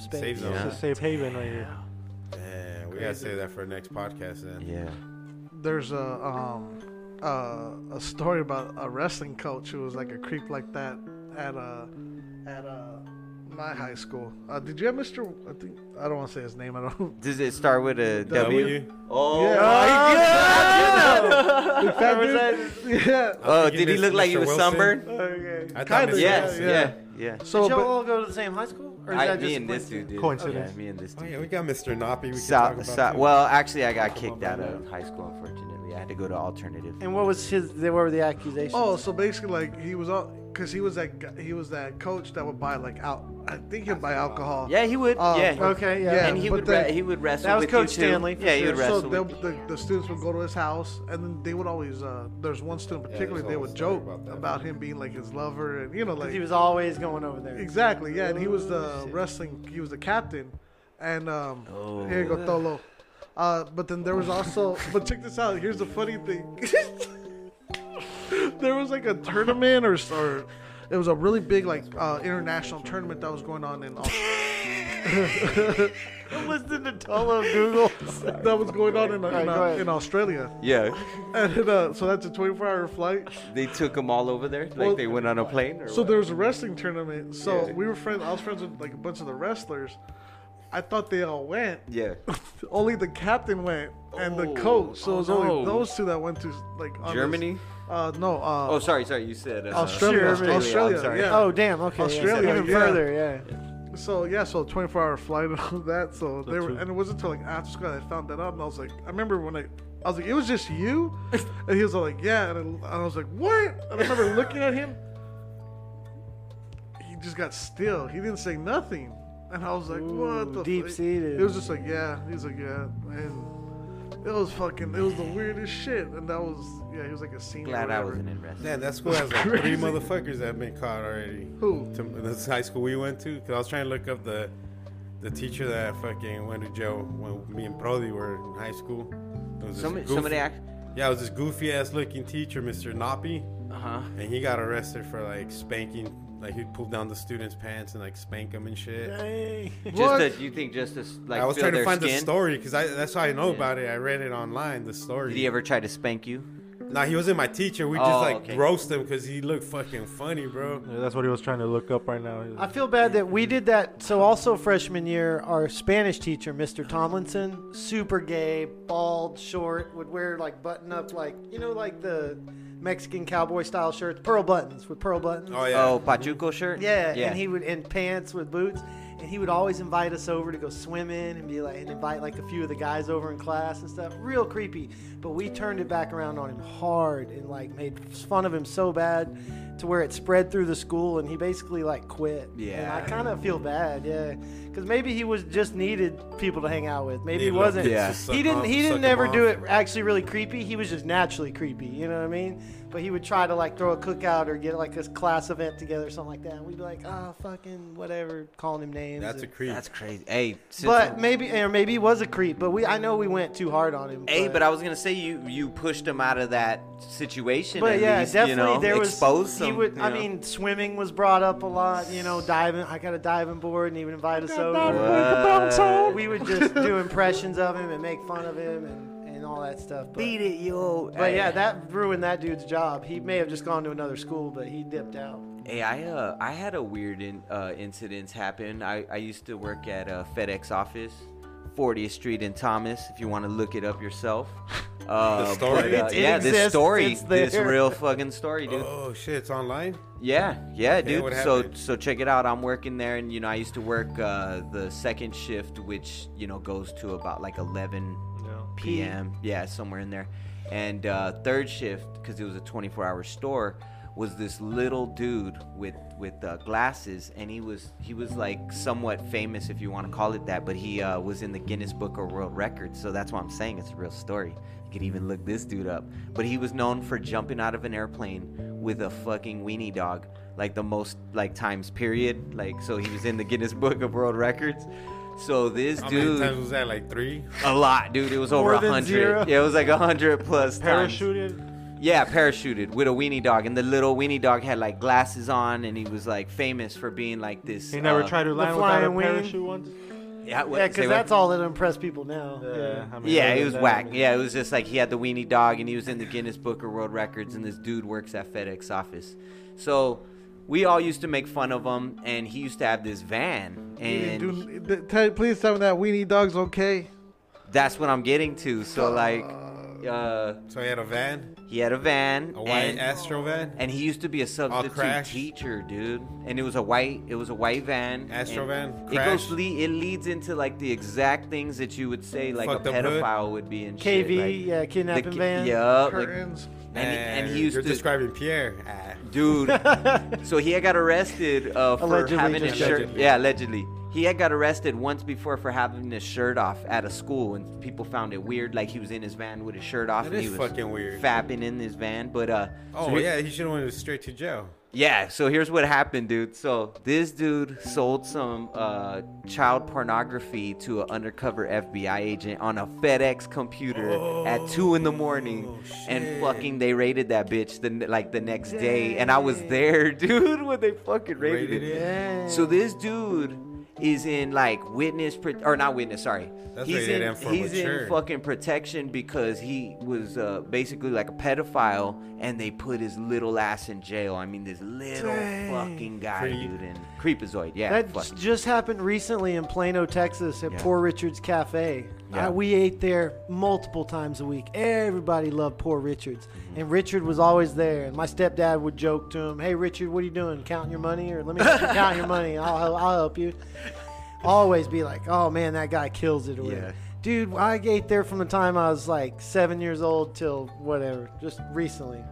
[SPEAKER 4] space.
[SPEAKER 2] Save zone.
[SPEAKER 6] Yeah.
[SPEAKER 3] It's a safe haven right here.
[SPEAKER 2] Man, we gotta save that for next podcast then.
[SPEAKER 6] Yeah.
[SPEAKER 5] There's a um uh, a story about a wrestling coach who was like a creep like that at a at uh, my high school. Uh, did you have Mr. I think I don't want to say his name. I don't.
[SPEAKER 6] Does it start with
[SPEAKER 2] Uh,
[SPEAKER 6] a W?
[SPEAKER 2] W?
[SPEAKER 6] Oh,
[SPEAKER 5] The fat dude? Yeah.
[SPEAKER 6] oh,
[SPEAKER 2] thinking
[SPEAKER 6] did he
[SPEAKER 2] it's
[SPEAKER 6] look like he
[SPEAKER 2] Mr.
[SPEAKER 6] was
[SPEAKER 2] Wilson.
[SPEAKER 6] sunburned?
[SPEAKER 5] Okay.
[SPEAKER 2] I thought
[SPEAKER 5] Kinda,
[SPEAKER 2] Mr.
[SPEAKER 6] Yes,
[SPEAKER 2] Wilson.
[SPEAKER 6] yeah, yeah.
[SPEAKER 5] So,
[SPEAKER 4] Did y'all
[SPEAKER 5] but
[SPEAKER 4] all go to the same high school? Or is
[SPEAKER 6] I,
[SPEAKER 4] that
[SPEAKER 6] me
[SPEAKER 4] just
[SPEAKER 6] and this
[SPEAKER 4] coincidence?
[SPEAKER 6] dude did.
[SPEAKER 3] Coincidence.
[SPEAKER 6] Yeah, me and this
[SPEAKER 2] Oh
[SPEAKER 6] dude.
[SPEAKER 2] yeah, we got Mr. Noppy. We can talk
[SPEAKER 6] So,
[SPEAKER 2] about
[SPEAKER 6] so,
[SPEAKER 2] too.
[SPEAKER 6] well, actually, I got kicked
[SPEAKER 2] up
[SPEAKER 6] out
[SPEAKER 2] with
[SPEAKER 6] of high school, unfortunately. I had to go to alternative.
[SPEAKER 4] And what was his? What were the accusations?
[SPEAKER 5] oh, so basically, like he was all because he was that gu- he was that coach that would buy like out. I think he'd buy alcohol.
[SPEAKER 6] Yeah, he would.
[SPEAKER 5] Oh,
[SPEAKER 6] yeah.
[SPEAKER 4] okay, yeah.
[SPEAKER 5] Yeah,
[SPEAKER 6] And he
[SPEAKER 5] but
[SPEAKER 6] would
[SPEAKER 5] then-
[SPEAKER 6] re- he would wrestle.
[SPEAKER 4] That was
[SPEAKER 6] with you,
[SPEAKER 4] Coach
[SPEAKER 6] too.
[SPEAKER 4] Stanley, for
[SPEAKER 6] Yeah, he would
[SPEAKER 4] sure.
[SPEAKER 5] So
[SPEAKER 6] wrestle.
[SPEAKER 5] they'll,
[SPEAKER 6] with you.
[SPEAKER 5] the, the students would go to his house, and then they would always. Uh, there's one student in
[SPEAKER 2] there's
[SPEAKER 5] particular
[SPEAKER 2] a
[SPEAKER 5] they
[SPEAKER 2] whole
[SPEAKER 5] would
[SPEAKER 2] story
[SPEAKER 5] joke
[SPEAKER 2] about
[SPEAKER 5] about,
[SPEAKER 2] that.
[SPEAKER 5] him being like his lover, and you know,
[SPEAKER 4] 'Cause
[SPEAKER 5] like
[SPEAKER 4] he was always going over there.
[SPEAKER 5] exactly, yeah. And he was the wrestling. He was the captain, and um, here you go,
[SPEAKER 6] Oh.
[SPEAKER 5] Tolo. Uh, but then there was also. but check this out. Here's the funny thing. there was like a tournament or or. It was a really big like uh, international tournament that was going on in Australia.
[SPEAKER 4] Listen to Tolo Google.
[SPEAKER 5] that was going on in, in, uh,
[SPEAKER 4] Alright, go ahead.
[SPEAKER 5] in Australia.
[SPEAKER 6] yeah,
[SPEAKER 5] And then, uh, so that's a 24-hour flight.
[SPEAKER 6] they took him all over there. Like
[SPEAKER 5] Well,
[SPEAKER 6] they went on a plane. Or
[SPEAKER 5] So
[SPEAKER 6] what?
[SPEAKER 5] there was a wrestling tournament. So
[SPEAKER 6] Yeah.
[SPEAKER 5] we were friends. I was friends with like a bunch of the wrestlers. I thought they all went.
[SPEAKER 6] Yeah.
[SPEAKER 5] only the captain went and
[SPEAKER 6] Oh,
[SPEAKER 5] the coach. So
[SPEAKER 6] oh
[SPEAKER 5] it was only
[SPEAKER 6] no.
[SPEAKER 5] those two that went to like on this-
[SPEAKER 6] Germany?
[SPEAKER 5] uh, no. Uh,
[SPEAKER 6] Oh, sorry, sorry. You said uh,
[SPEAKER 5] Australia,
[SPEAKER 6] Australia.
[SPEAKER 5] Australia,
[SPEAKER 6] I'm sorry.
[SPEAKER 5] yeah.
[SPEAKER 4] Oh damn. Okay. yeah, so
[SPEAKER 5] Australia,
[SPEAKER 4] even
[SPEAKER 5] yeah.
[SPEAKER 4] further. Yeah.
[SPEAKER 5] So yeah, so 24 hour flight and all that. So they were,
[SPEAKER 3] two-
[SPEAKER 5] and it wasn't until like after school that I found that out, and I was like, I remember when I, I was like, it was just you, and he was all like, yeah, and I, and I was like, what? And I remember looking at him. He just got still. He didn't say nothing, and I was like, what the
[SPEAKER 4] deep-seated.
[SPEAKER 5] It was just like yeah. He was like yeah, and it was fucking. It was the weirdest shit, and that was yeah. He was like a senior. or
[SPEAKER 6] Glad I
[SPEAKER 5] whatever.
[SPEAKER 6] wasn't in wrestling.
[SPEAKER 2] Man, that school has like three motherfuckers that have been caught already.
[SPEAKER 5] Who?
[SPEAKER 2] To, this high school we went to, because I was trying to look up the the teacher that fucking went to jail when me and Brody were in high school. It was this
[SPEAKER 6] Somebody,
[SPEAKER 2] goofy-
[SPEAKER 6] somebody act.
[SPEAKER 2] Yeah, it was this goofy ass looking teacher, Mr. Noppy,
[SPEAKER 6] Uh huh.
[SPEAKER 2] and he got arrested for like spanking. Like he'd pull down the students' pants and like spank them and shit.
[SPEAKER 6] Just that you think just to s- like
[SPEAKER 2] I was
[SPEAKER 6] feel
[SPEAKER 2] trying to
[SPEAKER 6] their
[SPEAKER 2] find
[SPEAKER 6] skin?
[SPEAKER 2] the story because that's how I know about it. I read it online. The story.
[SPEAKER 6] Did he ever try to spank you?
[SPEAKER 2] Nah, he wasn't my teacher. We
[SPEAKER 6] Oh,
[SPEAKER 2] just like
[SPEAKER 6] okay.
[SPEAKER 2] roast him because he looked fucking funny, bro.
[SPEAKER 3] Yeah, that's what he was trying to look up right now. He was-
[SPEAKER 4] I feel bad that we did that. So also freshman year, our Spanish teacher, Mr. Tomlinson, super gay, bald, short, would wear like button up, like you know, like the Mexican cowboy style shirts, pearl buttons with pearl buttons.
[SPEAKER 2] Oh yeah.
[SPEAKER 6] Oh, Pachuco shirt.
[SPEAKER 4] Yeah,
[SPEAKER 6] Yeah.
[SPEAKER 4] and he would in pants with boots, and he would always invite us over to go swimming and be like, and invite like a few of the guys over in class and stuff. Real creepy, but we turned it back around on him hard and like made fun of him so bad to where it spread through the school, and he basically like quit. and
[SPEAKER 6] Yeah.
[SPEAKER 4] I kind of feel bad, yeah, because maybe he was just needed people to hang out with. Maybe he
[SPEAKER 2] Needed
[SPEAKER 4] wasn't.
[SPEAKER 2] kids to
[SPEAKER 6] Yeah.
[SPEAKER 2] suck
[SPEAKER 4] He didn't.
[SPEAKER 2] off-
[SPEAKER 4] He
[SPEAKER 2] suck
[SPEAKER 4] didn't
[SPEAKER 2] 'em
[SPEAKER 4] ever do
[SPEAKER 2] off.
[SPEAKER 4] it actually really creepy. He was just naturally creepy. You know what I mean? But he would try to like throw a cookout or get like a class event together or something like that. And we'd be like, ah, fucking whatever, calling him names.
[SPEAKER 2] That's a
[SPEAKER 4] and,
[SPEAKER 2] creep.
[SPEAKER 6] That's crazy. Hey, since
[SPEAKER 4] but maybe or maybe he was a creep. But we I know we went too hard on him.
[SPEAKER 6] Hey, but I was gonna say you you pushed him out of that situation.
[SPEAKER 4] But
[SPEAKER 6] at
[SPEAKER 4] yeah,
[SPEAKER 6] least,
[SPEAKER 4] definitely
[SPEAKER 6] you know,
[SPEAKER 4] there was.
[SPEAKER 6] exposed
[SPEAKER 4] he
[SPEAKER 6] him,
[SPEAKER 4] would.
[SPEAKER 6] you
[SPEAKER 4] I
[SPEAKER 6] know?
[SPEAKER 4] mean, swimming was brought up a lot. You know, diving. I got a diving board, and he would invite us over.
[SPEAKER 6] What?
[SPEAKER 4] We would just do impressions of him and make fun of him and, and all that stuff. But,
[SPEAKER 6] beat it, yo.
[SPEAKER 4] But
[SPEAKER 6] Hey,
[SPEAKER 4] yeah, that ruined that dude's job. He may have just gone to another school, but he dipped out.
[SPEAKER 6] Hey, I uh, I had a weird in, uh, incidents happen. I, I used to work at a FedEx office, 40th Street in Thomas. If you want to look it up yourself. Uh,
[SPEAKER 2] The story?
[SPEAKER 6] but, uh,
[SPEAKER 4] It
[SPEAKER 6] yeah,
[SPEAKER 4] exists,
[SPEAKER 6] this story,
[SPEAKER 4] it's
[SPEAKER 6] this
[SPEAKER 4] there.
[SPEAKER 6] real fucking story, dude.
[SPEAKER 2] Oh shit, it's online.
[SPEAKER 6] Yeah, yeah,
[SPEAKER 2] Okay,
[SPEAKER 6] dude.
[SPEAKER 2] what
[SPEAKER 6] So
[SPEAKER 2] happened?
[SPEAKER 6] so check it out. I'm working there, and you know I used to work uh, the second shift, which you know goes to about like 11 p.m. Yeah, somewhere in there. And uh, third shift, because it was a 24-hour store, was this little dude with with uh, glasses, and he was he was like somewhat famous, if you want to call it that. But he uh, was in the Guinness Book of World Records, so that's why I'm saying it's a real story. You could even look this dude up. But he was known for jumping out of an airplane with a fucking weenie dog, like the most like times period. Like so, he was in the Guinness Book of World Records. So this
[SPEAKER 2] How many
[SPEAKER 6] dude
[SPEAKER 2] times was that? Like three.
[SPEAKER 6] a lot, dude. It was over
[SPEAKER 4] More
[SPEAKER 6] a
[SPEAKER 4] than zero?
[SPEAKER 6] hundred. Yeah, it was like a hundred plus times.
[SPEAKER 3] Parachuted.
[SPEAKER 6] Yeah, parachuted with a weenie dog, and the little weenie dog had like glasses on, and he was like famous for being like this.
[SPEAKER 3] He never
[SPEAKER 6] uh,
[SPEAKER 3] tried to land without a
[SPEAKER 4] flying wing.
[SPEAKER 3] parachute once.
[SPEAKER 6] Yeah, what,
[SPEAKER 4] Yeah,
[SPEAKER 6] say
[SPEAKER 4] because
[SPEAKER 6] what?
[SPEAKER 4] that's all that impress people now.
[SPEAKER 3] I mean,
[SPEAKER 6] Yeah,
[SPEAKER 3] other
[SPEAKER 6] he
[SPEAKER 3] than
[SPEAKER 6] was
[SPEAKER 3] that,
[SPEAKER 6] whack.
[SPEAKER 3] I mean,
[SPEAKER 6] Yeah, it was just like he had the weenie dog and he was in the Guinness Book of World Records and this dude works at FedEx office. So we all used to make fun of him, and he used to have this van, and
[SPEAKER 5] Dude, th- tell- please tell me that weenie dog's okay.
[SPEAKER 6] that's what I'm getting to. So like, uh,
[SPEAKER 2] So he had a van,
[SPEAKER 6] he had a van,
[SPEAKER 2] a white
[SPEAKER 6] and,
[SPEAKER 2] Astro van,
[SPEAKER 6] and he used to be a substitute
[SPEAKER 2] crashed.
[SPEAKER 6] teacher, dude. And it was a white, it was a white van,
[SPEAKER 2] Astro
[SPEAKER 6] and
[SPEAKER 2] van,
[SPEAKER 6] It goes,
[SPEAKER 2] crashed.
[SPEAKER 6] le- it leads into like the exact things that you would say like
[SPEAKER 2] Fucked
[SPEAKER 6] a
[SPEAKER 2] up hood.
[SPEAKER 6] pedophile would be in shit,
[SPEAKER 4] KV,
[SPEAKER 6] like,
[SPEAKER 4] yeah,
[SPEAKER 6] the
[SPEAKER 4] kidnapping
[SPEAKER 6] ki-
[SPEAKER 4] van.
[SPEAKER 6] yeah, like-
[SPEAKER 5] Curtains.
[SPEAKER 6] and, he- and
[SPEAKER 2] Nah,
[SPEAKER 6] he used
[SPEAKER 2] You're
[SPEAKER 6] to
[SPEAKER 2] describing Pierre. Ah.
[SPEAKER 6] dude. so he had got arrested uh, for
[SPEAKER 4] Allegedly,
[SPEAKER 6] having his
[SPEAKER 4] just-
[SPEAKER 6] shirt.
[SPEAKER 2] Allegedly.
[SPEAKER 6] Yeah, allegedly. He had got arrested once before for having his shirt off at a school, and people found it weird. Like he was in his van with his shirt off,
[SPEAKER 2] That
[SPEAKER 6] and
[SPEAKER 2] is
[SPEAKER 6] he was
[SPEAKER 2] fucking weird.
[SPEAKER 6] fapping in his van. But uh,
[SPEAKER 2] Oh
[SPEAKER 6] so he-
[SPEAKER 2] yeah, he should have went straight to jail.
[SPEAKER 6] yeah, so here's what happened, dude. So this dude sold some uh, child pornography to an undercover FBI agent on a FedEx computer at two in the
[SPEAKER 2] Oh,
[SPEAKER 6] morning, and fucking they raided that bitch the n- like the next day, and I was there, dude, when they fucking raided,
[SPEAKER 2] Raided
[SPEAKER 6] it.
[SPEAKER 2] it?
[SPEAKER 6] So this dude is in like witness pro- or not witness, sorry.
[SPEAKER 2] That's
[SPEAKER 6] he's
[SPEAKER 2] rated
[SPEAKER 6] in,
[SPEAKER 2] M for
[SPEAKER 6] he's in
[SPEAKER 2] mature.
[SPEAKER 6] fucking protection because he was uh, basically like a pedophile, and they put his little ass in jail. I mean, this little fucking guy,
[SPEAKER 2] Creep.
[SPEAKER 6] dude, and creepazoid. Yeah,
[SPEAKER 4] That
[SPEAKER 6] fucking-
[SPEAKER 4] just happened recently in Plano, Texas, at
[SPEAKER 6] Yeah.
[SPEAKER 4] Poor Richard's Cafe.
[SPEAKER 6] Yeah.
[SPEAKER 4] Uh, we ate there multiple times a week. Everybody loved Poor Richard's,
[SPEAKER 6] Mm-hmm.
[SPEAKER 4] and Richard was always there. And my stepdad would joke to him, "Hey, Richard, what are you doing? Counting your money, or let me help you count your money. I'll hel- I'll help you." Always be like, "Oh man, that guy kills it." Or whatever.
[SPEAKER 6] Yeah.
[SPEAKER 4] Dude, I ate there from the time I was like seven years old till whatever, just recently.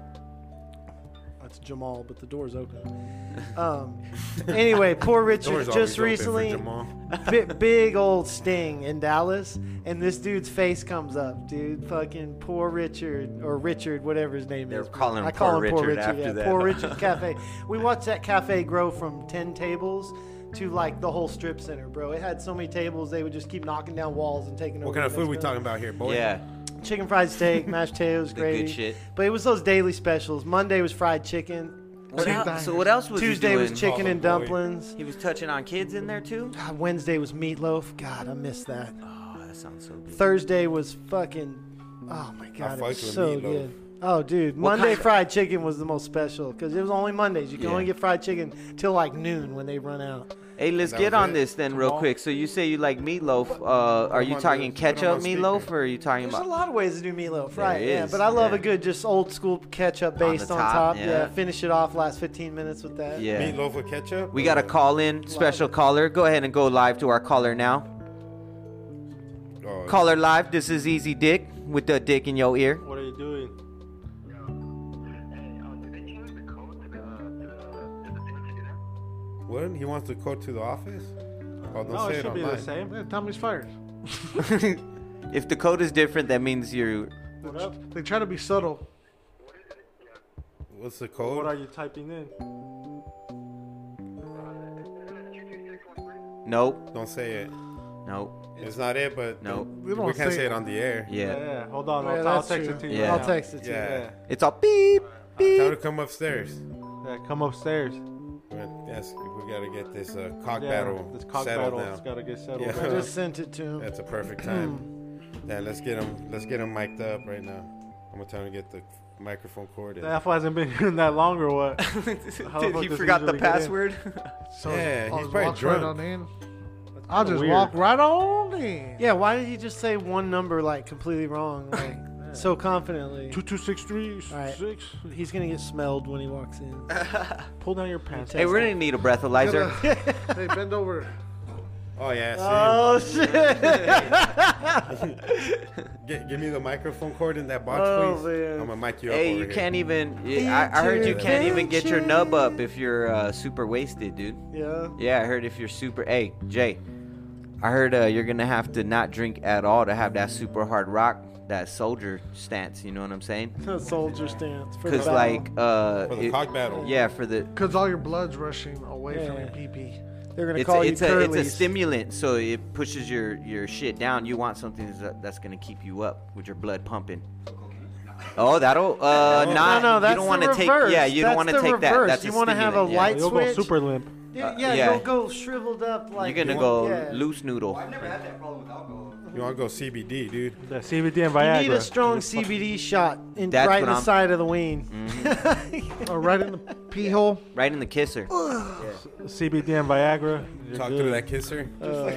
[SPEAKER 4] That's Jamal, but the door's open. Um, anyway, poor Richard
[SPEAKER 2] Doors always
[SPEAKER 4] just
[SPEAKER 2] open for
[SPEAKER 4] recently,
[SPEAKER 2] Jamal.
[SPEAKER 4] bi- big old sting in Dallas, and this dude's face comes up, dude. Fucking poor Richard or Richard, whatever his name
[SPEAKER 6] They're
[SPEAKER 4] is.
[SPEAKER 6] calling him
[SPEAKER 4] I call
[SPEAKER 6] Poor
[SPEAKER 4] him poor
[SPEAKER 6] Richard
[SPEAKER 4] Richard.
[SPEAKER 6] after
[SPEAKER 4] yeah,
[SPEAKER 6] that.
[SPEAKER 4] poor Richard's cafe. We watched that cafe grow from ten tables. To like the whole strip center, bro. It had so many tables they would just keep knocking down walls and taking over.
[SPEAKER 2] What kind of
[SPEAKER 4] the
[SPEAKER 2] food
[SPEAKER 4] next
[SPEAKER 2] we
[SPEAKER 4] building
[SPEAKER 2] talking about here, boy?
[SPEAKER 6] yeah,
[SPEAKER 4] chicken fried steak, mashed potatoes,
[SPEAKER 6] The good
[SPEAKER 4] gravy.
[SPEAKER 6] shit.
[SPEAKER 4] But it was those daily specials. Monday was fried chicken.
[SPEAKER 6] What
[SPEAKER 5] Two
[SPEAKER 6] el-
[SPEAKER 5] diners.
[SPEAKER 6] so what else was
[SPEAKER 4] Tuesday
[SPEAKER 6] he
[SPEAKER 4] was
[SPEAKER 6] doing?
[SPEAKER 4] chicken
[SPEAKER 2] Oh,
[SPEAKER 4] and
[SPEAKER 2] boy.
[SPEAKER 4] dumplings.
[SPEAKER 6] He was touching on kids in there too.
[SPEAKER 4] God, Wednesday was meatloaf. God, I miss that.
[SPEAKER 6] Oh, that sounds so good.
[SPEAKER 4] Thursday was fucking. Oh my god,
[SPEAKER 2] fucked
[SPEAKER 4] it was
[SPEAKER 2] with
[SPEAKER 4] so
[SPEAKER 2] meatloaf.
[SPEAKER 4] good. Oh dude, Monday fried chicken was the most special because it was only Mondays. You can
[SPEAKER 6] Yeah.
[SPEAKER 4] only get fried chicken till like noon when they run out.
[SPEAKER 6] Hey, let's
[SPEAKER 2] That
[SPEAKER 6] get
[SPEAKER 2] was
[SPEAKER 6] on
[SPEAKER 2] it.
[SPEAKER 6] this then real quick. So you say you like meatloaf? Uh, are
[SPEAKER 5] I'm
[SPEAKER 6] you
[SPEAKER 5] on
[SPEAKER 6] talking
[SPEAKER 5] this. Put 'em
[SPEAKER 6] ketchup
[SPEAKER 5] on speaker.
[SPEAKER 6] meatloaf, or are you talking
[SPEAKER 4] There's
[SPEAKER 6] about?
[SPEAKER 4] a lot of ways to do meatloaf,
[SPEAKER 6] There
[SPEAKER 4] right? Yeah,
[SPEAKER 6] is,
[SPEAKER 4] but I love a
[SPEAKER 6] yeah.
[SPEAKER 4] good just old school ketchup
[SPEAKER 6] On the
[SPEAKER 4] based on
[SPEAKER 6] top,
[SPEAKER 4] top.
[SPEAKER 6] yeah.
[SPEAKER 4] yeah. finish it off last 15 minutes with that.
[SPEAKER 6] Yeah.
[SPEAKER 2] Meatloaf with ketchup.
[SPEAKER 6] We got a call in, special caller. Go ahead and go live to our caller now.
[SPEAKER 2] Oh,
[SPEAKER 6] Caller live, this is Easy Dick with the dick in your ear.
[SPEAKER 3] What are you doing?
[SPEAKER 2] What? He wants to go to the office? Oh, don't
[SPEAKER 3] No,
[SPEAKER 2] say
[SPEAKER 3] it
[SPEAKER 2] it
[SPEAKER 3] should be
[SPEAKER 2] online.
[SPEAKER 3] the same.
[SPEAKER 5] Yeah, Tommy's fired.
[SPEAKER 6] If the code is different, that means you're.
[SPEAKER 3] What up?
[SPEAKER 5] They try to be subtle.
[SPEAKER 2] What's the
[SPEAKER 3] What are
[SPEAKER 2] code?
[SPEAKER 3] you typing in?
[SPEAKER 6] Nope,
[SPEAKER 2] Don't say it.
[SPEAKER 6] nope,
[SPEAKER 2] It's not it, but
[SPEAKER 6] nope.
[SPEAKER 5] We
[SPEAKER 2] we,
[SPEAKER 5] don't
[SPEAKER 2] can't
[SPEAKER 5] say
[SPEAKER 2] say
[SPEAKER 5] it.
[SPEAKER 2] it on the air.
[SPEAKER 3] Yeah,
[SPEAKER 6] Yeah.
[SPEAKER 3] yeah. Hold on,
[SPEAKER 4] Yeah,
[SPEAKER 3] I'll, I'll
[SPEAKER 4] that's
[SPEAKER 3] text
[SPEAKER 4] true.
[SPEAKER 3] it to you.
[SPEAKER 6] Yeah.
[SPEAKER 3] right
[SPEAKER 4] I'll
[SPEAKER 3] now.
[SPEAKER 4] text it to you.
[SPEAKER 2] Yeah.
[SPEAKER 6] It's all beep,
[SPEAKER 2] Tell her
[SPEAKER 6] beep.
[SPEAKER 2] to come upstairs.
[SPEAKER 3] Yeah, come upstairs.
[SPEAKER 2] But Yes, we gotta get this uh, cock
[SPEAKER 3] Yeah,
[SPEAKER 2] battle
[SPEAKER 3] this cock
[SPEAKER 2] settled
[SPEAKER 3] battle has
[SPEAKER 2] now.
[SPEAKER 3] got to get settled.
[SPEAKER 2] Yeah.
[SPEAKER 4] I
[SPEAKER 3] man.
[SPEAKER 4] just sent it to him.
[SPEAKER 2] That's a perfect time. yeah, let's get him. Let's get him mic'd up right now. I'm gonna tell him to get the microphone cord in.
[SPEAKER 3] That fool hasn't been here that long or what? How the
[SPEAKER 6] Did
[SPEAKER 3] fuck
[SPEAKER 6] he
[SPEAKER 3] does
[SPEAKER 6] forgot the
[SPEAKER 3] usually get in?
[SPEAKER 6] password?
[SPEAKER 5] So
[SPEAKER 2] Yeah, he's
[SPEAKER 5] I'll just
[SPEAKER 2] probably
[SPEAKER 5] walk
[SPEAKER 2] drunk.
[SPEAKER 5] right on in. I'll just
[SPEAKER 3] weird.
[SPEAKER 5] walk right on in.
[SPEAKER 4] Yeah, why did he just say one number like completely wrong, like so confidently?
[SPEAKER 5] Two two six three
[SPEAKER 4] Alright.
[SPEAKER 5] six.
[SPEAKER 4] He's gonna get smelled when he walks in.
[SPEAKER 3] Pull down your pants.
[SPEAKER 6] hey, we're gonna need a breathalyzer.
[SPEAKER 5] Hey, bend over.
[SPEAKER 2] oh yeah. See,
[SPEAKER 4] oh shit!
[SPEAKER 2] Get, give me the microphone cord in that box,
[SPEAKER 4] Oh,
[SPEAKER 2] please.
[SPEAKER 4] man.
[SPEAKER 2] I'm gonna mic you up.
[SPEAKER 6] Hey,
[SPEAKER 2] over
[SPEAKER 6] you
[SPEAKER 2] here.
[SPEAKER 6] can't even. Yeah, I, I heard you can't even get your nub up if you're uh, super wasted, dude.
[SPEAKER 4] yeah.
[SPEAKER 6] Yeah, I heard if you're super. Hey, Jay, I heard uh, you're gonna have to not drink at all to have that super hard rock, that soldier stance. You know what I'm saying?
[SPEAKER 4] Soldier stance. For the
[SPEAKER 6] Because
[SPEAKER 4] battle.
[SPEAKER 6] like, uh,
[SPEAKER 2] For the
[SPEAKER 6] it-
[SPEAKER 2] cock battle.
[SPEAKER 6] yeah, for the
[SPEAKER 5] Cause all your blood's rushing away from
[SPEAKER 4] Yeah.
[SPEAKER 5] your pee pee.
[SPEAKER 4] they're gonna
[SPEAKER 6] it's a,
[SPEAKER 4] call
[SPEAKER 6] it's
[SPEAKER 4] you
[SPEAKER 6] a it's a
[SPEAKER 4] Curly's.
[SPEAKER 6] stimulant, so it pushes your your shit down. You want something that's- that's gonna keep you up with your blood pumping. Oh, that'll uh, not.
[SPEAKER 4] no, no, that's
[SPEAKER 6] you don't
[SPEAKER 4] the
[SPEAKER 6] wanna take.
[SPEAKER 4] reverse.
[SPEAKER 6] Yeah, you
[SPEAKER 4] That's
[SPEAKER 6] don't want to
[SPEAKER 4] the
[SPEAKER 6] take that.
[SPEAKER 4] reverse.
[SPEAKER 6] That's
[SPEAKER 4] You
[SPEAKER 6] want
[SPEAKER 4] wanna
[SPEAKER 6] to
[SPEAKER 4] have a
[SPEAKER 6] yeah.
[SPEAKER 4] light
[SPEAKER 3] You'll go
[SPEAKER 4] switch.
[SPEAKER 3] super limp.
[SPEAKER 4] Yeah, yeah,
[SPEAKER 6] uh, yeah.
[SPEAKER 4] you'll go shriveled up like.
[SPEAKER 6] You're gonna
[SPEAKER 4] you
[SPEAKER 6] go
[SPEAKER 4] yeah.
[SPEAKER 6] loose noodle.
[SPEAKER 2] You wanna go CBD, dude?
[SPEAKER 3] The CBD and
[SPEAKER 4] You
[SPEAKER 3] Viagra.
[SPEAKER 4] need a strong CBD shot in
[SPEAKER 6] That's
[SPEAKER 4] right
[SPEAKER 6] what
[SPEAKER 4] in the
[SPEAKER 6] I'm- Mm-hmm.
[SPEAKER 4] side of the ween.
[SPEAKER 5] Or right in the
[SPEAKER 8] pee hole.
[SPEAKER 6] Right in the kisser.
[SPEAKER 3] CBD and Viagra. you're
[SPEAKER 2] Talk
[SPEAKER 3] good.
[SPEAKER 2] through that kisser.
[SPEAKER 4] Uh.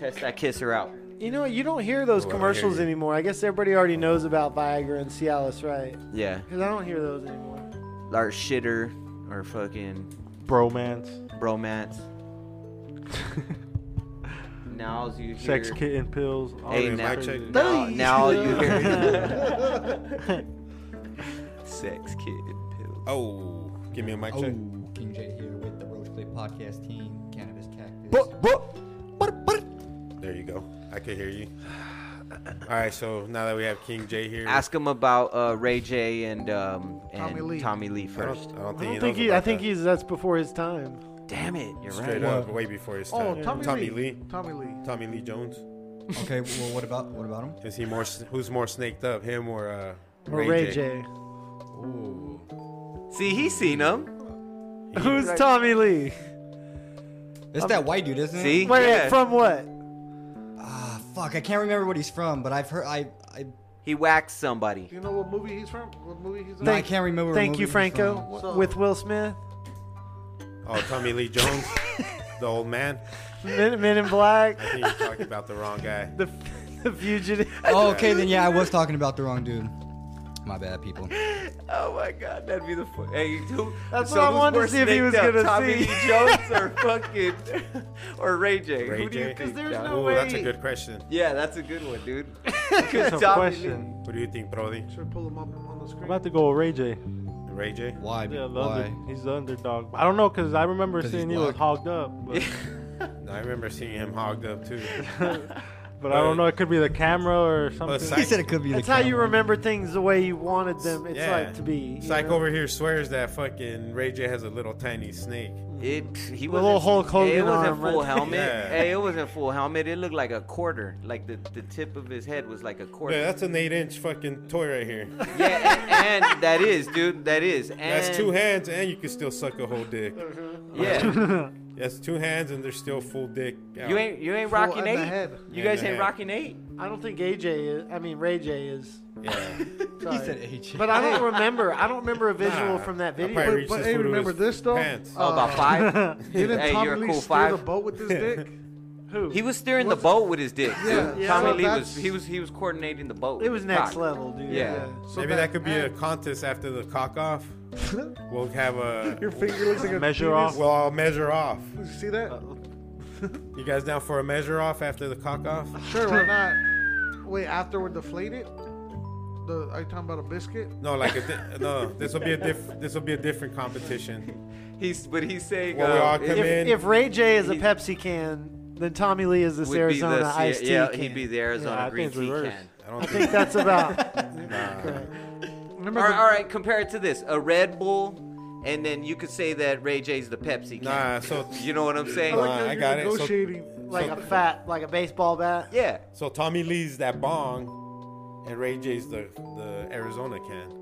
[SPEAKER 6] Test that kisser out.
[SPEAKER 4] You know, what? you don't hear those
[SPEAKER 2] Oh, I hear
[SPEAKER 4] commercials
[SPEAKER 2] you.
[SPEAKER 4] anymore. I guess everybody already knows about Viagra and Cialis, right?
[SPEAKER 6] Yeah.
[SPEAKER 4] Because I don't hear those anymore.
[SPEAKER 6] Or shitter. Or fucking
[SPEAKER 3] Bromance.
[SPEAKER 6] bromance. now all you hear.
[SPEAKER 3] Sex kitten pills. all
[SPEAKER 6] Hey,
[SPEAKER 3] that
[SPEAKER 6] now,
[SPEAKER 2] mic check.
[SPEAKER 6] now, now all you hear. is- Sex kitten pills.
[SPEAKER 2] Oh, give me a mic
[SPEAKER 8] Oh,
[SPEAKER 2] check.
[SPEAKER 8] King J here with the Roach Clip Podcast team, Cannabis Cactus.
[SPEAKER 2] There you go. I could hear you. All right, so now that we have King J here,
[SPEAKER 6] Ask him about uh, Ray J and um and
[SPEAKER 5] Tommy
[SPEAKER 2] I
[SPEAKER 5] Lee.
[SPEAKER 2] don't,
[SPEAKER 6] first.
[SPEAKER 2] I don't
[SPEAKER 4] I
[SPEAKER 2] think
[SPEAKER 4] don't
[SPEAKER 2] he
[SPEAKER 4] think
[SPEAKER 2] knows
[SPEAKER 4] he.
[SPEAKER 2] about
[SPEAKER 4] I think
[SPEAKER 2] that.
[SPEAKER 4] he's that's before his time.
[SPEAKER 6] Damn it, you're
[SPEAKER 2] straight
[SPEAKER 6] right.
[SPEAKER 2] up way before his
[SPEAKER 5] Oh,
[SPEAKER 2] time.
[SPEAKER 5] Tommy,
[SPEAKER 2] Lee.
[SPEAKER 5] Tommy Lee.
[SPEAKER 2] Tommy Lee Jones.
[SPEAKER 8] okay, well, what about what about him?
[SPEAKER 2] Is he more? s- Who's more snaked up, him or uh,
[SPEAKER 4] Or Ray J.
[SPEAKER 6] See, he's seen him.
[SPEAKER 4] Who's Tommy Lee?
[SPEAKER 8] It's
[SPEAKER 4] Um,
[SPEAKER 8] that white dude, isn't
[SPEAKER 6] See?
[SPEAKER 8] it?
[SPEAKER 4] Wait,
[SPEAKER 6] Yeah.
[SPEAKER 4] from what?
[SPEAKER 8] Ah, fuck, I can't remember what he's from, but I've heard I I
[SPEAKER 6] He whacked somebody.
[SPEAKER 5] Do you know what movie he's from? What movie he's in?
[SPEAKER 8] no, I can't remember. what
[SPEAKER 4] Thank
[SPEAKER 8] movie
[SPEAKER 4] you,
[SPEAKER 8] he's
[SPEAKER 4] Franco.
[SPEAKER 5] from.
[SPEAKER 4] With Will Smith,
[SPEAKER 2] Oh, Tommy Lee Jones, the old man.
[SPEAKER 4] Men, Men in Black,
[SPEAKER 2] I think you're talking about the wrong guy.
[SPEAKER 4] the, the Fugitive.
[SPEAKER 8] from. Oh, okay, then yeah, I was talking about the wrong dude. My bad, people.
[SPEAKER 6] Oh my god, that'd be the fu- hey, who,
[SPEAKER 4] That's
[SPEAKER 6] so
[SPEAKER 4] what I
[SPEAKER 6] who's
[SPEAKER 4] wanted to
[SPEAKER 6] more
[SPEAKER 4] see if he
[SPEAKER 6] snaked
[SPEAKER 4] was
[SPEAKER 6] up,
[SPEAKER 4] gonna
[SPEAKER 6] Tommy
[SPEAKER 4] see.
[SPEAKER 6] Lee Jones or fucking or Ray J.
[SPEAKER 2] Ray
[SPEAKER 6] who do
[SPEAKER 2] J.
[SPEAKER 6] you
[SPEAKER 2] 'Cause
[SPEAKER 6] think?
[SPEAKER 4] there's
[SPEAKER 6] John?
[SPEAKER 4] no-
[SPEAKER 2] Ooh, that's a
[SPEAKER 4] Wait.
[SPEAKER 2] good question.
[SPEAKER 6] Yeah, that's a good one, dude.
[SPEAKER 3] That's a
[SPEAKER 6] Tommy
[SPEAKER 3] question.
[SPEAKER 2] What do you think, Brody?
[SPEAKER 5] Should I pull him up on the screen?
[SPEAKER 3] I'm about to go with Ray J.
[SPEAKER 2] Ray J.
[SPEAKER 8] Why?
[SPEAKER 3] Yeah, the
[SPEAKER 8] Why?
[SPEAKER 3] under, he's the underdog. I don't know because I remember
[SPEAKER 8] 'Cause he's
[SPEAKER 3] seeing he was
[SPEAKER 8] black.
[SPEAKER 3] hogged up, but,
[SPEAKER 2] No, I remember seeing him hogged up too.
[SPEAKER 3] but I don't know. It could be the camera or something.
[SPEAKER 8] He
[SPEAKER 2] Psych,
[SPEAKER 8] said it could be
[SPEAKER 4] That's
[SPEAKER 8] the
[SPEAKER 4] how you
[SPEAKER 8] camera.
[SPEAKER 4] remember things the way you wanted them. It's
[SPEAKER 2] Yeah.
[SPEAKER 4] like to be. you
[SPEAKER 2] Psych
[SPEAKER 4] know?
[SPEAKER 2] over here swears that fucking Ray J has a little tiny snake.
[SPEAKER 6] It he
[SPEAKER 4] The
[SPEAKER 6] was
[SPEAKER 4] little Hulk
[SPEAKER 6] It
[SPEAKER 4] Hogan
[SPEAKER 6] wasn't
[SPEAKER 4] arm right
[SPEAKER 6] full
[SPEAKER 4] there.
[SPEAKER 6] helmet.
[SPEAKER 2] Yeah.
[SPEAKER 6] Hey, it wasn't full helmet. It looked like a quarter. Like the, the tip of his head was like a quarter.
[SPEAKER 2] Yeah,
[SPEAKER 6] Yeah,
[SPEAKER 2] that's an eight-inch fucking toy right here.
[SPEAKER 6] and, and that is, dude. That is. And
[SPEAKER 2] That's two hands, and you can still suck a whole dick.
[SPEAKER 6] Yeah,
[SPEAKER 2] That's two hands, and they're still full dick. out.
[SPEAKER 6] you ain't you ain't
[SPEAKER 5] Full
[SPEAKER 6] rocking
[SPEAKER 5] in the
[SPEAKER 6] eight.
[SPEAKER 5] head.
[SPEAKER 6] You
[SPEAKER 2] In
[SPEAKER 6] guys
[SPEAKER 2] the
[SPEAKER 6] ain't
[SPEAKER 2] head.
[SPEAKER 6] rocking eight.
[SPEAKER 4] I don't think AJ is. I mean Ray J is.
[SPEAKER 2] Yeah.
[SPEAKER 8] He said H.
[SPEAKER 4] But I don't remember. I don't remember a
[SPEAKER 2] Nah,
[SPEAKER 4] visual from that
[SPEAKER 2] I
[SPEAKER 4] video.
[SPEAKER 2] probably-
[SPEAKER 5] But,
[SPEAKER 2] reached
[SPEAKER 5] but
[SPEAKER 2] his
[SPEAKER 5] hey,
[SPEAKER 2] foot to
[SPEAKER 5] remember
[SPEAKER 2] his
[SPEAKER 5] this though?
[SPEAKER 2] pants.
[SPEAKER 6] Oh, about five.
[SPEAKER 5] Didn't
[SPEAKER 6] Hey,
[SPEAKER 5] Tommy
[SPEAKER 6] you're a
[SPEAKER 5] Lee
[SPEAKER 6] cool
[SPEAKER 5] steer
[SPEAKER 6] five.
[SPEAKER 5] the boat with his dick?
[SPEAKER 4] Who?
[SPEAKER 6] He was steering the boat with his dick.
[SPEAKER 5] Yeah.
[SPEAKER 6] dude.
[SPEAKER 5] Yeah.
[SPEAKER 6] Tommy
[SPEAKER 5] So
[SPEAKER 6] Lee was
[SPEAKER 5] that's-
[SPEAKER 6] he was he was coordinating the boat.
[SPEAKER 4] It
[SPEAKER 6] with
[SPEAKER 4] was
[SPEAKER 6] his
[SPEAKER 4] next
[SPEAKER 6] cock.
[SPEAKER 4] level, dude.
[SPEAKER 6] Yeah.
[SPEAKER 5] So
[SPEAKER 2] Maybe that could be a contest after the cock off. We'll have a.
[SPEAKER 5] Your finger looks like a
[SPEAKER 3] Measure
[SPEAKER 5] penis.
[SPEAKER 3] off.
[SPEAKER 2] We'll all measure off.
[SPEAKER 5] You see that?
[SPEAKER 2] You guys down for a measure off after the cock off?
[SPEAKER 5] Sure, why not? Wait, after we're deflated? The, are you talking about a biscuit?
[SPEAKER 2] No, like a di- no. This will be a diff. This will be a different competition.
[SPEAKER 6] He's but he's saying
[SPEAKER 2] Well, we
[SPEAKER 6] uh,
[SPEAKER 2] all come
[SPEAKER 6] it
[SPEAKER 2] in.
[SPEAKER 4] If, if Ray J is a
[SPEAKER 6] He-
[SPEAKER 4] Pepsi can, then Tommy Lee is this
[SPEAKER 6] would be
[SPEAKER 4] Arizona
[SPEAKER 6] the,
[SPEAKER 4] iced tea
[SPEAKER 6] yeah,
[SPEAKER 4] can.
[SPEAKER 6] he'd be the
[SPEAKER 3] Yeah,
[SPEAKER 6] Arizona
[SPEAKER 3] I
[SPEAKER 6] green
[SPEAKER 3] think it's
[SPEAKER 6] tea
[SPEAKER 3] reverse.
[SPEAKER 6] can.
[SPEAKER 2] I don't
[SPEAKER 4] I
[SPEAKER 2] think.
[SPEAKER 4] think that's about.
[SPEAKER 5] Remember
[SPEAKER 6] All right,
[SPEAKER 5] the-
[SPEAKER 6] all right, compare it to this: a Red Bull, and then you could say that Ray J's the Pepsi can.
[SPEAKER 2] Nah. So
[SPEAKER 6] You know what I'm saying?
[SPEAKER 2] Nah, I
[SPEAKER 5] you're
[SPEAKER 2] got it. So,
[SPEAKER 5] negotiating.
[SPEAKER 4] like a fat, like a baseball bat.
[SPEAKER 6] yeah,
[SPEAKER 2] so Tommy Lee's that bong, and Ray J's the the Arizona can.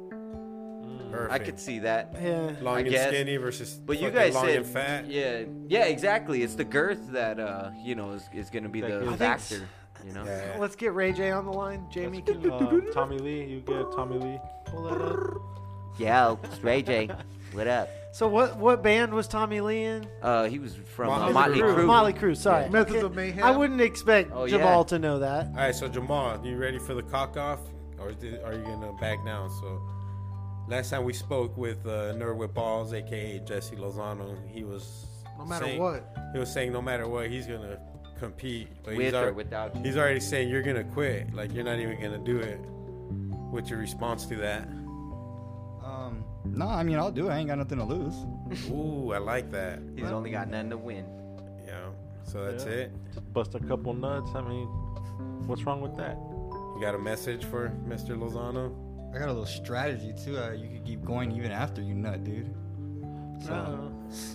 [SPEAKER 2] Perfect.
[SPEAKER 6] I could see that.
[SPEAKER 4] Yeah.
[SPEAKER 2] Long
[SPEAKER 6] I
[SPEAKER 2] and
[SPEAKER 6] guess.
[SPEAKER 2] skinny versus.
[SPEAKER 6] But you
[SPEAKER 2] fucking
[SPEAKER 6] guys
[SPEAKER 2] long
[SPEAKER 6] said,
[SPEAKER 2] and fat.
[SPEAKER 6] yeah, yeah, exactly. It's the girth that uh, you know is, is going to be the
[SPEAKER 3] gives- I
[SPEAKER 4] think
[SPEAKER 6] factor. You know,
[SPEAKER 2] Yeah.
[SPEAKER 4] Let's get Ray J on the line. Jamie, can you
[SPEAKER 3] Uh, Tommy Lee, you get Tommy Lee.
[SPEAKER 4] pull that up?
[SPEAKER 6] yeah, it's Ray J. What up?
[SPEAKER 4] So what? What band was Tommy Lee in?
[SPEAKER 6] Uh, he was from
[SPEAKER 2] Motley
[SPEAKER 6] uh, Motley
[SPEAKER 2] Crue.
[SPEAKER 6] Crue.
[SPEAKER 4] Molly Crew. Sorry.
[SPEAKER 5] Methods
[SPEAKER 4] Okay.
[SPEAKER 5] of Mayhem.
[SPEAKER 4] I wouldn't expect
[SPEAKER 6] Oh, yeah.
[SPEAKER 4] Jamal to know that.
[SPEAKER 2] All right, so Jamal, you ready for the cock off, or did, are you gonna back down? So, last time we spoke with uh, Nerd with Balls, aka Jesse Lozano, he was
[SPEAKER 5] No matter
[SPEAKER 2] saying-
[SPEAKER 5] what.
[SPEAKER 2] he was saying no matter what he's gonna compete, but he's
[SPEAKER 6] With or
[SPEAKER 2] alre-
[SPEAKER 6] without you.
[SPEAKER 2] He's already saying you're gonna quit, like you're not even gonna do it. What's your response to that?
[SPEAKER 8] Um, no, I mean I'll do it. I ain't got nothing to lose.
[SPEAKER 2] Ooh, I like that.
[SPEAKER 6] He's only got none to win.
[SPEAKER 2] Yeah. So that's
[SPEAKER 3] Yeah.
[SPEAKER 2] it.
[SPEAKER 3] Just bust a couple nuts. I mean, what's wrong with that?
[SPEAKER 2] You got a message for Mr. Lozano?
[SPEAKER 8] I got a little strategy too. Uh, you could keep going even after you nut, dude. So,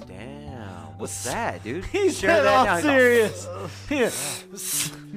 [SPEAKER 6] Damn, what's that, dude?
[SPEAKER 4] He's
[SPEAKER 6] Share
[SPEAKER 4] dead
[SPEAKER 6] that
[SPEAKER 4] all
[SPEAKER 6] now. He's all-
[SPEAKER 4] serious. Yeah.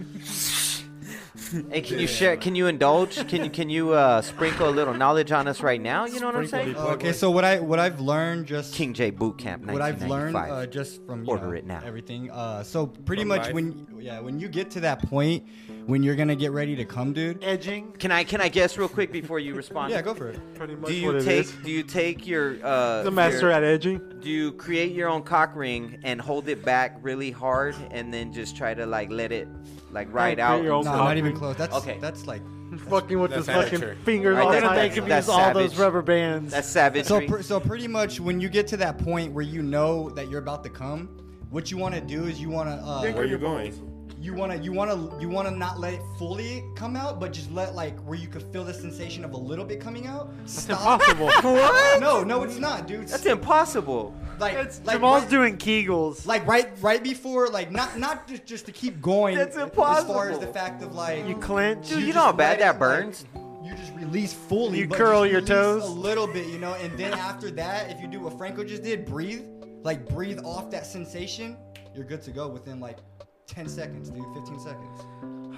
[SPEAKER 6] Hey, can you share? Can you indulge? Can you can you uh, sprinkle a little knowledge on us right now? You know what I'm
[SPEAKER 2] Sprinkle
[SPEAKER 6] saying?
[SPEAKER 2] the-
[SPEAKER 8] okay, so what I what I've learned just
[SPEAKER 6] King J Boot Camp.
[SPEAKER 8] what I've learned
[SPEAKER 6] 1995.
[SPEAKER 8] uh, just from you
[SPEAKER 6] Order
[SPEAKER 8] know,
[SPEAKER 6] it now.
[SPEAKER 8] everything. Uh, so pretty
[SPEAKER 2] From
[SPEAKER 8] much
[SPEAKER 2] life?
[SPEAKER 8] when Yeah, when you get to that point when you're gonna get ready to come, dude.
[SPEAKER 4] Edging.
[SPEAKER 6] Can I can I guess real quick before you respond?
[SPEAKER 8] Yeah, go for it.
[SPEAKER 3] Pretty much
[SPEAKER 6] Do
[SPEAKER 3] what
[SPEAKER 6] you
[SPEAKER 3] it
[SPEAKER 6] take
[SPEAKER 3] is.
[SPEAKER 6] do you take your uh
[SPEAKER 3] the master
[SPEAKER 6] your-
[SPEAKER 3] at edging?
[SPEAKER 6] do you create your own cock ring and hold it back really hard and then just try to like let it like ride
[SPEAKER 3] create
[SPEAKER 6] out?
[SPEAKER 3] your
[SPEAKER 8] No,
[SPEAKER 6] and-
[SPEAKER 3] own cock
[SPEAKER 8] not even
[SPEAKER 3] ring.
[SPEAKER 8] close. That's
[SPEAKER 6] Okay.
[SPEAKER 8] that's like
[SPEAKER 4] fucking with his
[SPEAKER 2] That's
[SPEAKER 4] fucking
[SPEAKER 2] amateur.
[SPEAKER 4] fingers
[SPEAKER 6] Right,
[SPEAKER 4] all the
[SPEAKER 6] that's-
[SPEAKER 4] time. They
[SPEAKER 6] that's-
[SPEAKER 4] can use
[SPEAKER 6] that's
[SPEAKER 4] all those
[SPEAKER 6] savage.
[SPEAKER 4] rubber bands.
[SPEAKER 6] That's savage.
[SPEAKER 8] so. Pr- so pretty much when you get to that point where you know that you're about to come, what you want to do is you want to
[SPEAKER 2] Where
[SPEAKER 8] uh,
[SPEAKER 2] you going?
[SPEAKER 8] you want to you want to you want to not let it fully come out, but just let like where you could feel the sensation of a little bit coming out. Stop.
[SPEAKER 3] Impossible.
[SPEAKER 8] No, no, it's not, dude.
[SPEAKER 6] That's impossible.
[SPEAKER 8] like,
[SPEAKER 4] It's-
[SPEAKER 8] like
[SPEAKER 4] Jamal's
[SPEAKER 8] right-
[SPEAKER 4] doing Kegels.
[SPEAKER 8] like right right before like not not just, just to keep going
[SPEAKER 6] That's
[SPEAKER 8] as far as
[SPEAKER 6] impossible.
[SPEAKER 8] the fact of like
[SPEAKER 4] you clench.
[SPEAKER 6] Dude, you, know
[SPEAKER 8] just
[SPEAKER 6] how bad
[SPEAKER 8] let
[SPEAKER 6] that
[SPEAKER 8] it, like,
[SPEAKER 6] burns?
[SPEAKER 8] you just release fully
[SPEAKER 4] You
[SPEAKER 8] but
[SPEAKER 4] curl
[SPEAKER 8] just
[SPEAKER 4] your
[SPEAKER 8] release
[SPEAKER 4] toes.
[SPEAKER 8] a little bit you know and then after that if you do what franco just did breathe like breathe off that sensation you're good to go within like 10 seconds dude 15 seconds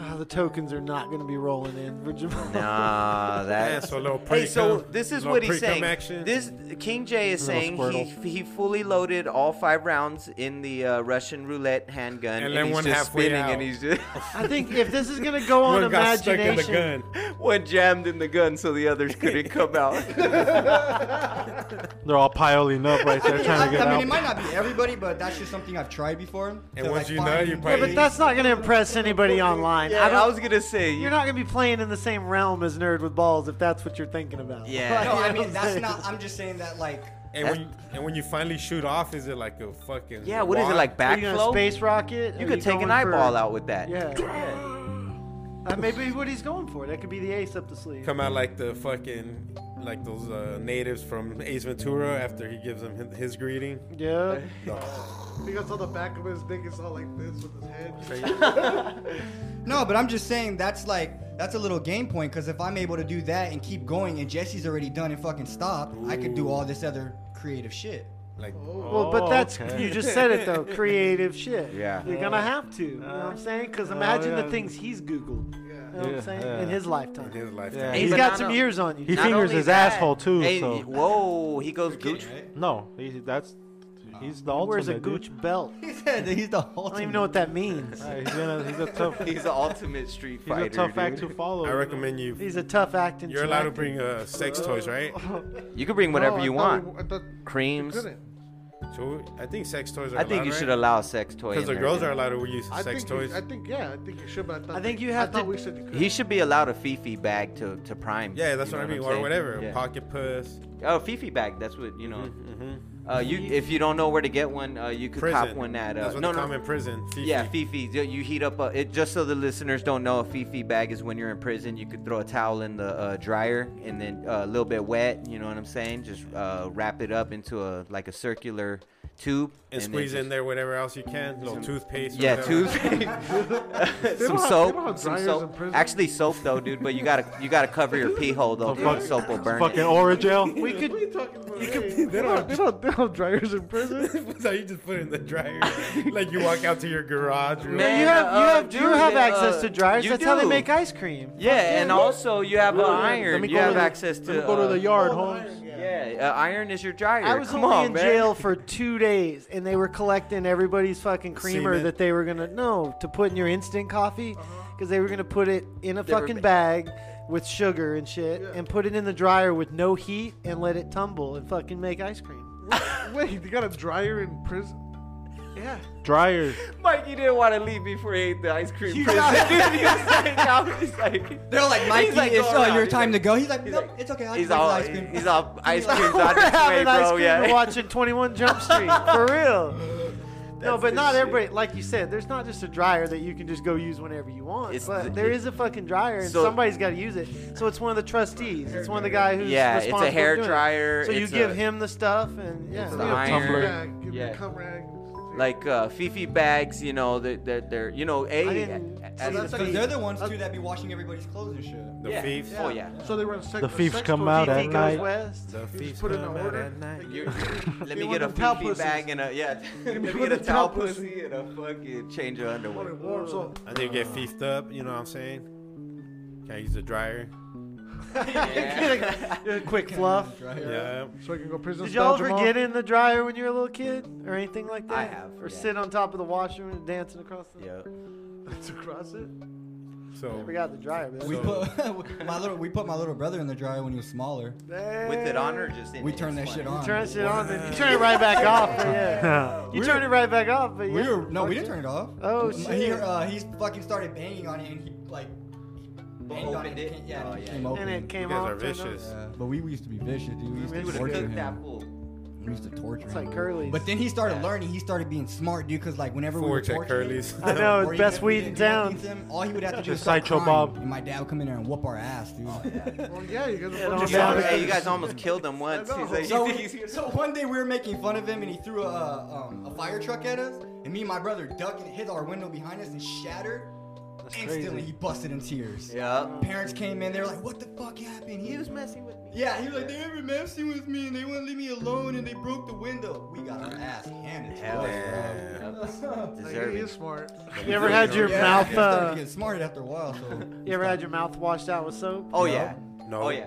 [SPEAKER 4] Ah, the tokens are not going to be rolling in for Jamal.
[SPEAKER 6] Nah,
[SPEAKER 2] Yeah,
[SPEAKER 6] that's
[SPEAKER 2] so a little
[SPEAKER 6] Hey,
[SPEAKER 2] pre
[SPEAKER 6] so this is what he's saying.
[SPEAKER 2] Action.
[SPEAKER 6] This King J is saying he,
[SPEAKER 3] Squirtle.
[SPEAKER 6] he fully loaded all five rounds in the uh, Russian roulette handgun,
[SPEAKER 2] And
[SPEAKER 6] and,
[SPEAKER 2] then
[SPEAKER 6] he's
[SPEAKER 2] one
[SPEAKER 6] just
[SPEAKER 2] halfway
[SPEAKER 6] spinning,
[SPEAKER 2] out.
[SPEAKER 6] and he's just
[SPEAKER 4] I think if this is going to go on
[SPEAKER 2] one got stuck in
[SPEAKER 4] imagination,
[SPEAKER 2] the gun.
[SPEAKER 6] one jammed in the gun so the others couldn't come out.
[SPEAKER 3] They're all piling up right there
[SPEAKER 8] I,
[SPEAKER 3] trying to get
[SPEAKER 8] I mean it
[SPEAKER 3] out.
[SPEAKER 8] might not be everybody but that's just something i've tried before
[SPEAKER 2] And
[SPEAKER 8] to,
[SPEAKER 2] once
[SPEAKER 8] like,
[SPEAKER 2] you know,
[SPEAKER 8] find
[SPEAKER 2] you
[SPEAKER 8] ways-
[SPEAKER 2] probably-
[SPEAKER 4] but that's not going to impress anybody online.
[SPEAKER 6] yeah,
[SPEAKER 4] I
[SPEAKER 6] I,
[SPEAKER 4] don't,
[SPEAKER 6] was gonna say
[SPEAKER 4] you're not going to be playing in the same realm as Nerd with Balls if that's what you're thinking about.
[SPEAKER 6] Yeah.
[SPEAKER 4] Like,
[SPEAKER 8] no
[SPEAKER 4] you
[SPEAKER 8] i
[SPEAKER 4] know what
[SPEAKER 8] mean
[SPEAKER 4] I'm
[SPEAKER 8] that's
[SPEAKER 4] saying?
[SPEAKER 8] not i'm just saying that like
[SPEAKER 2] And when, you, and when you finally shoot off, is it like a fucking
[SPEAKER 6] Yeah, what is it
[SPEAKER 2] wad?
[SPEAKER 6] like
[SPEAKER 4] Are you going to
[SPEAKER 6] backflow?
[SPEAKER 4] space rocket?
[SPEAKER 6] You
[SPEAKER 4] Are
[SPEAKER 6] could take
[SPEAKER 4] going
[SPEAKER 6] an
[SPEAKER 4] for-
[SPEAKER 6] eyeball out with that.
[SPEAKER 4] Yeah. That may be what he's going for. That could be the ace up the sleeve.
[SPEAKER 2] Come out like the fucking like those uh, natives from Ace Ventura after he gives them his, his greeting.
[SPEAKER 4] Yeah.
[SPEAKER 5] Because on the back of his dick is all like this with his head.
[SPEAKER 8] No, but I'm just saying that's like that's a little game point because if I'm able to do that and keep going and Jesse's already done and fucking stopped, I could do all this other creative shit.
[SPEAKER 2] Like
[SPEAKER 4] Well, but
[SPEAKER 3] Oh,
[SPEAKER 4] that's
[SPEAKER 3] okay.
[SPEAKER 4] you just said it though. Creative shit.
[SPEAKER 6] Yeah.
[SPEAKER 4] You're gonna have to. You know what I'm saying? Because imagine
[SPEAKER 3] yeah.
[SPEAKER 4] the things he's googled. You know what
[SPEAKER 3] Yeah.
[SPEAKER 4] I'm saying?
[SPEAKER 3] Yeah.
[SPEAKER 4] In his lifetime.
[SPEAKER 2] in his
[SPEAKER 3] Yeah.
[SPEAKER 2] lifetime.
[SPEAKER 3] Hey,
[SPEAKER 4] He's
[SPEAKER 6] but
[SPEAKER 4] got
[SPEAKER 6] not
[SPEAKER 4] some
[SPEAKER 6] a-
[SPEAKER 4] years on you.
[SPEAKER 3] He fingers
[SPEAKER 6] only
[SPEAKER 3] his
[SPEAKER 6] that-
[SPEAKER 3] asshole too,
[SPEAKER 6] Hey,
[SPEAKER 3] so-
[SPEAKER 6] whoa, he goes gooch.
[SPEAKER 3] No, he, that's he's the
[SPEAKER 4] He
[SPEAKER 3] ultimate.
[SPEAKER 4] wears a
[SPEAKER 3] dude.
[SPEAKER 4] gooch belt.
[SPEAKER 8] He said that he's the whole.
[SPEAKER 4] I don't even know what that means.
[SPEAKER 3] Right, he's, gonna, he's a tough.
[SPEAKER 6] He's the ultimate street
[SPEAKER 3] He's
[SPEAKER 6] fighter.
[SPEAKER 3] a tough act to
[SPEAKER 6] dude.
[SPEAKER 3] follow.
[SPEAKER 2] I recommend you.
[SPEAKER 4] He's a tough acting.
[SPEAKER 2] You're allowed to bring uh, sex toys, right?
[SPEAKER 6] You can bring whatever
[SPEAKER 5] No, I
[SPEAKER 6] you
[SPEAKER 5] thought
[SPEAKER 6] want.
[SPEAKER 5] we- I thought you
[SPEAKER 6] Creams.
[SPEAKER 5] couldn't.
[SPEAKER 2] So I think sex toys are.
[SPEAKER 6] I think you should allow sex toys.
[SPEAKER 2] Because the girls are allowed to use
[SPEAKER 5] I
[SPEAKER 2] sex
[SPEAKER 5] think you-
[SPEAKER 2] toys.
[SPEAKER 5] I think yeah, I think you should, but I thought
[SPEAKER 4] I think
[SPEAKER 5] they-
[SPEAKER 4] you have
[SPEAKER 5] I thought
[SPEAKER 4] to-
[SPEAKER 5] we said you could.
[SPEAKER 6] He should be allowed a Fifi bag to, to prime.
[SPEAKER 2] yeah, that's
[SPEAKER 6] you
[SPEAKER 2] what I
[SPEAKER 6] know
[SPEAKER 2] mean,
[SPEAKER 6] I'm
[SPEAKER 2] or
[SPEAKER 6] saying?
[SPEAKER 2] whatever,
[SPEAKER 6] Yeah.
[SPEAKER 2] pocket puss.
[SPEAKER 6] Oh, Fifi bag. That's what you know.
[SPEAKER 3] Mm-hmm,
[SPEAKER 6] Uh, you if you don't know where to get one, uh, you could
[SPEAKER 2] Prison.
[SPEAKER 6] cop one at. Uh,
[SPEAKER 2] that's what
[SPEAKER 6] no,
[SPEAKER 2] they
[SPEAKER 6] no.
[SPEAKER 2] call 'em in prison. Fifi.
[SPEAKER 6] Yeah, Fifi. You- You heat up a, it. Just so the listeners don't know, a Fifi bag is when you're in prison. You could throw a towel in the uh, dryer and then uh, a little bit wet. You know what I'm saying? Just uh, wrap it up into a like a circular tube
[SPEAKER 2] and
[SPEAKER 6] then
[SPEAKER 2] squeeze
[SPEAKER 6] just-
[SPEAKER 2] in there whatever else you can, little toothpaste. or
[SPEAKER 6] Yeah,
[SPEAKER 2] whatever.
[SPEAKER 6] toothpaste.
[SPEAKER 5] don't have- they
[SPEAKER 6] some
[SPEAKER 5] don't
[SPEAKER 6] soap.
[SPEAKER 5] have
[SPEAKER 6] Some
[SPEAKER 5] dryers in
[SPEAKER 6] soap.
[SPEAKER 5] prison.
[SPEAKER 6] Actually, soap though, dude. But you gotta you gotta cover your pee hole though. Fuck soap will burn.
[SPEAKER 3] fucking
[SPEAKER 6] It.
[SPEAKER 3] Origel.
[SPEAKER 4] We could.
[SPEAKER 5] You could, they, don't, they, don't, they don't have dryers in prison.
[SPEAKER 2] so you just put it in the dryer, like you walk out to your garage. Room.
[SPEAKER 6] Man,
[SPEAKER 4] you have you
[SPEAKER 6] uh,
[SPEAKER 4] have you
[SPEAKER 6] dude,
[SPEAKER 4] have
[SPEAKER 6] uh,
[SPEAKER 4] access to dryers.
[SPEAKER 6] you
[SPEAKER 4] That's how they
[SPEAKER 6] do.
[SPEAKER 4] make ice cream.
[SPEAKER 6] Yeah, and also you have an
[SPEAKER 3] Let
[SPEAKER 6] iron.
[SPEAKER 3] me
[SPEAKER 6] You
[SPEAKER 3] go
[SPEAKER 6] have
[SPEAKER 3] to the-
[SPEAKER 6] access to.
[SPEAKER 3] Let me go to
[SPEAKER 6] uh,
[SPEAKER 3] the yard, Holmes.
[SPEAKER 6] Yeah, uh, iron is your dryer.
[SPEAKER 4] I was
[SPEAKER 6] Come
[SPEAKER 4] only
[SPEAKER 6] on,
[SPEAKER 4] in
[SPEAKER 6] man.
[SPEAKER 4] jail for two days, and they were collecting everybody's fucking creamer
[SPEAKER 2] Semen.
[SPEAKER 4] that they were gonna no to put in your instant coffee,
[SPEAKER 3] Uh-huh.
[SPEAKER 4] because they were gonna put it in a
[SPEAKER 6] They were
[SPEAKER 4] fucking
[SPEAKER 6] ba-
[SPEAKER 4] bag with sugar and shit, and put it in the dryer with no heat and let it tumble and fucking make ice cream.
[SPEAKER 5] Wait, you got a dryer in prison?
[SPEAKER 4] yeah,
[SPEAKER 3] Dryers.
[SPEAKER 6] Mike, you didn't want to leave before he ate the ice cream. prison. Dude, he was like, I was like,
[SPEAKER 8] They're like, Mikey,
[SPEAKER 6] like,
[SPEAKER 8] it's
[SPEAKER 6] go
[SPEAKER 8] uh,
[SPEAKER 6] around.
[SPEAKER 8] your
[SPEAKER 6] He's
[SPEAKER 8] time to
[SPEAKER 6] like-
[SPEAKER 8] go. He's like,
[SPEAKER 6] he's
[SPEAKER 8] nope,
[SPEAKER 6] like-
[SPEAKER 8] it's okay. I can
[SPEAKER 6] he's
[SPEAKER 8] make
[SPEAKER 6] all,
[SPEAKER 8] ice cream.
[SPEAKER 6] he's all ice cream's
[SPEAKER 4] we're
[SPEAKER 6] on its way,
[SPEAKER 4] having ice
[SPEAKER 6] bro.
[SPEAKER 4] cream
[SPEAKER 6] Yeah.
[SPEAKER 4] and watching Twenty One Jump Street for real. no,
[SPEAKER 6] That's
[SPEAKER 4] but
[SPEAKER 6] the
[SPEAKER 4] not
[SPEAKER 6] shit.
[SPEAKER 4] everybody. Like you said, there's not just a dryer that you can just go use whenever you want.
[SPEAKER 6] It's
[SPEAKER 4] but
[SPEAKER 6] the-
[SPEAKER 4] there is a fucking dryer, and
[SPEAKER 6] So-
[SPEAKER 4] somebody's got to use it. So it's one of the trustees. It's one of the guy who's
[SPEAKER 6] Yeah, it's a
[SPEAKER 4] responsible for
[SPEAKER 6] hair
[SPEAKER 4] doing it.
[SPEAKER 6] dryer,
[SPEAKER 4] So you
[SPEAKER 6] it's
[SPEAKER 4] give
[SPEAKER 6] a-
[SPEAKER 4] him the stuff, and yeah,
[SPEAKER 5] Give
[SPEAKER 6] the
[SPEAKER 5] me
[SPEAKER 4] we
[SPEAKER 5] a
[SPEAKER 4] have
[SPEAKER 6] iron.
[SPEAKER 5] cum rag, give me
[SPEAKER 6] Yeah.
[SPEAKER 5] a cum rag.
[SPEAKER 6] like uh, Fifi bags, you know, they're, they're, they're you know, a.
[SPEAKER 4] didn't-
[SPEAKER 6] as-
[SPEAKER 8] So that's
[SPEAKER 6] as-
[SPEAKER 8] because they're the ones too that be washing everybody's clothes and shit.
[SPEAKER 2] the
[SPEAKER 6] yeah.
[SPEAKER 2] thieves.
[SPEAKER 6] Oh yeah.
[SPEAKER 5] So they run sex.
[SPEAKER 3] The thieves
[SPEAKER 5] sex
[SPEAKER 3] come
[SPEAKER 5] toys.
[SPEAKER 3] out
[SPEAKER 4] T
[SPEAKER 3] at
[SPEAKER 4] goes
[SPEAKER 3] night.
[SPEAKER 4] west.
[SPEAKER 2] The
[SPEAKER 5] You
[SPEAKER 2] thieves
[SPEAKER 5] just put in
[SPEAKER 2] come
[SPEAKER 5] an
[SPEAKER 2] out
[SPEAKER 5] order.
[SPEAKER 2] at night.
[SPEAKER 6] You- Let me
[SPEAKER 5] one
[SPEAKER 6] get a
[SPEAKER 5] of them towel
[SPEAKER 6] Fifi bag
[SPEAKER 5] pussies.
[SPEAKER 6] and a yeah. Let me
[SPEAKER 5] me
[SPEAKER 6] get
[SPEAKER 5] one
[SPEAKER 6] a
[SPEAKER 5] of them towel
[SPEAKER 6] towel
[SPEAKER 5] pussies.
[SPEAKER 6] pussy and a fucking change of
[SPEAKER 5] When it
[SPEAKER 6] underwear.
[SPEAKER 5] warms up.
[SPEAKER 2] I think you get fiefed up. You know what I'm saying? Can't use the dryer.
[SPEAKER 4] A quick fluff.
[SPEAKER 2] Yeah.
[SPEAKER 5] So I can go prison.
[SPEAKER 4] Did y'all
[SPEAKER 5] style,
[SPEAKER 4] ever
[SPEAKER 5] Jamal?
[SPEAKER 4] get in the dryer when you were a little kid or anything like that?
[SPEAKER 6] I have,
[SPEAKER 4] Or
[SPEAKER 6] yeah.
[SPEAKER 4] sit on top of the washroom and dancing across the.
[SPEAKER 6] Yeah.
[SPEAKER 5] That's across it.
[SPEAKER 2] So
[SPEAKER 4] Forgot the dryer. But
[SPEAKER 8] We
[SPEAKER 4] that's-
[SPEAKER 8] put my little we put my little brother in the dryer when he was smaller.
[SPEAKER 6] With it on or just in
[SPEAKER 8] We
[SPEAKER 6] it?
[SPEAKER 8] turned that
[SPEAKER 6] It's
[SPEAKER 8] shit
[SPEAKER 6] funny.
[SPEAKER 8] on.
[SPEAKER 4] turn that shit on, then you turn it right back off. But yeah, you turn it right back off. But yeah,
[SPEAKER 8] We were no, we didn't turn it off.
[SPEAKER 4] Oh,
[SPEAKER 8] M- He,
[SPEAKER 4] shit.
[SPEAKER 8] uh, he's fucking started banging on it, and he like banged on
[SPEAKER 6] opened
[SPEAKER 8] it.
[SPEAKER 6] it?
[SPEAKER 8] Yeah,
[SPEAKER 6] Oh,
[SPEAKER 8] it
[SPEAKER 6] yeah.
[SPEAKER 4] And
[SPEAKER 8] came open.
[SPEAKER 4] it
[SPEAKER 2] you
[SPEAKER 4] came
[SPEAKER 2] guys
[SPEAKER 4] off.
[SPEAKER 2] are
[SPEAKER 4] turned on.
[SPEAKER 2] vicious.
[SPEAKER 8] Yeah, but we, we used to be vicious, dude. We used
[SPEAKER 4] We
[SPEAKER 8] to
[SPEAKER 6] We would have
[SPEAKER 8] torture
[SPEAKER 6] cooked that
[SPEAKER 8] him.
[SPEAKER 6] fool.
[SPEAKER 8] We used to torture
[SPEAKER 4] It's
[SPEAKER 8] him.
[SPEAKER 4] like Curly's.
[SPEAKER 8] But then he started learning. He started being smart, dude. Because like whenever we were
[SPEAKER 2] Forks at
[SPEAKER 8] torturing him,
[SPEAKER 2] Curly's.
[SPEAKER 4] I know,
[SPEAKER 8] or
[SPEAKER 4] it's
[SPEAKER 8] even
[SPEAKER 4] best
[SPEAKER 8] if we
[SPEAKER 4] weed in
[SPEAKER 8] didn't
[SPEAKER 4] town.
[SPEAKER 8] beat him, all he would have to do is
[SPEAKER 3] Just
[SPEAKER 8] start
[SPEAKER 3] Sideshow
[SPEAKER 8] crying,
[SPEAKER 3] Bob.
[SPEAKER 8] and my dad would come in there and whoop our ass, dude.
[SPEAKER 5] Well, yeah,
[SPEAKER 4] don't
[SPEAKER 5] you guys are
[SPEAKER 6] You
[SPEAKER 8] Oh,
[SPEAKER 5] fucking
[SPEAKER 4] know.
[SPEAKER 6] guys-
[SPEAKER 4] Yeah.
[SPEAKER 6] hey, you guys almost killed him once. He's like,
[SPEAKER 8] So,
[SPEAKER 6] you think he's
[SPEAKER 8] so one day we were making fun of him and he threw a, um, a fire truck at us, and me and my brother ducked and it hit our window behind us and shattered. Instantly,
[SPEAKER 4] crazy.
[SPEAKER 8] he busted in tears.
[SPEAKER 6] Yeah.
[SPEAKER 8] Parents came in, they were like, "What the fuck happened?" He was
[SPEAKER 6] messing with me.
[SPEAKER 8] yeah, he was like, "They were messing with me and they wouldn't leave me alone and they broke the window." We got our ass handed to
[SPEAKER 6] Hell
[SPEAKER 8] us,
[SPEAKER 2] yeah.
[SPEAKER 8] bro.
[SPEAKER 5] Like, he
[SPEAKER 6] Deserving.
[SPEAKER 5] is smart.
[SPEAKER 4] You ever had your
[SPEAKER 8] Yeah,
[SPEAKER 4] mouth?
[SPEAKER 8] it started
[SPEAKER 4] Uh,
[SPEAKER 8] to get smarted after a while. So
[SPEAKER 4] you ever had your mouth washed out with soap?
[SPEAKER 6] Oh yeah.
[SPEAKER 2] No.
[SPEAKER 6] Oh yeah.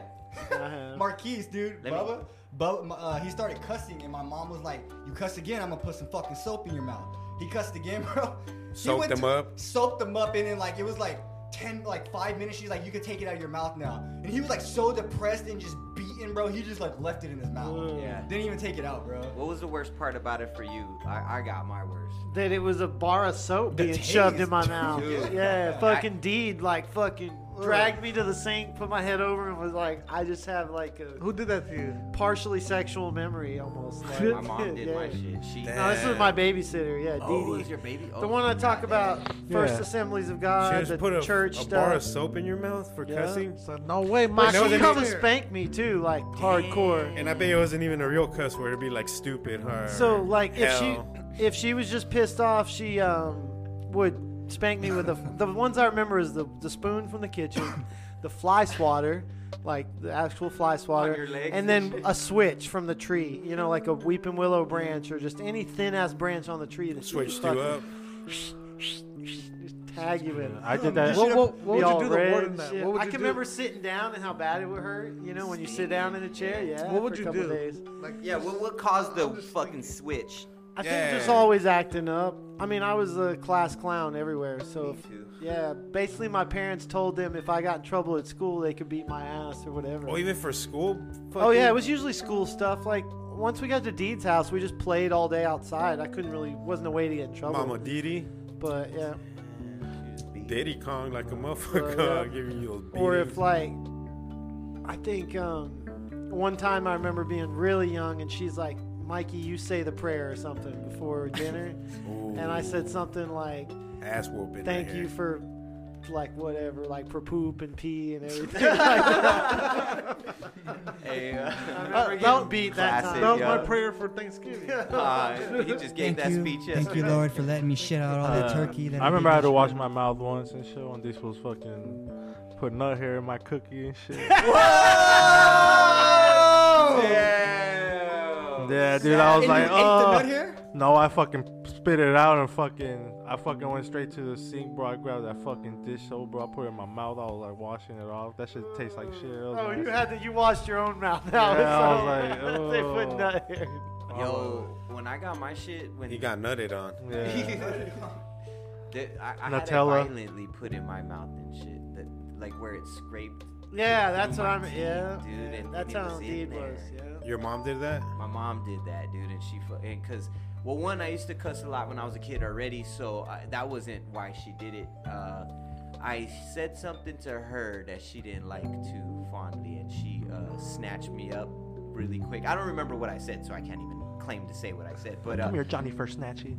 [SPEAKER 4] I have.
[SPEAKER 8] Marquise, dude,
[SPEAKER 6] Let me-
[SPEAKER 8] Bubba, Bubba, my- uh, he started cussing, and my mom was like, "You cuss again, I'm gonna put some fucking soap in your mouth." He cussed again, bro. He
[SPEAKER 2] Soaked
[SPEAKER 8] went
[SPEAKER 2] him
[SPEAKER 8] to-
[SPEAKER 2] up?
[SPEAKER 8] Soaked him up, and then like it was like ten, like five minutes. She's like, "You can take it out of your mouth now." And he was like so depressed and just beaten, bro. He just like left it in his mouth.
[SPEAKER 6] Yeah.
[SPEAKER 8] Didn't even take it out, bro.
[SPEAKER 6] What was the worst part about it for you? I, I got my worst.
[SPEAKER 4] That it was a bar of soap
[SPEAKER 8] The
[SPEAKER 4] being shoved
[SPEAKER 8] taste,
[SPEAKER 4] in my mouth.
[SPEAKER 6] dude.
[SPEAKER 4] Yeah, fucking deed like fucking dragged me to the sink, put my head over, and was like, I just have like a
[SPEAKER 5] Who did that to you?
[SPEAKER 4] partially sexual memory almost. Like,
[SPEAKER 6] My mom did
[SPEAKER 4] yeah.
[SPEAKER 6] my shit. She.
[SPEAKER 4] No, this is my babysitter. Yeah,
[SPEAKER 6] Oh,
[SPEAKER 4] Dee
[SPEAKER 6] it was
[SPEAKER 4] Dee.
[SPEAKER 6] your baby?
[SPEAKER 4] The
[SPEAKER 6] Oh,
[SPEAKER 4] one I talk about, First
[SPEAKER 3] Yeah.
[SPEAKER 4] Assemblies of
[SPEAKER 2] She
[SPEAKER 4] God,
[SPEAKER 2] just
[SPEAKER 4] Uh, the
[SPEAKER 2] put a,
[SPEAKER 4] church
[SPEAKER 2] a
[SPEAKER 4] stuff.
[SPEAKER 2] bar of soap in your mouth for
[SPEAKER 4] Yeah.
[SPEAKER 2] cussing.
[SPEAKER 5] So, no way,
[SPEAKER 4] My
[SPEAKER 5] Mike.
[SPEAKER 2] No,
[SPEAKER 4] she
[SPEAKER 2] they
[SPEAKER 4] come and
[SPEAKER 2] didn't.
[SPEAKER 4] spank me too, like hardcore.
[SPEAKER 2] And I bet it wasn't even a real cuss word. It'd be like stupid. Or
[SPEAKER 4] So like if
[SPEAKER 2] hell.
[SPEAKER 4] she if she was just pissed off, she um would spank me with the the ones I remember is the the spoon from the kitchen, the fly swatter, like the actual fly swatter,
[SPEAKER 6] your legs
[SPEAKER 4] and
[SPEAKER 6] and
[SPEAKER 4] then a switch from the tree, you know, like a weeping willow branch or just any thin ass branch on the tree that she would
[SPEAKER 2] switched you up.
[SPEAKER 4] fucking Tag you in.
[SPEAKER 3] I did that.
[SPEAKER 5] What, what, what
[SPEAKER 4] Be
[SPEAKER 5] would
[SPEAKER 4] all
[SPEAKER 5] you do to
[SPEAKER 4] red
[SPEAKER 5] warden
[SPEAKER 4] and
[SPEAKER 5] that?
[SPEAKER 4] shit.
[SPEAKER 5] What would
[SPEAKER 4] I
[SPEAKER 5] you
[SPEAKER 4] can
[SPEAKER 5] do?
[SPEAKER 4] remember sitting down and how bad it would hurt. You know, when you sit down in a chair, yeah.
[SPEAKER 5] What would
[SPEAKER 4] for
[SPEAKER 5] you
[SPEAKER 4] a couple
[SPEAKER 5] do?
[SPEAKER 4] Days.
[SPEAKER 5] Like,
[SPEAKER 6] Yeah. What what caused the fucking switch?
[SPEAKER 4] I think just
[SPEAKER 2] Yeah.
[SPEAKER 4] always acting up. I mean, I was a class clown everywhere, so if-
[SPEAKER 6] too.
[SPEAKER 4] yeah. Basically, my parents told them if I got in trouble at school, they could beat my ass or whatever.
[SPEAKER 2] Oh, even for school.
[SPEAKER 4] Oh yeah, it
[SPEAKER 2] fucking-
[SPEAKER 4] was usually school stuff. Like once we got to Deed's house, we just played all day outside. I couldn't really wasn't a way to get in trouble.
[SPEAKER 2] Mama Didi,
[SPEAKER 4] But yeah,
[SPEAKER 2] Diddy Kong like a motherfucker
[SPEAKER 4] Uh, yeah.
[SPEAKER 2] giving you those beatings.
[SPEAKER 4] or if like, I think um, one time I remember being really young, and she's like, "Mikey, you say the prayer or something before dinner," and I said something like.
[SPEAKER 2] ass whooping.
[SPEAKER 4] thank
[SPEAKER 2] right
[SPEAKER 4] you
[SPEAKER 2] here.
[SPEAKER 4] for like whatever, like for poop and pee and everything. like that.
[SPEAKER 6] Hey,
[SPEAKER 4] I
[SPEAKER 6] uh,
[SPEAKER 4] remember getting beat that time.
[SPEAKER 6] classic,
[SPEAKER 5] that was my
[SPEAKER 6] Yeah.
[SPEAKER 5] prayer for Thanksgiving.
[SPEAKER 6] uh, he just gave
[SPEAKER 8] Thank
[SPEAKER 6] that
[SPEAKER 8] you,
[SPEAKER 6] speech
[SPEAKER 8] thank you,
[SPEAKER 6] yesterday.
[SPEAKER 8] Lord, for letting me shit out all that
[SPEAKER 3] Uh,
[SPEAKER 8] turkey. That
[SPEAKER 3] I remember
[SPEAKER 8] did
[SPEAKER 3] I had to
[SPEAKER 8] this
[SPEAKER 3] wash
[SPEAKER 8] shit.
[SPEAKER 3] my mouth once and shit when this was fucking put nut hair in my cookie and shit. yeah, dude, I was
[SPEAKER 8] And
[SPEAKER 3] like,
[SPEAKER 8] you ate the
[SPEAKER 3] oh.
[SPEAKER 8] nut hair?
[SPEAKER 3] No, I fucking spit it out and fucking, I fucking went straight to the sink, bro. I grabbed that fucking dish soap, bro. I put it in my mouth. I was like washing it off. That shit tastes like shit. It was
[SPEAKER 4] Oh, you
[SPEAKER 3] nasty.
[SPEAKER 4] had to, you washed your own mouth out.
[SPEAKER 3] Yeah, I
[SPEAKER 4] so
[SPEAKER 3] was like,
[SPEAKER 4] they put
[SPEAKER 3] oh.
[SPEAKER 4] nut hair.
[SPEAKER 6] Yo, when I got my shit, when
[SPEAKER 2] He got nutted on.
[SPEAKER 3] Yeah.
[SPEAKER 6] Th- I, I
[SPEAKER 3] Nutella.
[SPEAKER 6] had it violently put in my mouth and shit, that, like where it scraped.
[SPEAKER 4] Yeah, that's
[SPEAKER 6] through
[SPEAKER 4] what
[SPEAKER 6] my
[SPEAKER 4] I'm.
[SPEAKER 6] teeth,
[SPEAKER 4] Yeah,
[SPEAKER 6] dude,
[SPEAKER 4] yeah,
[SPEAKER 6] and
[SPEAKER 4] that's
[SPEAKER 6] it
[SPEAKER 4] how
[SPEAKER 6] was in
[SPEAKER 4] indeed
[SPEAKER 6] there.
[SPEAKER 4] was. Yeah.
[SPEAKER 2] Your mom did that.
[SPEAKER 6] My mom did that, dude, and she fu- and cause well, one I used to cuss a lot when I was a kid already, so I, that wasn't why she did it. Uh, I said something to her that she didn't like too fondly, and she uh, snatched me up really quick. I don't remember what I said, so I can't even claim to say what I said. But uh,
[SPEAKER 3] Come here, Johnny First Snatchy.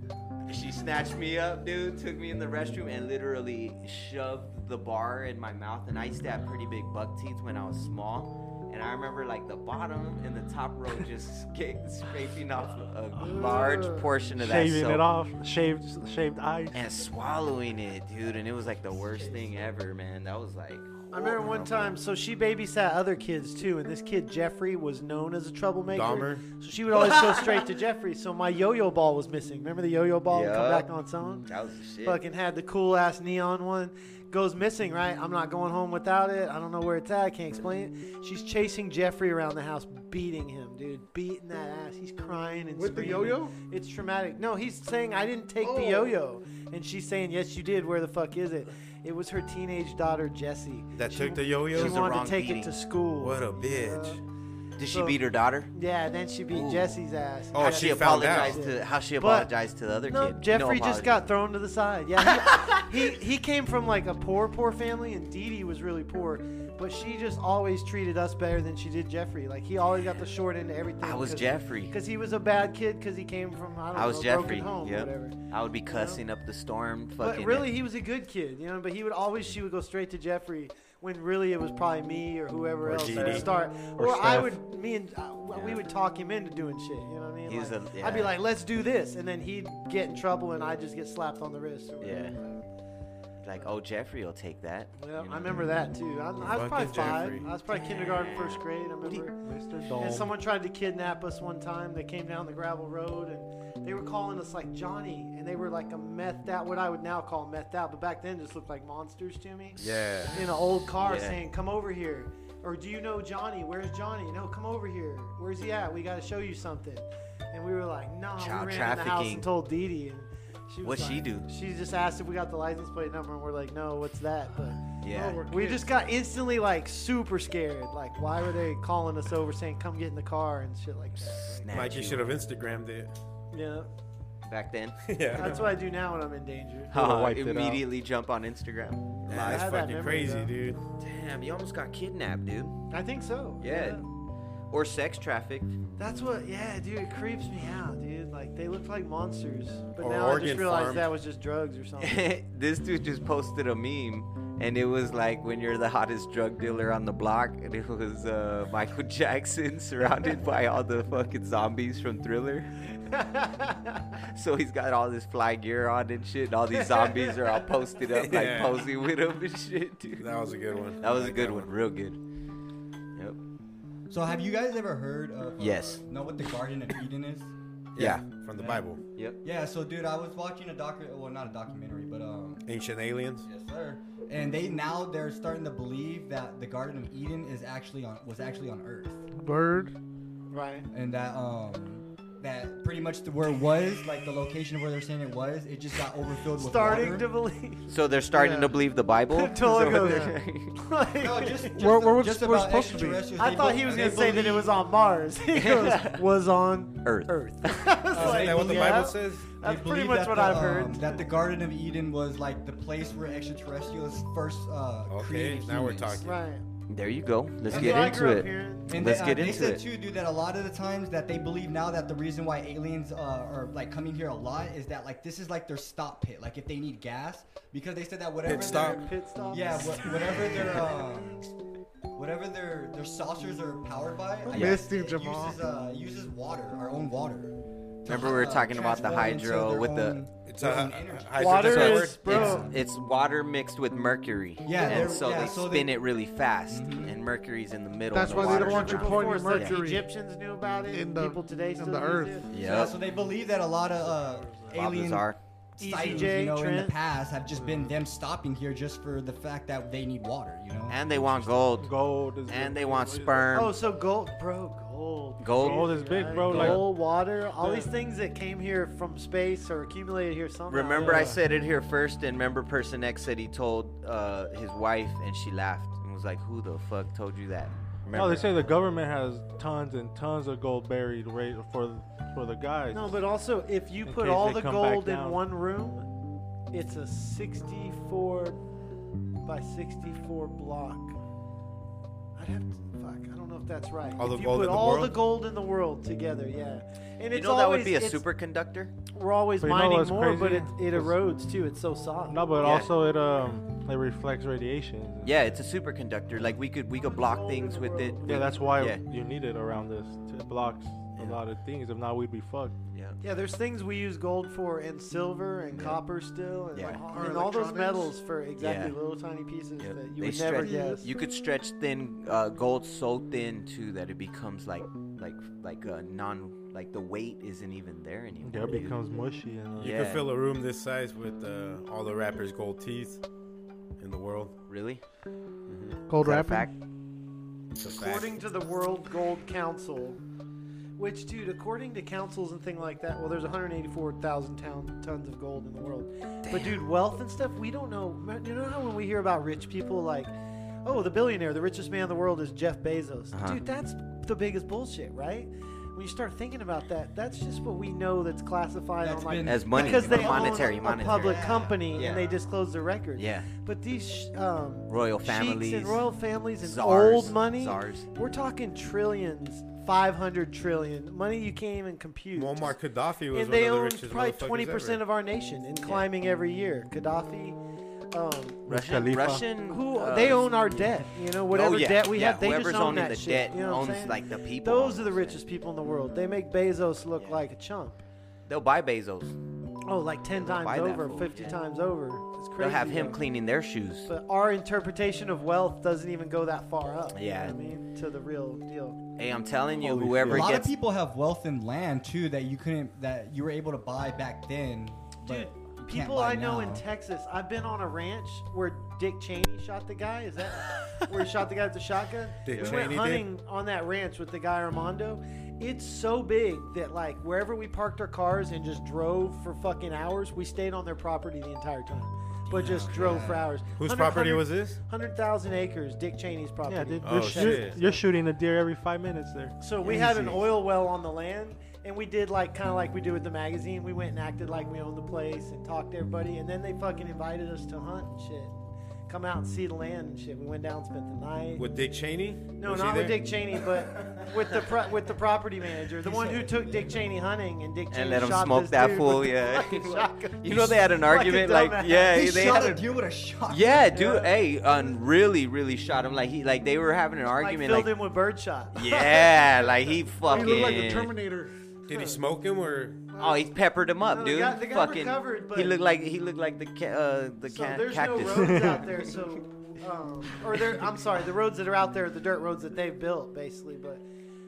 [SPEAKER 6] She snatched me up, dude, took me in the restroom and literally shoved the bar in my mouth. And I used to have pretty big buck teeth when I was small. And I remember like the bottom and the top row just sca- scraping off a large portion of that
[SPEAKER 3] Shaving
[SPEAKER 6] soap
[SPEAKER 3] it off. Shaved, shaved ice.
[SPEAKER 6] and swallowing it, dude. And it was like the worst thing ever, man. That was like.
[SPEAKER 4] I remember one time, so she babysat other kids too, and this kid Jeffrey was known as a troublemaker.
[SPEAKER 2] Dahmer.
[SPEAKER 4] So she would always go straight to Jeffrey. So my yo-yo ball was missing. Remember the yo-yo ball would come
[SPEAKER 6] Yeah.
[SPEAKER 4] back on its own?
[SPEAKER 6] That was the shit.
[SPEAKER 4] Fucking had the cool ass neon one. goes missing, right? I'm not going home without it. I don't know where it's at. I can't explain it. She's chasing Jeffrey around the house, beating him, dude, beating that ass. He's crying and
[SPEAKER 5] With the
[SPEAKER 4] screaming.
[SPEAKER 5] yo-yo?
[SPEAKER 4] It's traumatic. No, he's saying I didn't take the
[SPEAKER 5] Oh.
[SPEAKER 4] yo-yo, and she's saying yes, you did. Where the fuck is it? It was her teenage daughter Jessie
[SPEAKER 2] That
[SPEAKER 4] She-
[SPEAKER 2] took the yo-yo?
[SPEAKER 4] She
[SPEAKER 2] It was the
[SPEAKER 4] wanted
[SPEAKER 6] wrong
[SPEAKER 4] to take
[SPEAKER 6] beating.
[SPEAKER 4] it to school.
[SPEAKER 2] What a bitch.
[SPEAKER 6] Did she
[SPEAKER 4] So-
[SPEAKER 6] beat her daughter?
[SPEAKER 4] Yeah, then she beat
[SPEAKER 6] Ooh.
[SPEAKER 4] Jesse's ass.
[SPEAKER 2] Oh,
[SPEAKER 6] how
[SPEAKER 2] she
[SPEAKER 6] she,
[SPEAKER 2] found out.
[SPEAKER 6] apologized to how she
[SPEAKER 4] But-
[SPEAKER 6] apologized to the other
[SPEAKER 4] No,
[SPEAKER 6] kid.
[SPEAKER 4] Jeffrey
[SPEAKER 6] No
[SPEAKER 4] just
[SPEAKER 6] apology.
[SPEAKER 4] got thrown to the side. Yeah, he, he he came from like a poor, poor family, and Dee Dee was really poor. But she just always treated us better than she did Jeffrey. Like he always got the short end of everything.
[SPEAKER 6] I was Jeffrey.
[SPEAKER 4] because he was a bad kid because he came from I don't
[SPEAKER 6] I was
[SPEAKER 4] know,
[SPEAKER 6] Jeffrey.
[SPEAKER 4] broken home,
[SPEAKER 6] yep.
[SPEAKER 4] whatever.
[SPEAKER 6] I would be cussing up the storm. Fucking
[SPEAKER 4] But really, he was a good kid, you know. But he would always she would go straight to Jeffree when really it was probably me or whoever
[SPEAKER 2] Or
[SPEAKER 4] else that
[SPEAKER 2] Dee Dee.
[SPEAKER 4] would start,
[SPEAKER 3] Or
[SPEAKER 4] or, I
[SPEAKER 3] Steph.
[SPEAKER 4] would me and uh, we
[SPEAKER 6] Yeah.
[SPEAKER 4] would talk him into doing shit. You know what I mean?
[SPEAKER 6] He's
[SPEAKER 4] Like,
[SPEAKER 6] a- yeah.
[SPEAKER 4] I'd be like, "Let's do this," and then he'd get in trouble, and I'd just get slapped on the wrist. Or whatever.
[SPEAKER 6] Yeah. like, oh, Jeffrey will take that.
[SPEAKER 4] Yeah,
[SPEAKER 6] You know?
[SPEAKER 4] I remember that too. I, I was
[SPEAKER 2] Fucking
[SPEAKER 4] probably five.
[SPEAKER 2] Jeffrey.
[SPEAKER 4] I was probably kindergarten, first grade. I remember.
[SPEAKER 3] Mr.
[SPEAKER 4] And
[SPEAKER 3] Dome.
[SPEAKER 4] someone tried to kidnap us one time. They came down the gravel road and they were calling us like Johnny, and they were like a methed out, what I would now call methed out, but back then just looked like monsters to me.
[SPEAKER 2] Yeah.
[SPEAKER 4] In an old car,
[SPEAKER 6] Yeah.
[SPEAKER 4] saying, "Come over here," or "Do you know Johnny? Where's Johnny? No, come over here. Where's he at? We got to show you something." And we were like, "No."
[SPEAKER 6] Child
[SPEAKER 4] we ran in the house
[SPEAKER 6] trafficking.
[SPEAKER 4] and told Dee Dee. And she was
[SPEAKER 6] What'd she
[SPEAKER 4] like-
[SPEAKER 6] do?
[SPEAKER 4] She just asked if we got the license plate number, and we're like, "No, what's that?" But
[SPEAKER 6] Yeah.
[SPEAKER 5] we're-
[SPEAKER 4] we just got instantly like super scared. Like, why were they calling us over saying, "Come get in the car" and shit like that?
[SPEAKER 6] Snatch
[SPEAKER 2] Like you should have Instagrammed it.
[SPEAKER 4] Yeah,
[SPEAKER 6] back then.
[SPEAKER 2] yeah.
[SPEAKER 4] that's what I do now when I'm in danger.
[SPEAKER 3] Would've
[SPEAKER 6] Uh,
[SPEAKER 3] wiped it out.
[SPEAKER 6] immediately jump on Instagram.
[SPEAKER 2] Nah, that's
[SPEAKER 4] I had that
[SPEAKER 2] fucking
[SPEAKER 4] memory,
[SPEAKER 2] crazy,
[SPEAKER 4] though.
[SPEAKER 2] dude.
[SPEAKER 6] Damn, you almost got kidnapped, dude.
[SPEAKER 4] I think so.
[SPEAKER 6] Yeah. Or sex trafficked.
[SPEAKER 4] that's what. Yeah, dude, it creeps me out, dude. Like they looked like monsters, but
[SPEAKER 2] Or
[SPEAKER 4] now I
[SPEAKER 2] organ
[SPEAKER 4] just realized
[SPEAKER 2] farm.
[SPEAKER 4] that was just drugs or something.
[SPEAKER 6] this dude just posted a meme, and it was like when you're the hottest drug dealer on the block, and it was uh, Michael Jackson surrounded by all the fucking zombies from Thriller. so he's got all this fly gear on and shit, and all these zombies are all posted up, like
[SPEAKER 2] Yeah.
[SPEAKER 6] posing with him and shit, dude.
[SPEAKER 2] That was a good one.
[SPEAKER 6] That was
[SPEAKER 2] I
[SPEAKER 6] a
[SPEAKER 2] like
[SPEAKER 6] good one, real good. Yep.
[SPEAKER 8] So have you guys ever heard of
[SPEAKER 6] Yes.
[SPEAKER 8] uh, know what the Garden of Eden is?
[SPEAKER 6] Yeah.
[SPEAKER 2] From the Bible.
[SPEAKER 6] Yep.
[SPEAKER 8] Yeah, so dude, I was watching a docu well not a documentary, but um
[SPEAKER 2] Ancient aliens.
[SPEAKER 8] Yes, sir. And they now they're starting to believe that the Garden of Eden is actually on was actually on Earth,
[SPEAKER 5] Bird.
[SPEAKER 4] right.
[SPEAKER 8] and that um that pretty much the, where it was like the location of where they're saying it was, it just got overfilled with
[SPEAKER 4] Starting
[SPEAKER 8] water.
[SPEAKER 4] to believe.
[SPEAKER 6] So they're starting
[SPEAKER 4] Yeah.
[SPEAKER 6] to believe the Bible.
[SPEAKER 4] Totally
[SPEAKER 6] Is that what
[SPEAKER 4] goes-
[SPEAKER 6] they're-
[SPEAKER 4] Like,
[SPEAKER 8] No, just, just,
[SPEAKER 5] Where- where was-
[SPEAKER 8] just
[SPEAKER 5] where
[SPEAKER 8] about
[SPEAKER 5] was supposed to be?
[SPEAKER 8] extraterrestrials.
[SPEAKER 4] I
[SPEAKER 8] They
[SPEAKER 4] thought
[SPEAKER 8] be-
[SPEAKER 4] he was
[SPEAKER 8] they
[SPEAKER 4] gonna say that it
[SPEAKER 8] believe-
[SPEAKER 4] was on Mars. He goes, was on
[SPEAKER 6] Earth.
[SPEAKER 4] Earth.
[SPEAKER 2] Isn't that what the Bible says?
[SPEAKER 8] they
[SPEAKER 4] That's pretty
[SPEAKER 8] believe
[SPEAKER 4] much
[SPEAKER 8] that
[SPEAKER 4] what
[SPEAKER 8] the,
[SPEAKER 4] I've
[SPEAKER 8] um,
[SPEAKER 4] heard.
[SPEAKER 8] that the Garden of Eden was like the place where extraterrestrials first uh,
[SPEAKER 2] Okay,
[SPEAKER 8] created
[SPEAKER 2] now we're
[SPEAKER 8] humans.
[SPEAKER 2] talking.
[SPEAKER 4] Right.
[SPEAKER 6] There you go. Let's
[SPEAKER 4] That's
[SPEAKER 6] get
[SPEAKER 4] what I
[SPEAKER 6] into
[SPEAKER 4] grew up
[SPEAKER 6] it.
[SPEAKER 4] hearing.
[SPEAKER 8] And
[SPEAKER 6] Let's
[SPEAKER 8] they, uh,
[SPEAKER 6] get
[SPEAKER 8] they
[SPEAKER 6] into
[SPEAKER 8] said
[SPEAKER 6] it.
[SPEAKER 8] too, dude, that a lot of the times that they believe now that the reason why aliens uh, are like coming here a lot is that like this is like their stop pit, like if they need gas, because they said that whatever
[SPEAKER 2] Pit stop.
[SPEAKER 8] their-
[SPEAKER 4] Pit stop.
[SPEAKER 8] yeah, wha- whatever their um, whatever their their saucers are powered by, I guess
[SPEAKER 5] Misty
[SPEAKER 8] it
[SPEAKER 5] Jamal.
[SPEAKER 8] uses uh, uses water, our own water. to,
[SPEAKER 6] Remember we were
[SPEAKER 8] uh,
[SPEAKER 6] talking about the
[SPEAKER 8] transform into
[SPEAKER 6] hydro
[SPEAKER 8] their
[SPEAKER 6] with the-
[SPEAKER 8] own-
[SPEAKER 2] It's
[SPEAKER 8] their
[SPEAKER 2] a,
[SPEAKER 8] own energy.
[SPEAKER 2] hydro-
[SPEAKER 4] Water
[SPEAKER 2] that's
[SPEAKER 4] is-
[SPEAKER 2] what-
[SPEAKER 4] Bro.
[SPEAKER 6] It's, it's water mixed with mercury.
[SPEAKER 8] Yeah,
[SPEAKER 6] and
[SPEAKER 8] they're-
[SPEAKER 6] so
[SPEAKER 8] yeah,
[SPEAKER 6] they
[SPEAKER 8] so
[SPEAKER 6] spin
[SPEAKER 8] they-
[SPEAKER 6] it really fast, and mercury's in the middle.
[SPEAKER 5] That's
[SPEAKER 6] and the
[SPEAKER 5] why they don't
[SPEAKER 6] water's
[SPEAKER 5] want you
[SPEAKER 6] around.
[SPEAKER 5] pouring your
[SPEAKER 4] Of course, like,
[SPEAKER 5] mercury
[SPEAKER 4] The Egyptians knew about it.
[SPEAKER 5] in the-
[SPEAKER 4] People today
[SPEAKER 5] in
[SPEAKER 4] still
[SPEAKER 5] the
[SPEAKER 4] use
[SPEAKER 5] earth.
[SPEAKER 4] it.
[SPEAKER 8] Yeah,
[SPEAKER 6] Yeah,
[SPEAKER 8] so they believe that a lot of uh,
[SPEAKER 6] Bob
[SPEAKER 8] alien
[SPEAKER 6] Lazar.
[SPEAKER 8] sightings,
[SPEAKER 4] ECJ,
[SPEAKER 8] you know, in
[SPEAKER 4] E Trent.
[SPEAKER 8] the past have just been them stopping here just for the fact that they need water, you know.
[SPEAKER 6] and they want gold,
[SPEAKER 3] Gold is
[SPEAKER 6] and
[SPEAKER 3] big.
[SPEAKER 6] they want
[SPEAKER 3] What is
[SPEAKER 6] sperm.
[SPEAKER 4] Oh, so gold, bro, gold.
[SPEAKER 6] Gold.
[SPEAKER 3] Gold is big,
[SPEAKER 4] Right?
[SPEAKER 3] bro. Like,
[SPEAKER 4] Gold, water, all these things that came here from space or accumulated here somehow.
[SPEAKER 6] Remember, I
[SPEAKER 3] Yeah.
[SPEAKER 6] said it here first, and remember, person X said he told uh, his wife, and she laughed and was like, "Who the fuck told you that?" Remember?
[SPEAKER 3] no, they say the government has tons and tons of gold buried right for for the guys.
[SPEAKER 4] No, but also if you
[SPEAKER 3] In
[SPEAKER 4] put
[SPEAKER 3] case
[SPEAKER 4] all
[SPEAKER 3] they
[SPEAKER 4] the
[SPEAKER 3] come back
[SPEAKER 4] gold in
[SPEAKER 3] down.
[SPEAKER 4] one room, it's a 64 by 64 block. I'd have to fuck. I don't know if that's right.
[SPEAKER 2] All
[SPEAKER 4] if
[SPEAKER 2] the
[SPEAKER 4] you
[SPEAKER 2] gold
[SPEAKER 4] put
[SPEAKER 2] in the
[SPEAKER 4] all
[SPEAKER 2] world?
[SPEAKER 4] the gold in the world together, yeah. And
[SPEAKER 6] you
[SPEAKER 4] it's
[SPEAKER 6] know that would
[SPEAKER 4] always
[SPEAKER 6] be a
[SPEAKER 4] it's-
[SPEAKER 6] superconductor.
[SPEAKER 4] We're always
[SPEAKER 3] But you know
[SPEAKER 4] mining
[SPEAKER 3] what's
[SPEAKER 4] more, but it,
[SPEAKER 3] crazy?
[SPEAKER 4] it
[SPEAKER 3] It's-
[SPEAKER 4] erodes too. It's so soft.
[SPEAKER 3] No, but
[SPEAKER 6] Yeah.
[SPEAKER 3] also it um it reflects radiation.
[SPEAKER 6] Yeah, it's a superconductor. Like we could we could block things with it.
[SPEAKER 3] Yeah, that's why
[SPEAKER 6] Yeah.
[SPEAKER 3] you need it around this. It blocks a lot of things. If not, we'd be fucked.
[SPEAKER 6] Yeah.
[SPEAKER 4] Yeah, there's things we use gold for, and silver, and copper still, and,
[SPEAKER 6] Yeah.
[SPEAKER 4] like,
[SPEAKER 5] Or
[SPEAKER 4] and all those
[SPEAKER 5] electronics.
[SPEAKER 4] metals for exactly
[SPEAKER 6] Yeah.
[SPEAKER 4] little tiny pieces
[SPEAKER 6] Yep.
[SPEAKER 4] that you
[SPEAKER 6] They
[SPEAKER 4] would never
[SPEAKER 6] stretch-
[SPEAKER 4] guess.
[SPEAKER 6] You could stretch thin uh, gold so thin too that it becomes like like like a non like the weight isn't even there anymore.
[SPEAKER 3] Yeah, it
[SPEAKER 6] dude.
[SPEAKER 3] becomes mushy and. Uh,
[SPEAKER 2] You
[SPEAKER 6] Yeah.
[SPEAKER 2] could fill a room this size with uh, all the rappers' gold teeth in the world.
[SPEAKER 6] Really?
[SPEAKER 5] Cold
[SPEAKER 6] Is that a
[SPEAKER 5] rapping.
[SPEAKER 6] fact?
[SPEAKER 2] It's a fact.
[SPEAKER 4] according to the World Gold Council, which, dude, according to councils and thing like that, well, there's 184,000 ton- tons of gold in the world. But, dude, wealth and stuff, we don't know. You know how when we hear about rich people, like, oh, the billionaire, the richest man in the world is Jeff Bezos.
[SPEAKER 6] Uh-huh.
[SPEAKER 4] Dude, that's the biggest bullshit, right? When you start thinking about that, that's just what we know that's classified
[SPEAKER 8] That's
[SPEAKER 4] on like
[SPEAKER 8] been-
[SPEAKER 6] As money.
[SPEAKER 4] because they
[SPEAKER 6] monetary,
[SPEAKER 4] own
[SPEAKER 6] monetary.
[SPEAKER 4] a public
[SPEAKER 8] Yeah.
[SPEAKER 4] company
[SPEAKER 6] Yeah.
[SPEAKER 4] and they disclose their records.
[SPEAKER 6] Yeah.
[SPEAKER 4] But these sh- um,
[SPEAKER 6] Royal
[SPEAKER 4] sheiks
[SPEAKER 6] families,
[SPEAKER 4] and royal families and
[SPEAKER 6] czars,
[SPEAKER 4] old money.
[SPEAKER 6] czars.
[SPEAKER 4] We're talking trillions, five hundred trillion money you can't even compute.
[SPEAKER 2] Muammar Gaddafi was
[SPEAKER 4] and
[SPEAKER 2] one of
[SPEAKER 4] they
[SPEAKER 2] the
[SPEAKER 4] own
[SPEAKER 2] richest
[SPEAKER 4] probably
[SPEAKER 2] motherfuckers
[SPEAKER 4] twenty percent
[SPEAKER 2] ever.
[SPEAKER 4] of our nation and climbing every year. Gaddafi. Um,
[SPEAKER 6] Russian,
[SPEAKER 3] Khalifa.
[SPEAKER 6] Russian.
[SPEAKER 4] who
[SPEAKER 6] uh,
[SPEAKER 4] they own our debt, you know, whatever
[SPEAKER 6] oh, yeah,
[SPEAKER 4] debt we
[SPEAKER 6] yeah,
[SPEAKER 4] have, they
[SPEAKER 6] whoever's
[SPEAKER 4] just own
[SPEAKER 6] owning
[SPEAKER 4] that
[SPEAKER 6] the
[SPEAKER 4] shit.
[SPEAKER 6] debt
[SPEAKER 4] you know what I'm
[SPEAKER 6] owns,
[SPEAKER 4] saying?
[SPEAKER 6] like, the people
[SPEAKER 4] Those
[SPEAKER 6] on
[SPEAKER 4] are the
[SPEAKER 6] it.
[SPEAKER 4] richest people in the world. They make Bezos look like a chump.
[SPEAKER 6] They'll buy Bezos.
[SPEAKER 4] Oh, like ten
[SPEAKER 6] buy
[SPEAKER 4] times
[SPEAKER 6] that
[SPEAKER 4] over,
[SPEAKER 6] fool,
[SPEAKER 4] fifty
[SPEAKER 6] yeah.
[SPEAKER 4] times over. It's crazy.
[SPEAKER 6] They'll have him
[SPEAKER 4] though.
[SPEAKER 6] cleaning their shoes.
[SPEAKER 4] But our interpretation of wealth doesn't even go that far up. you know
[SPEAKER 6] Yeah.
[SPEAKER 4] what I mean, to the real deal.
[SPEAKER 6] Hey, I'm telling you,
[SPEAKER 3] Holy
[SPEAKER 6] whoever
[SPEAKER 8] A lot of
[SPEAKER 6] gets
[SPEAKER 8] people have wealth in land too that you couldn't that you were able to buy back then.
[SPEAKER 4] Dude,
[SPEAKER 8] But you can't
[SPEAKER 4] people
[SPEAKER 8] buy
[SPEAKER 4] I know
[SPEAKER 8] now.
[SPEAKER 4] in Texas, I've been on a ranch where Dick Cheney shot the guy. Is that where he shot the guy with the shotgun?
[SPEAKER 2] Dick
[SPEAKER 4] we
[SPEAKER 2] Cheney
[SPEAKER 4] went
[SPEAKER 2] did?
[SPEAKER 4] hunting on that ranch with the guy Armando. It's so big that like wherever we parked our cars and just drove for fucking hours, we stayed on their property the entire time. But just drove for hours.
[SPEAKER 2] Whose
[SPEAKER 4] 100
[SPEAKER 2] property was this?
[SPEAKER 4] Hundred thousand acres, Dick Cheney's property.
[SPEAKER 3] Yeah, dude.
[SPEAKER 2] Oh,
[SPEAKER 3] you're, shoot-
[SPEAKER 2] shit.
[SPEAKER 3] you're shooting a deer every five minutes there.
[SPEAKER 4] So we had an oil well on the land, and we did like kind of like we do with the magazine. We went and acted like we owned the place and talked to everybody, and then they fucking invited us to hunt and shit. Come out and see the land and shit. We went down, spent the night.
[SPEAKER 2] With Dick Cheney?
[SPEAKER 4] no,
[SPEAKER 2] Was he
[SPEAKER 4] not with
[SPEAKER 2] there?
[SPEAKER 4] Dick Cheney, but with the pro- with the property manager, the one who took Dick Cheney hunting, and Dick Cheney
[SPEAKER 6] and let him
[SPEAKER 4] shot
[SPEAKER 6] smoke
[SPEAKER 4] this
[SPEAKER 6] that
[SPEAKER 4] dude
[SPEAKER 6] fool,
[SPEAKER 4] with the
[SPEAKER 6] yeah.
[SPEAKER 4] fucking shotgun.
[SPEAKER 6] you know they had an
[SPEAKER 4] Fucking
[SPEAKER 6] argument, like
[SPEAKER 4] dumbass.
[SPEAKER 6] yeah,
[SPEAKER 8] he
[SPEAKER 6] they
[SPEAKER 8] shot
[SPEAKER 6] had
[SPEAKER 8] a deer with a shot.
[SPEAKER 6] yeah, dude. Hey, um, really, really shot him. Like he, like they were having an
[SPEAKER 4] Like
[SPEAKER 6] argument.
[SPEAKER 4] filled
[SPEAKER 6] Like,
[SPEAKER 4] him with birdshot.
[SPEAKER 6] yeah, like he
[SPEAKER 5] He
[SPEAKER 6] fucking.
[SPEAKER 5] looked like the Terminator.
[SPEAKER 2] Did he smoke him or?
[SPEAKER 6] oh, he peppered him up,
[SPEAKER 4] No, the
[SPEAKER 6] dude.
[SPEAKER 4] guy- the guy
[SPEAKER 6] fucking.
[SPEAKER 4] recovered, but-
[SPEAKER 6] he looked like he looked like the ca- uh, the
[SPEAKER 4] So
[SPEAKER 6] ca-
[SPEAKER 4] there's
[SPEAKER 6] cactus.
[SPEAKER 4] no roads out there, so um, or there. I'm sorry, the roads that are out there, are the dirt roads that they've built, basically. But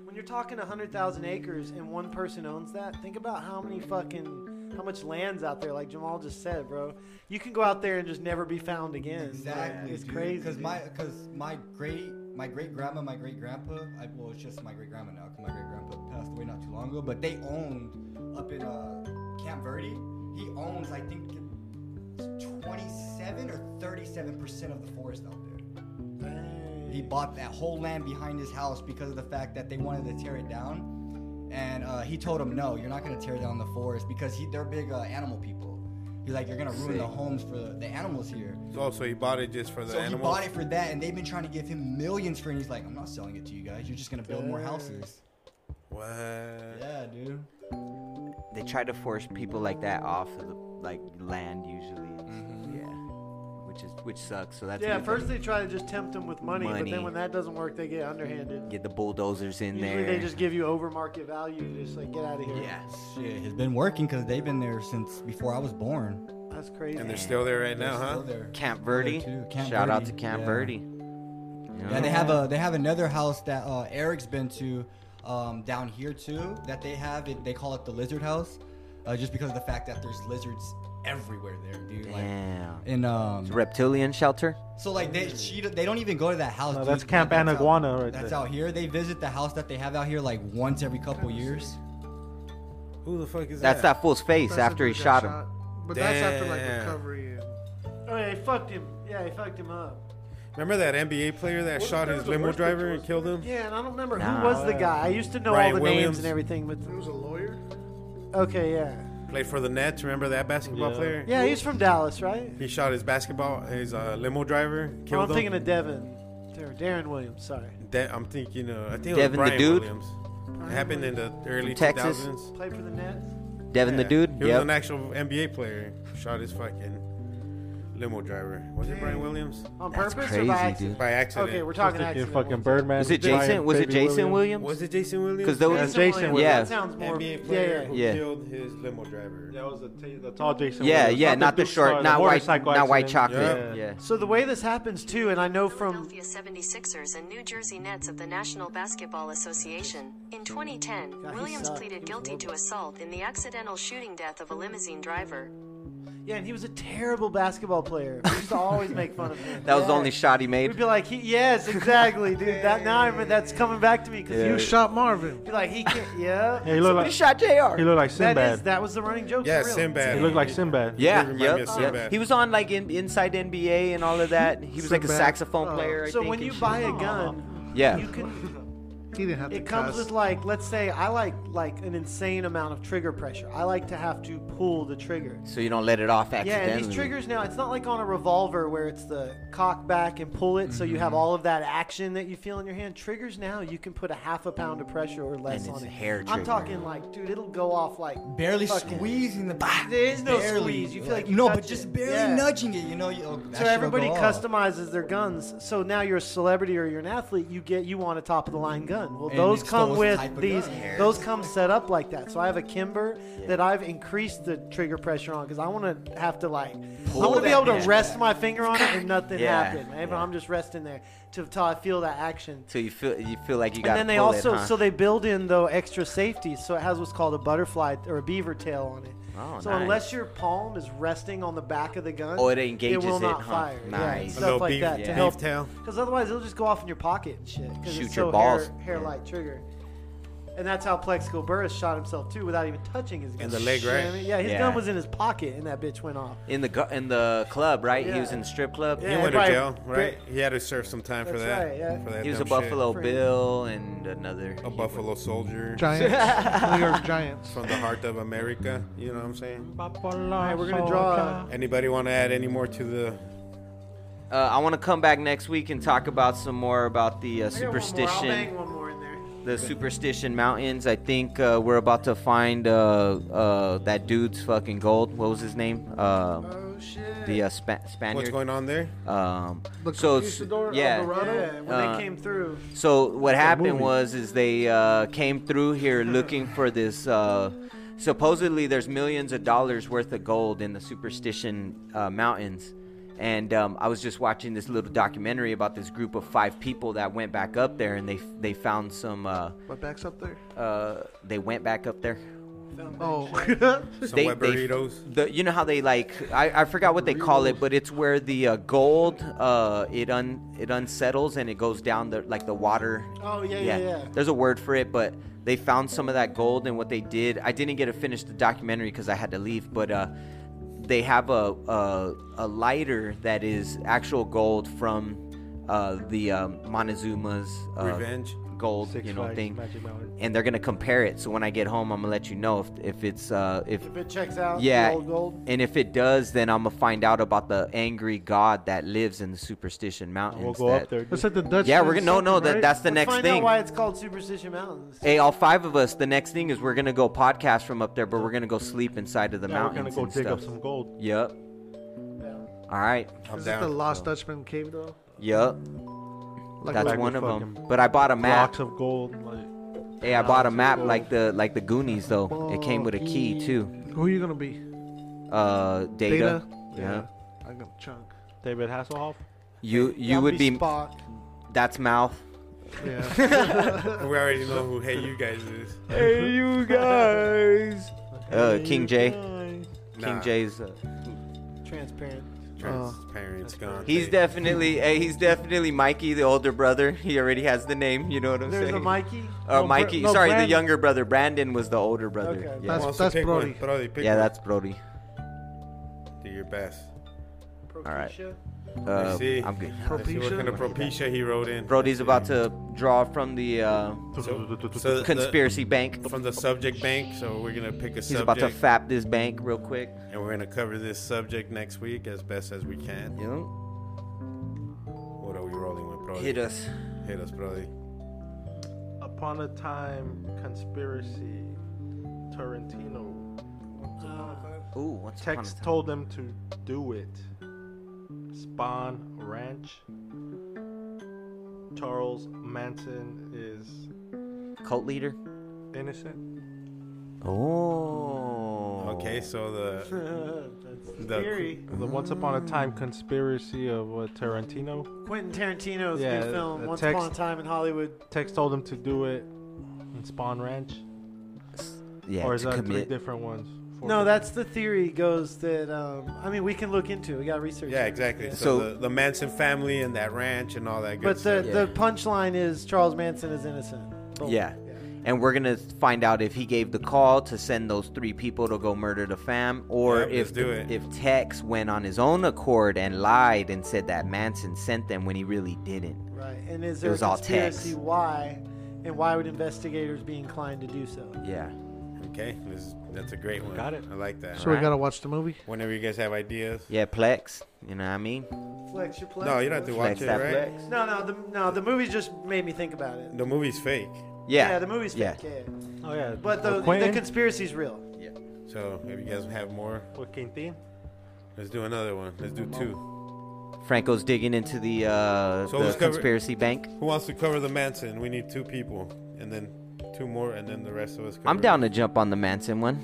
[SPEAKER 4] when you're talking 100,000 acres and one person owns that, think about how many fucking how much land's out there. Like Jamal just said, bro, you can go out there and just never be found again. Like,
[SPEAKER 8] Exactly.
[SPEAKER 4] it's crazy.
[SPEAKER 8] Because
[SPEAKER 4] dude.
[SPEAKER 8] my because my great my great grandma, my great grandpa, I, well, it's just my great grandma now. 'cause my great grandpa passed away not too long ago, but they owned up in uh, Camp Verde. He owns, I think, twenty-seven or thirty-seven percent of the forest out there. He bought that whole land behind his house because of the fact that they wanted to tear it down. And uh, he told him, "No, you're not gonna tear down the forest because he, they're big uh, animal people. He's like, you're gonna ruin the homes for the, the animals here."
[SPEAKER 2] Oh, so he bought it just for the
[SPEAKER 8] So
[SPEAKER 2] animals.
[SPEAKER 8] he bought it for that, and they've been trying to give him millions for it. And he's like, I'm not selling it to you guys. You're just gonna build more houses.
[SPEAKER 2] What?
[SPEAKER 8] Yeah, dude.
[SPEAKER 6] they try to force people like that off of the like land usually. Yeah, which is which sucks. So that's
[SPEAKER 4] Mm-hmm. yeah,
[SPEAKER 6] when
[SPEAKER 4] first they try to just tempt them with money, but
[SPEAKER 6] Money.
[SPEAKER 4] then when that doesn't work, they get underhanded.
[SPEAKER 6] get the bulldozers in
[SPEAKER 4] Usually
[SPEAKER 6] there.
[SPEAKER 4] they just give you over market value. Just like get out of here.
[SPEAKER 6] yeah.
[SPEAKER 8] Shit, it's been working because they've been there since before I was born.
[SPEAKER 4] that's crazy.
[SPEAKER 2] And they're still there right
[SPEAKER 8] They're
[SPEAKER 2] now, huh?
[SPEAKER 8] still there.
[SPEAKER 6] Camp Verde.
[SPEAKER 8] There too, Camp
[SPEAKER 6] Shout out to
[SPEAKER 8] Verde,
[SPEAKER 6] Camp
[SPEAKER 8] yeah.
[SPEAKER 6] Verde.
[SPEAKER 8] Yeah, they have a they have another house that uh, Eric's been to um, down here too. That they have it. They call it the Lizard House, uh, just because of the fact that there's lizards everywhere there, dude. Like,
[SPEAKER 6] Damn.
[SPEAKER 8] and um,
[SPEAKER 6] Reptilian shelter.
[SPEAKER 8] So like they she they don't even go to that house.
[SPEAKER 3] No,
[SPEAKER 8] dude.
[SPEAKER 3] that's Camp
[SPEAKER 8] Like,
[SPEAKER 3] Anaguana
[SPEAKER 8] out,
[SPEAKER 3] right
[SPEAKER 8] That's
[SPEAKER 3] there.
[SPEAKER 8] out here. They visit the house that they have out here like once every couple years.
[SPEAKER 2] Who the fuck is
[SPEAKER 6] That's
[SPEAKER 2] that?
[SPEAKER 6] that fool's face
[SPEAKER 5] That's
[SPEAKER 6] after he
[SPEAKER 5] got
[SPEAKER 6] shot him.
[SPEAKER 5] But that's after like
[SPEAKER 2] Damn.
[SPEAKER 5] recovery. And,
[SPEAKER 4] Oh yeah, he fucked him. Yeah, he fucked him up.
[SPEAKER 2] Remember that NBA player that shot his limo driver and killed him?
[SPEAKER 4] Yeah, and I don't remember
[SPEAKER 6] Nah.
[SPEAKER 4] who was the guy. I used to know
[SPEAKER 2] Oh, Ryan
[SPEAKER 4] all the
[SPEAKER 2] Williams.
[SPEAKER 4] names and everything, but
[SPEAKER 5] it was a lawyer.
[SPEAKER 4] okay, yeah,
[SPEAKER 2] Played for the Nets. Remember that basketball
[SPEAKER 3] Yeah.
[SPEAKER 2] player?
[SPEAKER 4] yeah, he's from Dallas, right?
[SPEAKER 2] He shot his basketball, his uh, limo driver,
[SPEAKER 4] Or I'm
[SPEAKER 2] killed
[SPEAKER 4] thinking
[SPEAKER 2] him.
[SPEAKER 4] of Devin, or Darren Williams. Sorry,
[SPEAKER 2] Da- I'm thinking, uh, I think it was
[SPEAKER 6] Devin the
[SPEAKER 2] Brian
[SPEAKER 6] dude?
[SPEAKER 2] Williams. It happened in the early
[SPEAKER 6] From Texas?
[SPEAKER 2] 2000s.
[SPEAKER 4] played for the Nets.
[SPEAKER 6] Devin the
[SPEAKER 2] Yeah.
[SPEAKER 6] dude.
[SPEAKER 2] He was an
[SPEAKER 6] Yep.
[SPEAKER 2] actual NBA player. Shot his fucking limo driver. Was it Brian Williams?
[SPEAKER 4] On
[SPEAKER 6] That's
[SPEAKER 4] purpose or
[SPEAKER 6] crazy,
[SPEAKER 4] by accident?
[SPEAKER 6] dude.
[SPEAKER 2] By accident.
[SPEAKER 4] Okay, we're talking
[SPEAKER 3] Just thinking
[SPEAKER 4] accident.
[SPEAKER 3] fucking
[SPEAKER 4] ones.
[SPEAKER 3] Birdman.
[SPEAKER 6] Was it
[SPEAKER 3] Brian
[SPEAKER 6] Jason? Was it
[SPEAKER 3] Baby
[SPEAKER 6] Jason Williams?
[SPEAKER 2] Was it Jason Williams?
[SPEAKER 6] Because there was
[SPEAKER 4] Jason,
[SPEAKER 3] Jason
[SPEAKER 4] Williams.
[SPEAKER 6] yeah.
[SPEAKER 4] That sounds more.
[SPEAKER 2] NBA
[SPEAKER 4] yeah,
[SPEAKER 2] player
[SPEAKER 4] yeah.
[SPEAKER 2] who
[SPEAKER 6] Yeah.
[SPEAKER 2] killed his limo driver.
[SPEAKER 3] That was the, t- the tall Jason.
[SPEAKER 6] yeah,
[SPEAKER 3] Williams,
[SPEAKER 6] yeah. Not the
[SPEAKER 3] big
[SPEAKER 6] short,
[SPEAKER 3] star,
[SPEAKER 6] not white,
[SPEAKER 3] motorcycle
[SPEAKER 6] not white
[SPEAKER 3] accident.
[SPEAKER 6] chocolate. Yeah.
[SPEAKER 4] So the way this happens too, and I know from
[SPEAKER 7] Philadelphia 76ers and New Jersey Nets of the National Basketball Association. In 2010,
[SPEAKER 4] he
[SPEAKER 7] Williams
[SPEAKER 4] sucked. He
[SPEAKER 7] pleaded
[SPEAKER 4] was
[SPEAKER 7] guilty to
[SPEAKER 4] horrible.
[SPEAKER 7] assault in the accidental shooting death of a limousine driver.
[SPEAKER 4] Yeah, and he was a terrible basketball player. We used to always make fun of him.
[SPEAKER 6] That was the only shot he made.
[SPEAKER 4] We'd be like, he, yes, exactly, dude. That now I remember that's coming back to me because
[SPEAKER 5] You
[SPEAKER 4] you
[SPEAKER 5] shot Marvin.
[SPEAKER 4] be like, he can't. Yeah,
[SPEAKER 3] Yeah, he looked
[SPEAKER 6] Somebody
[SPEAKER 3] like
[SPEAKER 6] shot Jr.
[SPEAKER 3] he looked like
[SPEAKER 4] that
[SPEAKER 3] Sinbad.
[SPEAKER 4] is that was the running joke.
[SPEAKER 2] Yeah,
[SPEAKER 4] for real.
[SPEAKER 2] Sinbad.
[SPEAKER 3] he looked like Sinbad.
[SPEAKER 6] Yeah,
[SPEAKER 2] Remind me
[SPEAKER 6] yep,
[SPEAKER 2] of
[SPEAKER 6] yep.
[SPEAKER 2] Sinbad.
[SPEAKER 6] He was on like in, Inside NBA and all of that. He was like a
[SPEAKER 5] Sinbad.
[SPEAKER 6] saxophone player. I
[SPEAKER 4] Oh. So
[SPEAKER 6] think,
[SPEAKER 4] when
[SPEAKER 6] and
[SPEAKER 4] you
[SPEAKER 6] shit.
[SPEAKER 4] buy a gun,
[SPEAKER 6] yeah,
[SPEAKER 4] you can.
[SPEAKER 5] He didn't have to
[SPEAKER 4] It comes
[SPEAKER 5] cuss.
[SPEAKER 4] with like, let's say I like like an insane amount of trigger pressure. I like to have to pull the trigger.
[SPEAKER 6] so you don't let it off
[SPEAKER 4] Yeah,
[SPEAKER 6] accidentally.
[SPEAKER 4] and these triggers now, it's not like on a revolver where it's the cock back and pull it, so you
[SPEAKER 6] Mm-hmm.
[SPEAKER 4] have all of that action that you feel in your hand. Triggers now, you can put a half a pound of pressure or less
[SPEAKER 6] And
[SPEAKER 4] on
[SPEAKER 6] it's
[SPEAKER 4] it.
[SPEAKER 6] a hair
[SPEAKER 4] I'm
[SPEAKER 6] trigger.
[SPEAKER 4] talking like, dude, it'll go off like.
[SPEAKER 8] barely
[SPEAKER 4] Fucking-
[SPEAKER 8] squeezing the
[SPEAKER 4] There is no
[SPEAKER 8] barely,
[SPEAKER 4] squeeze. You feel like you
[SPEAKER 8] no,
[SPEAKER 4] touch
[SPEAKER 8] but just
[SPEAKER 4] it.
[SPEAKER 8] barely
[SPEAKER 4] Yeah.
[SPEAKER 8] nudging it. You know, you, oh, that
[SPEAKER 4] So
[SPEAKER 8] shit'll
[SPEAKER 4] everybody
[SPEAKER 8] go off.
[SPEAKER 4] customizes their guns. So now you're a celebrity or you're an athlete, you get you want a top of the line gun. Well,
[SPEAKER 8] And
[SPEAKER 4] those
[SPEAKER 8] it's
[SPEAKER 4] come
[SPEAKER 8] those
[SPEAKER 4] with
[SPEAKER 8] type of
[SPEAKER 4] these.
[SPEAKER 8] guns.
[SPEAKER 4] Those come set up like that. So I have a Kimber that I've increased the trigger pressure on because I want to have to like I want to be
[SPEAKER 6] that
[SPEAKER 4] able to
[SPEAKER 6] bitch
[SPEAKER 4] rest my finger on it and nothing
[SPEAKER 6] Yeah,
[SPEAKER 4] happen. Even
[SPEAKER 6] yeah.
[SPEAKER 4] I'm just resting there till, till I feel that action.
[SPEAKER 6] So you feel you feel like you
[SPEAKER 4] And
[SPEAKER 6] got.
[SPEAKER 4] then they
[SPEAKER 6] pull
[SPEAKER 4] also
[SPEAKER 6] it, huh?
[SPEAKER 4] so they build in though extra safety, so it has what's called a butterfly or a beaver tail on it.
[SPEAKER 6] Oh,
[SPEAKER 4] so
[SPEAKER 6] nice.
[SPEAKER 4] unless your palm is resting on the back of the gun,
[SPEAKER 6] Oh, it engages
[SPEAKER 4] will
[SPEAKER 6] it,
[SPEAKER 4] not
[SPEAKER 6] huh?
[SPEAKER 4] fire. Yeah,
[SPEAKER 6] Nice.
[SPEAKER 2] A little
[SPEAKER 4] stuff like
[SPEAKER 2] beef-
[SPEAKER 4] that
[SPEAKER 2] yeah.
[SPEAKER 4] to
[SPEAKER 2] beef
[SPEAKER 4] help.
[SPEAKER 2] tail.
[SPEAKER 4] Because otherwise it'll just go off in your pocket and shit. 'cause
[SPEAKER 6] Shoot
[SPEAKER 4] it's
[SPEAKER 6] your
[SPEAKER 4] so
[SPEAKER 6] balls.
[SPEAKER 4] Hair, hair light trigger. And that's how Plexico Burris shot himself too, without even touching his gun.
[SPEAKER 2] the leg,
[SPEAKER 4] You know what
[SPEAKER 2] right?
[SPEAKER 4] I mean? Yeah, his
[SPEAKER 6] Yeah.
[SPEAKER 4] gun was in his pocket, and that bitch went off.
[SPEAKER 6] in the gu- in the club, right? He
[SPEAKER 4] Yeah.
[SPEAKER 6] was in the strip club.
[SPEAKER 2] He
[SPEAKER 4] Yeah.
[SPEAKER 2] went to
[SPEAKER 4] Everybody-
[SPEAKER 2] jail, right? He had to serve some time for
[SPEAKER 4] That's
[SPEAKER 2] that.
[SPEAKER 4] right, yeah.
[SPEAKER 2] for that
[SPEAKER 6] He was a
[SPEAKER 2] dumb shit.
[SPEAKER 6] Buffalo
[SPEAKER 4] Pretty-
[SPEAKER 6] Bill and another.
[SPEAKER 2] A Buffalo soldier
[SPEAKER 5] Giants. New York Giants.
[SPEAKER 2] from the heart of America. You know what I'm saying?
[SPEAKER 4] All right, we're gonna draw.
[SPEAKER 2] Anybody want to add any more to the?
[SPEAKER 6] Uh, I want to come back next week and talk about some more about the uh,
[SPEAKER 4] I got one more. I'll
[SPEAKER 6] superstition.
[SPEAKER 4] bang one more in there.
[SPEAKER 6] the Superstition Mountains. I think uh, we're about to find uh, uh, that dude's fucking gold. What was his name? Uh,
[SPEAKER 4] Oh shit.
[SPEAKER 6] the uh, Spa-
[SPEAKER 2] What's
[SPEAKER 6] Spaniard.
[SPEAKER 2] going on there?
[SPEAKER 6] Um,
[SPEAKER 5] The
[SPEAKER 6] so it's-
[SPEAKER 5] Conquistador,
[SPEAKER 6] yeah.
[SPEAKER 5] Eldorado.
[SPEAKER 4] yeah, when
[SPEAKER 6] Uh,
[SPEAKER 4] they came through.
[SPEAKER 6] So what happened
[SPEAKER 3] movie.
[SPEAKER 6] was is they uh, came through here looking for this. Uh, supposedly, there's millions of dollars worth of gold in the Superstition uh, Mountains. And um, I was just watching this little documentary about this group of five people that went back up there, and they they found some. Uh,
[SPEAKER 5] My back's up there.
[SPEAKER 6] uh, they went back up there.
[SPEAKER 5] Oh.
[SPEAKER 2] Some wet burritos.
[SPEAKER 6] the, you know how they like I, I forgot what they call it, but it's where the uh, gold uh, it un it unsettles and it goes down the like the water.
[SPEAKER 4] Oh yeah, yeah, yeah.
[SPEAKER 6] There's a word for it, but they found some of that gold and what they did. I didn't get to finish the documentary because I had to leave, but uh, they have a, a a lighter that is actual gold from uh, the um, Montezuma's uh,
[SPEAKER 2] Revenge.
[SPEAKER 6] gold,
[SPEAKER 3] Six
[SPEAKER 6] you know,
[SPEAKER 3] Flags
[SPEAKER 6] thing.
[SPEAKER 3] Magic Mountain.
[SPEAKER 6] And they're gonna compare it. So when I get home, I'm gonna let you know if if it's uh, if
[SPEAKER 4] If it checks out,
[SPEAKER 6] yeah,
[SPEAKER 4] the old gold.
[SPEAKER 6] and if it does, then I'm gonna find out about the angry god that lives in the Superstition Mountains.
[SPEAKER 3] We'll go up
[SPEAKER 6] that-
[SPEAKER 3] there.
[SPEAKER 5] That's at the Dutch.
[SPEAKER 6] Yeah, we're gonna no, no.
[SPEAKER 5] right?
[SPEAKER 6] That that's the
[SPEAKER 4] Let's
[SPEAKER 6] next
[SPEAKER 4] find
[SPEAKER 6] thing.
[SPEAKER 4] out why it's called Superstition Mountains.
[SPEAKER 6] Hey, all five of us. The next thing is we're gonna go podcast from up there, but we're gonna go sleep inside of the
[SPEAKER 3] Yeah, we're gonna
[SPEAKER 6] mountains
[SPEAKER 3] go
[SPEAKER 6] and
[SPEAKER 3] dig
[SPEAKER 6] stuff.
[SPEAKER 3] up some gold.
[SPEAKER 6] Yep. All right.
[SPEAKER 2] I'm
[SPEAKER 5] Is it the
[SPEAKER 2] down.
[SPEAKER 5] Lost Dutchman cave though?
[SPEAKER 6] Yep.
[SPEAKER 5] Like
[SPEAKER 6] That's
[SPEAKER 5] like
[SPEAKER 6] one
[SPEAKER 3] the
[SPEAKER 6] of them.
[SPEAKER 3] fucking
[SPEAKER 6] But I bought a map.
[SPEAKER 3] Blocks of gold. Like,
[SPEAKER 6] Hey, I bought a
[SPEAKER 3] blocks of
[SPEAKER 6] map
[SPEAKER 3] gold.
[SPEAKER 6] like the like the Goonies though. It came with a key too.
[SPEAKER 5] Who are you gonna be?
[SPEAKER 6] Uh, data. Yeah.
[SPEAKER 5] Yeah. I'm gonna chunk.
[SPEAKER 3] David Hasselhoff.
[SPEAKER 6] You you
[SPEAKER 4] I'll
[SPEAKER 6] would be.
[SPEAKER 4] Spock.
[SPEAKER 6] That's mouth.
[SPEAKER 5] Yeah.
[SPEAKER 2] We already know who hey you guys is.
[SPEAKER 6] Hey, you guys. Uh, King J.
[SPEAKER 2] Nah,
[SPEAKER 6] King J's. Uh,
[SPEAKER 4] transparent.
[SPEAKER 5] Oh.
[SPEAKER 2] Transparent's gone.
[SPEAKER 6] he's definitely. Hey, he's definitely Mikey, the older brother. He already has the name. You know what I'm
[SPEAKER 4] There's
[SPEAKER 6] saying?
[SPEAKER 4] a Mikey.
[SPEAKER 6] Or
[SPEAKER 5] No,
[SPEAKER 6] Uh, Mikey.
[SPEAKER 5] Bra- no,
[SPEAKER 6] Sorry, the
[SPEAKER 5] Brandon.
[SPEAKER 6] younger brother. Brandon was the older brother.
[SPEAKER 4] Okay.
[SPEAKER 6] Yeah.
[SPEAKER 5] That's-
[SPEAKER 2] Wants to pick
[SPEAKER 5] Brody.
[SPEAKER 2] one. Brody, pick
[SPEAKER 6] yeah,
[SPEAKER 2] one.
[SPEAKER 6] that's Brody.
[SPEAKER 2] do your best.
[SPEAKER 6] right.
[SPEAKER 4] Prokeisha.
[SPEAKER 6] Uh,
[SPEAKER 2] Let's see.
[SPEAKER 6] I'm good.
[SPEAKER 2] Let's see what
[SPEAKER 5] Propecia?
[SPEAKER 2] kind of propecia he wrote in.
[SPEAKER 6] Brody's about to draw from the uh,
[SPEAKER 2] So, so the-
[SPEAKER 6] conspiracy bank.
[SPEAKER 2] from the subject bank. So we're gonna pick a
[SPEAKER 6] He's
[SPEAKER 2] subject,
[SPEAKER 6] about to fap this bank real quick.
[SPEAKER 2] and we're gonna cover this subject next week as best as we can.
[SPEAKER 6] You know?
[SPEAKER 2] What are we rolling with, Brody?
[SPEAKER 6] Hit us.
[SPEAKER 2] Hit us, Brody.
[SPEAKER 3] Upon a time conspiracy, Tarantino
[SPEAKER 6] Ooh, what's upon
[SPEAKER 3] Tex
[SPEAKER 6] a time?
[SPEAKER 3] told them to do it. Spawn Ranch. Charles Manson is
[SPEAKER 6] Cult leader.
[SPEAKER 3] innocent.
[SPEAKER 6] Oh.
[SPEAKER 2] Okay, so the
[SPEAKER 4] That's
[SPEAKER 2] The-
[SPEAKER 4] theory.
[SPEAKER 3] The Once Upon a Time conspiracy of uh, Tarantino.
[SPEAKER 4] Quentin Tarantino's
[SPEAKER 3] Yeah,
[SPEAKER 4] new film,
[SPEAKER 3] the
[SPEAKER 4] Once
[SPEAKER 3] text-
[SPEAKER 4] Upon a Time in Hollywood.
[SPEAKER 3] Tex told them to do it in Spawn Ranch.
[SPEAKER 6] Yeah.
[SPEAKER 3] or
[SPEAKER 6] to
[SPEAKER 3] is that three
[SPEAKER 6] commit.
[SPEAKER 3] different ones?
[SPEAKER 5] for
[SPEAKER 4] No,
[SPEAKER 5] it.
[SPEAKER 4] that's the theory goes that um, I mean we can look into. it. We got research.
[SPEAKER 2] Yeah,
[SPEAKER 4] it.
[SPEAKER 2] exactly. So,
[SPEAKER 1] So-
[SPEAKER 2] the, the Manson family and that ranch and all that good
[SPEAKER 4] But the
[SPEAKER 2] stuff.
[SPEAKER 4] the punchline is Charles Manson is innocent. Boom.
[SPEAKER 6] Yeah. And we're gonna find out if he gave the call to send those three people to go murder the fam, or
[SPEAKER 2] Yep, let's
[SPEAKER 6] if
[SPEAKER 2] do it.
[SPEAKER 6] if Tex went on his own accord and lied and said that Manson sent them when he really didn't.
[SPEAKER 4] Right. And is there
[SPEAKER 6] was
[SPEAKER 4] a
[SPEAKER 6] all
[SPEAKER 4] conspiracy
[SPEAKER 6] text.
[SPEAKER 4] why, and why would investigators be inclined to do so?
[SPEAKER 6] Yeah.
[SPEAKER 2] Okay, this, that's a great one.
[SPEAKER 3] Got it.
[SPEAKER 2] I like that.
[SPEAKER 5] So we gotta watch the movie.
[SPEAKER 2] Whenever you guys have ideas.
[SPEAKER 6] Yeah, Plex. You know what I mean?
[SPEAKER 4] Flex your play.
[SPEAKER 2] No, you don't have to watch
[SPEAKER 6] Plex
[SPEAKER 2] it,
[SPEAKER 6] that
[SPEAKER 2] right?
[SPEAKER 6] Plex.
[SPEAKER 4] No, no, the, no. The movie just made me think about it.
[SPEAKER 2] The movie's fake.
[SPEAKER 6] Yeah.
[SPEAKER 4] the movie's
[SPEAKER 6] Yeah.
[SPEAKER 4] fake. Yeah.
[SPEAKER 3] Oh yeah,
[SPEAKER 4] But the the
[SPEAKER 3] Quentin?
[SPEAKER 4] conspiracy's real.
[SPEAKER 2] So if you guys have more,
[SPEAKER 3] With Quintin?
[SPEAKER 2] let's do another one. Let's do two.
[SPEAKER 6] Franco's digging into the uh,
[SPEAKER 2] So
[SPEAKER 6] the
[SPEAKER 2] who's cover-
[SPEAKER 6] conspiracy bank.
[SPEAKER 2] Who wants to cover the Manson? We need two people, and then two more, and then the rest of us. Cover
[SPEAKER 6] I'm down to jump on the Manson one.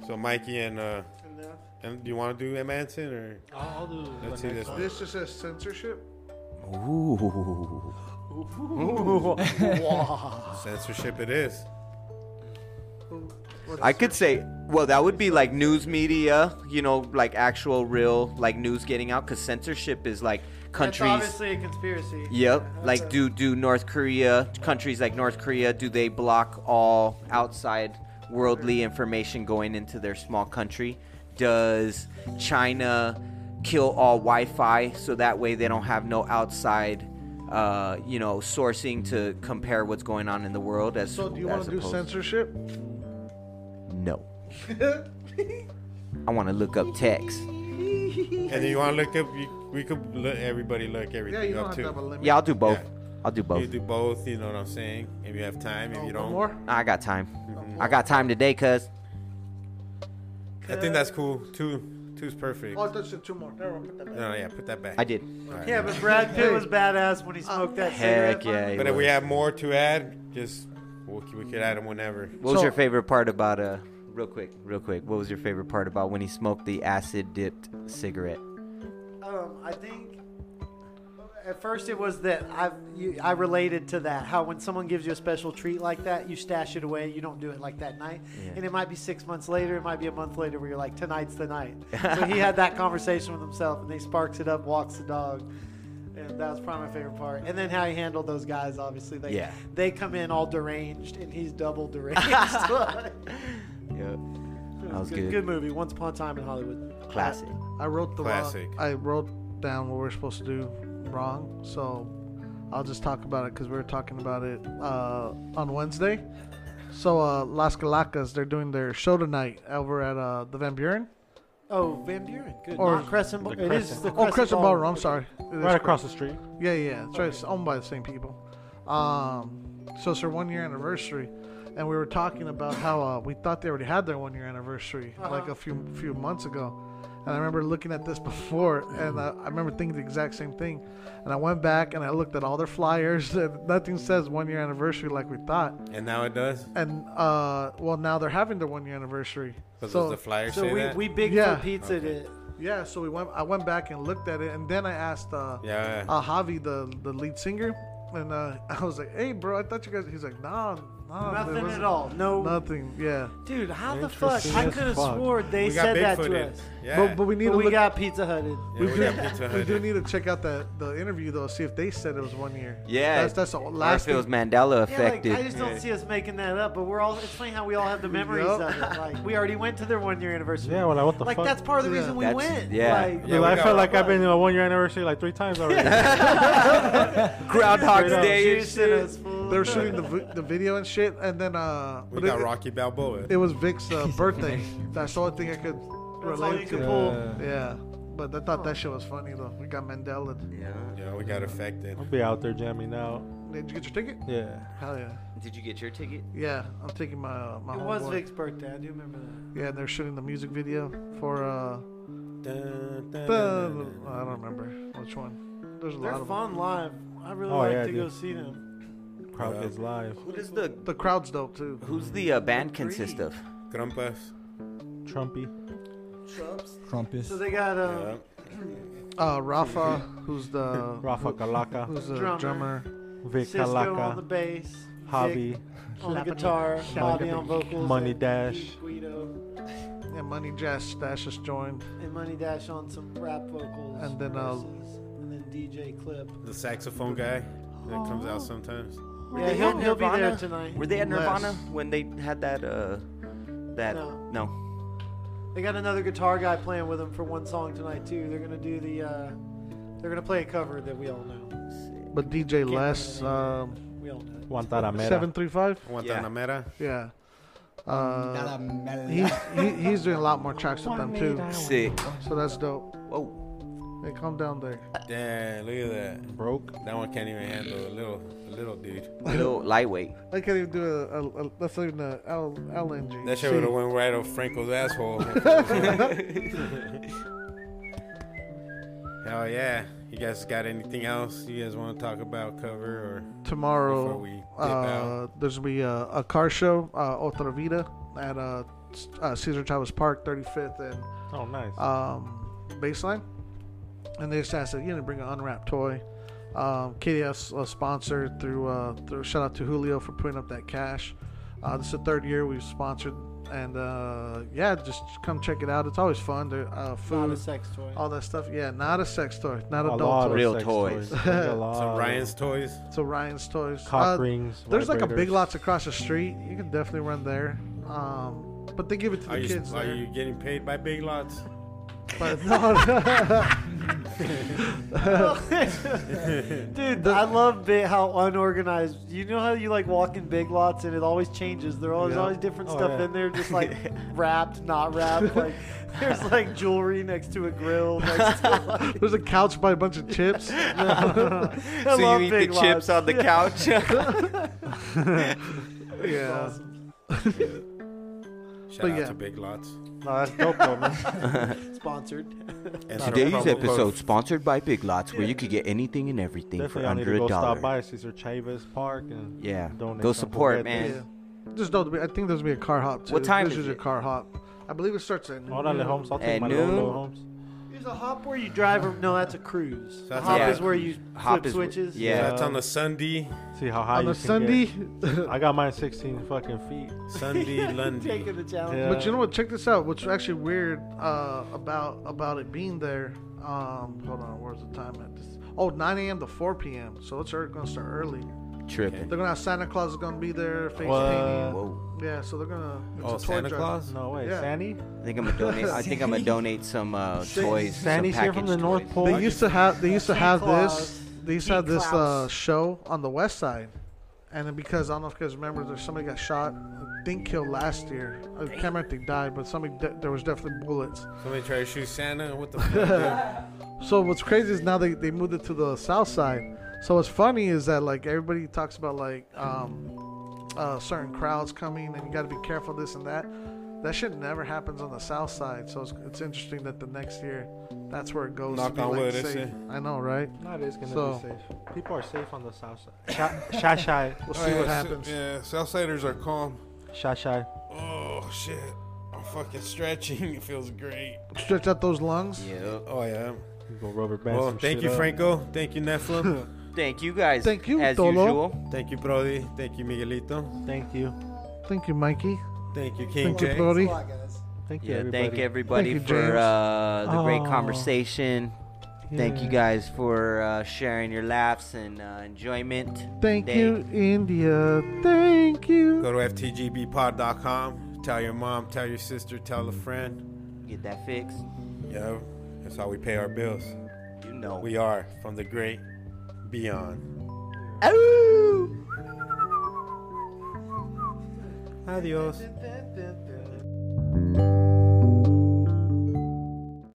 [SPEAKER 2] it. So Mikey and uh, and do you want to do a Manson or
[SPEAKER 3] I'll do.
[SPEAKER 2] let's see this one?
[SPEAKER 5] This just says censorship.
[SPEAKER 6] Ooh.
[SPEAKER 2] Censorship it is.
[SPEAKER 6] I could say, well, that would be like news media, you know, like actual real like news getting out, because censorship is like
[SPEAKER 4] That's
[SPEAKER 6] countries.
[SPEAKER 4] obviously a conspiracy.
[SPEAKER 6] Yep. Like, do do North Korea countries like North Korea do they block all outside worldly information going into their small country? Does China kill all Wi-Fi so that way they don't have no outside, uh, you know, sourcing to compare what's going on in the world? As
[SPEAKER 5] So do you
[SPEAKER 6] as
[SPEAKER 5] want to do
[SPEAKER 6] opposed-
[SPEAKER 5] censorship?
[SPEAKER 6] no. I want to look up text.
[SPEAKER 2] And then you want to look up. You, we could look everybody look
[SPEAKER 5] Yeah,
[SPEAKER 2] everything
[SPEAKER 5] you don't
[SPEAKER 2] up
[SPEAKER 5] have
[SPEAKER 2] too.
[SPEAKER 5] to have a limit.
[SPEAKER 6] Yeah, I'll do both.
[SPEAKER 2] Yeah.
[SPEAKER 6] I'll do
[SPEAKER 2] You
[SPEAKER 6] both.
[SPEAKER 2] do both. You know what I'm saying? If you have time, if you don't,
[SPEAKER 5] Oh, More?
[SPEAKER 6] I got time. I got time today, cuz.
[SPEAKER 2] I think that's cool. Two, two's perfect.
[SPEAKER 5] Oh, I thought you said two more. Never mind, put that back.
[SPEAKER 2] No, no, yeah, put that back.
[SPEAKER 6] I did.
[SPEAKER 4] Yeah, but Brad Pitt was badass when he smoked that cigarette.
[SPEAKER 6] Heck yeah.
[SPEAKER 2] But
[SPEAKER 6] it
[SPEAKER 2] if we
[SPEAKER 6] was.
[SPEAKER 2] have more to add, just we'll, we could add them whenever.
[SPEAKER 6] What was
[SPEAKER 5] So-
[SPEAKER 6] your favorite part about uh real quick, real quick. What was your favorite part about when he smoked the acid dipped cigarette?
[SPEAKER 4] Um, I think at first it was that I you, I related to that how when someone gives you a special treat like that you stash it away you don't do it like that night
[SPEAKER 6] Yeah.
[SPEAKER 4] and it might be six months later it might be a month later where you're like tonight's the night so he had that conversation with himself and he sparks it up walks the dog and that was probably my favorite part and then how he handled those guys obviously they
[SPEAKER 6] Yeah.
[SPEAKER 4] they come in all deranged and he's double deranged It
[SPEAKER 6] Yeah. That was
[SPEAKER 4] good.
[SPEAKER 6] good.
[SPEAKER 4] movie Once Upon a Time in Hollywood
[SPEAKER 6] Classic.
[SPEAKER 5] I wrote the
[SPEAKER 2] Classic.
[SPEAKER 5] Wrong, I wrote down what we're supposed to do wrong, so I'll just talk about it because we were talking about it uh, on Wednesday. So uh, Las Calacas, they're doing their show tonight over at uh, the Van Buren.
[SPEAKER 4] oh Van Buren good
[SPEAKER 5] Or-
[SPEAKER 4] Not Crescent Ball.
[SPEAKER 3] The
[SPEAKER 4] it is
[SPEAKER 3] Crescent.
[SPEAKER 4] the
[SPEAKER 5] Oh, Crescent
[SPEAKER 4] Ball.
[SPEAKER 5] Ballroom. I'm sorry. It is
[SPEAKER 3] Right across the street.
[SPEAKER 5] Yeah, yeah, it's right. It's owned by the same people. Um, so it's their one year anniversary, and we were talking about how uh, we thought they already had their one year anniversary like a few few months ago, and I remember looking at this before, and I, I remember thinking the exact same thing, and I went back and I looked at all their flyers, and nothing says one year anniversary like we thought,
[SPEAKER 2] And now it does.
[SPEAKER 5] and uh, well now they're having their one year anniversary.
[SPEAKER 2] But
[SPEAKER 5] So-
[SPEAKER 2] does the flyer
[SPEAKER 4] So
[SPEAKER 2] say
[SPEAKER 4] we,
[SPEAKER 2] that?
[SPEAKER 4] we big
[SPEAKER 5] Yeah.
[SPEAKER 4] for pizza it.
[SPEAKER 5] yeah, so we went. I went back and looked at it, and then I asked uh,
[SPEAKER 2] Yeah.
[SPEAKER 5] uh, Javi, the the lead singer, and uh, I was like, "Hey, bro, I thought you guys." He's like, "Nah, nah, there
[SPEAKER 4] Nothing at
[SPEAKER 5] wasn't-
[SPEAKER 4] all. No.
[SPEAKER 5] nothing." Yeah,
[SPEAKER 4] Dude, how the fuck? I
[SPEAKER 3] as
[SPEAKER 4] could have
[SPEAKER 3] fuck.
[SPEAKER 4] swore they
[SPEAKER 2] we
[SPEAKER 4] said that to
[SPEAKER 2] Bigfooted.
[SPEAKER 4] us.
[SPEAKER 2] Yeah.
[SPEAKER 5] but but we need
[SPEAKER 4] But
[SPEAKER 5] to
[SPEAKER 4] we
[SPEAKER 5] look.
[SPEAKER 4] got pizza hutted.
[SPEAKER 2] Eh, yeah, we got Pizza
[SPEAKER 5] we
[SPEAKER 2] Hut.
[SPEAKER 5] do need to check out that the interview though, see if they said it was one year.
[SPEAKER 6] Yeah.
[SPEAKER 5] that's that's the
[SPEAKER 6] Or
[SPEAKER 5] last
[SPEAKER 6] if it was
[SPEAKER 5] thing.
[SPEAKER 6] Mandela
[SPEAKER 4] Yeah, like,
[SPEAKER 6] affected.
[SPEAKER 4] I just don't see us making that up, but we're all, it's funny how we all have the memories
[SPEAKER 5] Yup.
[SPEAKER 4] of it. Like, we already went to their one year anniversary.
[SPEAKER 3] Yeah, well, like, what the
[SPEAKER 4] Like,
[SPEAKER 3] fuck?
[SPEAKER 4] that's part of the
[SPEAKER 5] Yeah.
[SPEAKER 4] reason we
[SPEAKER 6] That's-
[SPEAKER 4] went.
[SPEAKER 6] yeah.
[SPEAKER 4] Like,
[SPEAKER 2] Yeah,
[SPEAKER 3] Dude, I
[SPEAKER 2] we
[SPEAKER 3] felt
[SPEAKER 2] got-
[SPEAKER 3] like I've been in a one year anniversary like three times already.
[SPEAKER 6] Groundhog's
[SPEAKER 3] Straight up.
[SPEAKER 6] Day. and
[SPEAKER 4] juicing
[SPEAKER 6] shit.
[SPEAKER 4] us,
[SPEAKER 3] Oh,
[SPEAKER 4] fool.
[SPEAKER 5] They're shooting the vi- the video and shit, and then uh,
[SPEAKER 2] we
[SPEAKER 5] but
[SPEAKER 2] got
[SPEAKER 5] it,
[SPEAKER 2] Rocky Balboa.
[SPEAKER 5] It was Vic's uh, birthday. That's the only thing I could
[SPEAKER 4] That's all you
[SPEAKER 5] relate
[SPEAKER 4] could
[SPEAKER 5] to.
[SPEAKER 4] pull.
[SPEAKER 3] Yeah.
[SPEAKER 5] Yeah, but I thought that shit was funny though. We got Mandela.
[SPEAKER 2] yeah, we got affected.
[SPEAKER 3] I'll be out there jamming out.
[SPEAKER 5] Did you get your ticket?
[SPEAKER 3] Yeah.
[SPEAKER 5] Hell yeah.
[SPEAKER 6] Did you get your ticket?
[SPEAKER 5] Yeah, I'm taking my uh, my.
[SPEAKER 4] It was
[SPEAKER 5] homeboy.
[SPEAKER 4] Vic's birthday. I do remember that.
[SPEAKER 5] Yeah, they're shooting the music video for uh,
[SPEAKER 3] Uh,
[SPEAKER 2] Dun, dun,
[SPEAKER 5] the,
[SPEAKER 2] dun, dun, dun.
[SPEAKER 5] I don't remember which one. There's a
[SPEAKER 4] They're
[SPEAKER 5] lot of them.
[SPEAKER 4] fun live. I really
[SPEAKER 3] Oh,
[SPEAKER 4] like
[SPEAKER 3] yeah,
[SPEAKER 4] to
[SPEAKER 3] dude.
[SPEAKER 4] go see them.
[SPEAKER 3] Crowd
[SPEAKER 2] Yeah.
[SPEAKER 3] gets live.
[SPEAKER 6] Who does the
[SPEAKER 5] The crowd's dope too.
[SPEAKER 6] who's the uh, band consist of?
[SPEAKER 2] Grumpas.
[SPEAKER 3] Trumpy.
[SPEAKER 4] So
[SPEAKER 8] Crumpus.
[SPEAKER 4] they got
[SPEAKER 2] Yeah.
[SPEAKER 4] um,
[SPEAKER 5] Uh, Rafa, who's the
[SPEAKER 3] Rafa Kalaka.
[SPEAKER 5] who's the
[SPEAKER 4] Drummer.
[SPEAKER 5] drummer.
[SPEAKER 3] Vic
[SPEAKER 4] Cisco on the
[SPEAKER 3] Kalaka.
[SPEAKER 4] bass, Vic
[SPEAKER 3] Javi.
[SPEAKER 4] on the guitar, Bobby on vocals,
[SPEAKER 3] Money
[SPEAKER 4] and
[SPEAKER 3] Dash.
[SPEAKER 4] Guido.
[SPEAKER 5] Yeah, Money Jazz Stash just joined.
[SPEAKER 4] And Money Dash on some rap vocals.
[SPEAKER 5] And then, uh,
[SPEAKER 4] verses, and then DJ Clip.
[SPEAKER 2] The saxophone guy that comes out
[SPEAKER 5] oh.
[SPEAKER 2] sometimes.
[SPEAKER 4] Yeah, he'll, he'll be there tonight.
[SPEAKER 6] Were they at Nirvana
[SPEAKER 5] Unless-
[SPEAKER 6] when they had that? Uh, that
[SPEAKER 4] No.
[SPEAKER 6] no.
[SPEAKER 4] They got another guitar guy playing with them for one song tonight too. They're gonna do the, uh, they're gonna play a cover that we all know.
[SPEAKER 5] But DJ Les,
[SPEAKER 4] remember
[SPEAKER 5] um,
[SPEAKER 4] We all know.
[SPEAKER 3] Guantanamera.
[SPEAKER 5] seven three five.
[SPEAKER 2] Guantanamera.
[SPEAKER 5] Yeah.
[SPEAKER 4] Um,
[SPEAKER 5] Uh,
[SPEAKER 8] Nada mela.
[SPEAKER 5] he's he, he's doing a lot more tracks with them too.
[SPEAKER 6] Sick.
[SPEAKER 5] So that's dope.
[SPEAKER 6] Whoa.
[SPEAKER 5] Hey, calm down there.
[SPEAKER 2] Damn, look at that.
[SPEAKER 3] Broke.
[SPEAKER 2] That one can't even handle a little, a little dude.
[SPEAKER 6] Little lightweight.
[SPEAKER 5] I can't even do a, a, a that's not even a L, LNG.
[SPEAKER 2] That shit
[SPEAKER 5] See?
[SPEAKER 2] would have went right up Franco's asshole. Hell yeah! You guys got anything else you guys want to talk about? Cover
[SPEAKER 5] tomorrow.
[SPEAKER 2] Before we dip
[SPEAKER 5] Uh,
[SPEAKER 2] out.
[SPEAKER 5] there's gonna be a, a car show, uh, Otra Vida, at uh, S- uh, Cesar Chavez Park, 35th and
[SPEAKER 3] Oh, nice.
[SPEAKER 5] um, baseline. And they just asked that you know bring an unwrapped toy. Um, KDS uh, sponsored through uh, through shout out to Julio for putting up that cash. Uh, this is the third year we've sponsored, and uh, yeah, just come check it out. It's always fun. There, uh,
[SPEAKER 4] Not
[SPEAKER 5] food,
[SPEAKER 4] a sex toy.
[SPEAKER 5] all that stuff. Yeah, not a sex toy, not
[SPEAKER 3] a
[SPEAKER 5] adult
[SPEAKER 3] lot
[SPEAKER 5] toy.
[SPEAKER 3] of
[SPEAKER 6] Real
[SPEAKER 3] sex
[SPEAKER 6] toys.
[SPEAKER 3] toys. Like a
[SPEAKER 2] or
[SPEAKER 3] lot
[SPEAKER 2] some
[SPEAKER 5] Uh,
[SPEAKER 3] of-
[SPEAKER 2] Ryan's toys?
[SPEAKER 5] So Ryan's Toys.
[SPEAKER 3] Cock
[SPEAKER 5] Uh,
[SPEAKER 3] rings,
[SPEAKER 5] There's like a
[SPEAKER 3] vibrators.
[SPEAKER 5] Big Lots across the street. You can definitely run there. Um, but they give it to the
[SPEAKER 2] Are you,
[SPEAKER 5] kids.
[SPEAKER 2] are
[SPEAKER 5] there.
[SPEAKER 2] you getting paid by Big Lots?
[SPEAKER 5] But no,
[SPEAKER 4] Dude, I love bit how unorganized. You know how you like walk in big lots and it always changes. There always
[SPEAKER 5] Yeah.
[SPEAKER 4] always different
[SPEAKER 3] Oh,
[SPEAKER 4] stuff
[SPEAKER 3] yeah.
[SPEAKER 4] in there, just like wrapped, not wrapped. Like there's like jewelry next to a grill. Next to, like,
[SPEAKER 5] there's a couch by a bunch of chips.
[SPEAKER 4] I
[SPEAKER 6] So
[SPEAKER 4] love
[SPEAKER 6] you eat the
[SPEAKER 4] big lots.
[SPEAKER 6] chips on the couch.
[SPEAKER 5] yeah.
[SPEAKER 2] Shout
[SPEAKER 5] But
[SPEAKER 2] out
[SPEAKER 5] yeah.
[SPEAKER 2] to Big Lots.
[SPEAKER 3] No, that's dope though, man.
[SPEAKER 4] Sponsored.
[SPEAKER 2] And
[SPEAKER 6] Today's
[SPEAKER 2] promo code-
[SPEAKER 6] episode sponsored by Big Lots, where you could get anything and everything
[SPEAKER 3] Definitely,
[SPEAKER 6] for
[SPEAKER 3] I need
[SPEAKER 6] under
[SPEAKER 3] to
[SPEAKER 6] a
[SPEAKER 3] go
[SPEAKER 6] dollar.
[SPEAKER 3] stop by Cesar Chavez Park and
[SPEAKER 6] Yeah,
[SPEAKER 3] donate
[SPEAKER 6] go
[SPEAKER 3] some
[SPEAKER 6] support,
[SPEAKER 3] juguetes.
[SPEAKER 5] yeah.
[SPEAKER 6] man.
[SPEAKER 5] Just don't. I think there's gonna be a car hop too.
[SPEAKER 6] What time
[SPEAKER 5] There's
[SPEAKER 6] is
[SPEAKER 5] usually
[SPEAKER 6] it?
[SPEAKER 5] a car hop. I believe it starts at.
[SPEAKER 3] Órale, Holmes. I'll take
[SPEAKER 6] At
[SPEAKER 3] my little,
[SPEAKER 6] noon?
[SPEAKER 3] little Holmes.
[SPEAKER 4] Is a hop where you drive? Or, no, that's a cruise.
[SPEAKER 2] that's
[SPEAKER 4] hop
[SPEAKER 2] a-
[SPEAKER 4] is where you
[SPEAKER 6] Hop
[SPEAKER 4] flip
[SPEAKER 6] is wh-
[SPEAKER 4] switches.
[SPEAKER 6] Yeah.
[SPEAKER 2] That's on the Sunday,
[SPEAKER 3] See how
[SPEAKER 5] On
[SPEAKER 3] high Ah, you
[SPEAKER 5] a
[SPEAKER 3] can
[SPEAKER 5] Sunday,
[SPEAKER 3] get. I got mine 16 fucking feet.
[SPEAKER 2] Sunday, Lundy.
[SPEAKER 4] Taking the challenge.
[SPEAKER 3] Yeah.
[SPEAKER 5] but you know what? Check this out. What's actually weird uh, about about it being there? Um, hold on. Where's the time at? This, oh, 9 a.m. to 4 p.m. So it's ear- gonna start early.
[SPEAKER 6] Tripping.
[SPEAKER 5] They're gonna have Santa Claus is gonna be there, face
[SPEAKER 3] What?
[SPEAKER 5] painting.
[SPEAKER 6] Whoa.
[SPEAKER 5] Yeah, so they're gonna. It's
[SPEAKER 2] Oh,
[SPEAKER 5] a toy
[SPEAKER 2] Santa
[SPEAKER 5] drive.
[SPEAKER 2] Claus?
[SPEAKER 3] No way.
[SPEAKER 5] Yeah.
[SPEAKER 3] Sandy?
[SPEAKER 6] I think I'm gonna donate. I think I'm gonna donate some uh, toys. some
[SPEAKER 3] Sandy's here from
[SPEAKER 6] packaged
[SPEAKER 3] the North
[SPEAKER 6] toys.
[SPEAKER 3] Pole.
[SPEAKER 5] They used to have. They used to have
[SPEAKER 4] Claus.
[SPEAKER 5] this. They used to
[SPEAKER 4] Pete
[SPEAKER 5] have this uh,
[SPEAKER 4] Claus.
[SPEAKER 5] show on the West Side, and then because I don't know if you guys remember, there's somebody got shot, I think killed last year. I can't remember if they died, but somebody de- there was definitely bullets.
[SPEAKER 2] Somebody try to shoot Santa? What the fuck? dude?
[SPEAKER 5] So what's crazy is now they, they moved it to the south side. So what's funny is that like everybody talks about like um, uh, certain crowds coming and you got to be careful this and that. That shit never happens on the south side. So it's, it's interesting that the next year, that's where it goes.
[SPEAKER 2] Knock
[SPEAKER 5] to be,
[SPEAKER 2] on
[SPEAKER 5] like,
[SPEAKER 2] wood, that's
[SPEAKER 5] safe.
[SPEAKER 2] it.
[SPEAKER 5] I know, right?
[SPEAKER 3] No, it is gonna
[SPEAKER 5] So-
[SPEAKER 3] be safe. People are safe on the south side. Sha- Shashai.
[SPEAKER 5] We'll
[SPEAKER 2] Oh,
[SPEAKER 5] see what
[SPEAKER 2] yeah, s-
[SPEAKER 5] happens.
[SPEAKER 2] Yeah, Southsiders are calm.
[SPEAKER 3] Shashai.
[SPEAKER 2] Oh, shit. I'm fucking stretching. It feels great.
[SPEAKER 5] Stretch out those lungs.
[SPEAKER 6] Yep.
[SPEAKER 2] Oh, yeah.
[SPEAKER 3] Go rubber band
[SPEAKER 2] Well,
[SPEAKER 3] some
[SPEAKER 2] thank
[SPEAKER 3] shit
[SPEAKER 2] you,
[SPEAKER 3] up.
[SPEAKER 2] Franco. Thank you, Nephilim.
[SPEAKER 6] Thank you guys.
[SPEAKER 5] Thank you,
[SPEAKER 6] As
[SPEAKER 5] Tolo.
[SPEAKER 6] usual.
[SPEAKER 2] thank you, Brody. Thank you, Miguelito.
[SPEAKER 3] Thank you.
[SPEAKER 5] Thank you, Mikey.
[SPEAKER 2] Thank you, King
[SPEAKER 5] Thank you,
[SPEAKER 2] J.
[SPEAKER 5] Brody.
[SPEAKER 3] Thank you,
[SPEAKER 6] Yeah.
[SPEAKER 3] everybody.
[SPEAKER 6] Thank everybody
[SPEAKER 5] Thank you,
[SPEAKER 6] for
[SPEAKER 5] James.
[SPEAKER 6] uh, the great
[SPEAKER 3] Oh.
[SPEAKER 6] conversation. Thank you
[SPEAKER 3] Yeah.
[SPEAKER 6] guys for uh, sharing your laughs and uh, enjoyment.
[SPEAKER 5] Thank
[SPEAKER 6] They-
[SPEAKER 5] you, India. Thank you.
[SPEAKER 2] Go to FTGBpod.com. Tell your mom, tell your sister, tell a friend.
[SPEAKER 6] Get that fixed.
[SPEAKER 2] Yeah, that's how we pay our bills.
[SPEAKER 6] You know.
[SPEAKER 2] We are from the great beyond.
[SPEAKER 6] Ow!
[SPEAKER 2] Adios.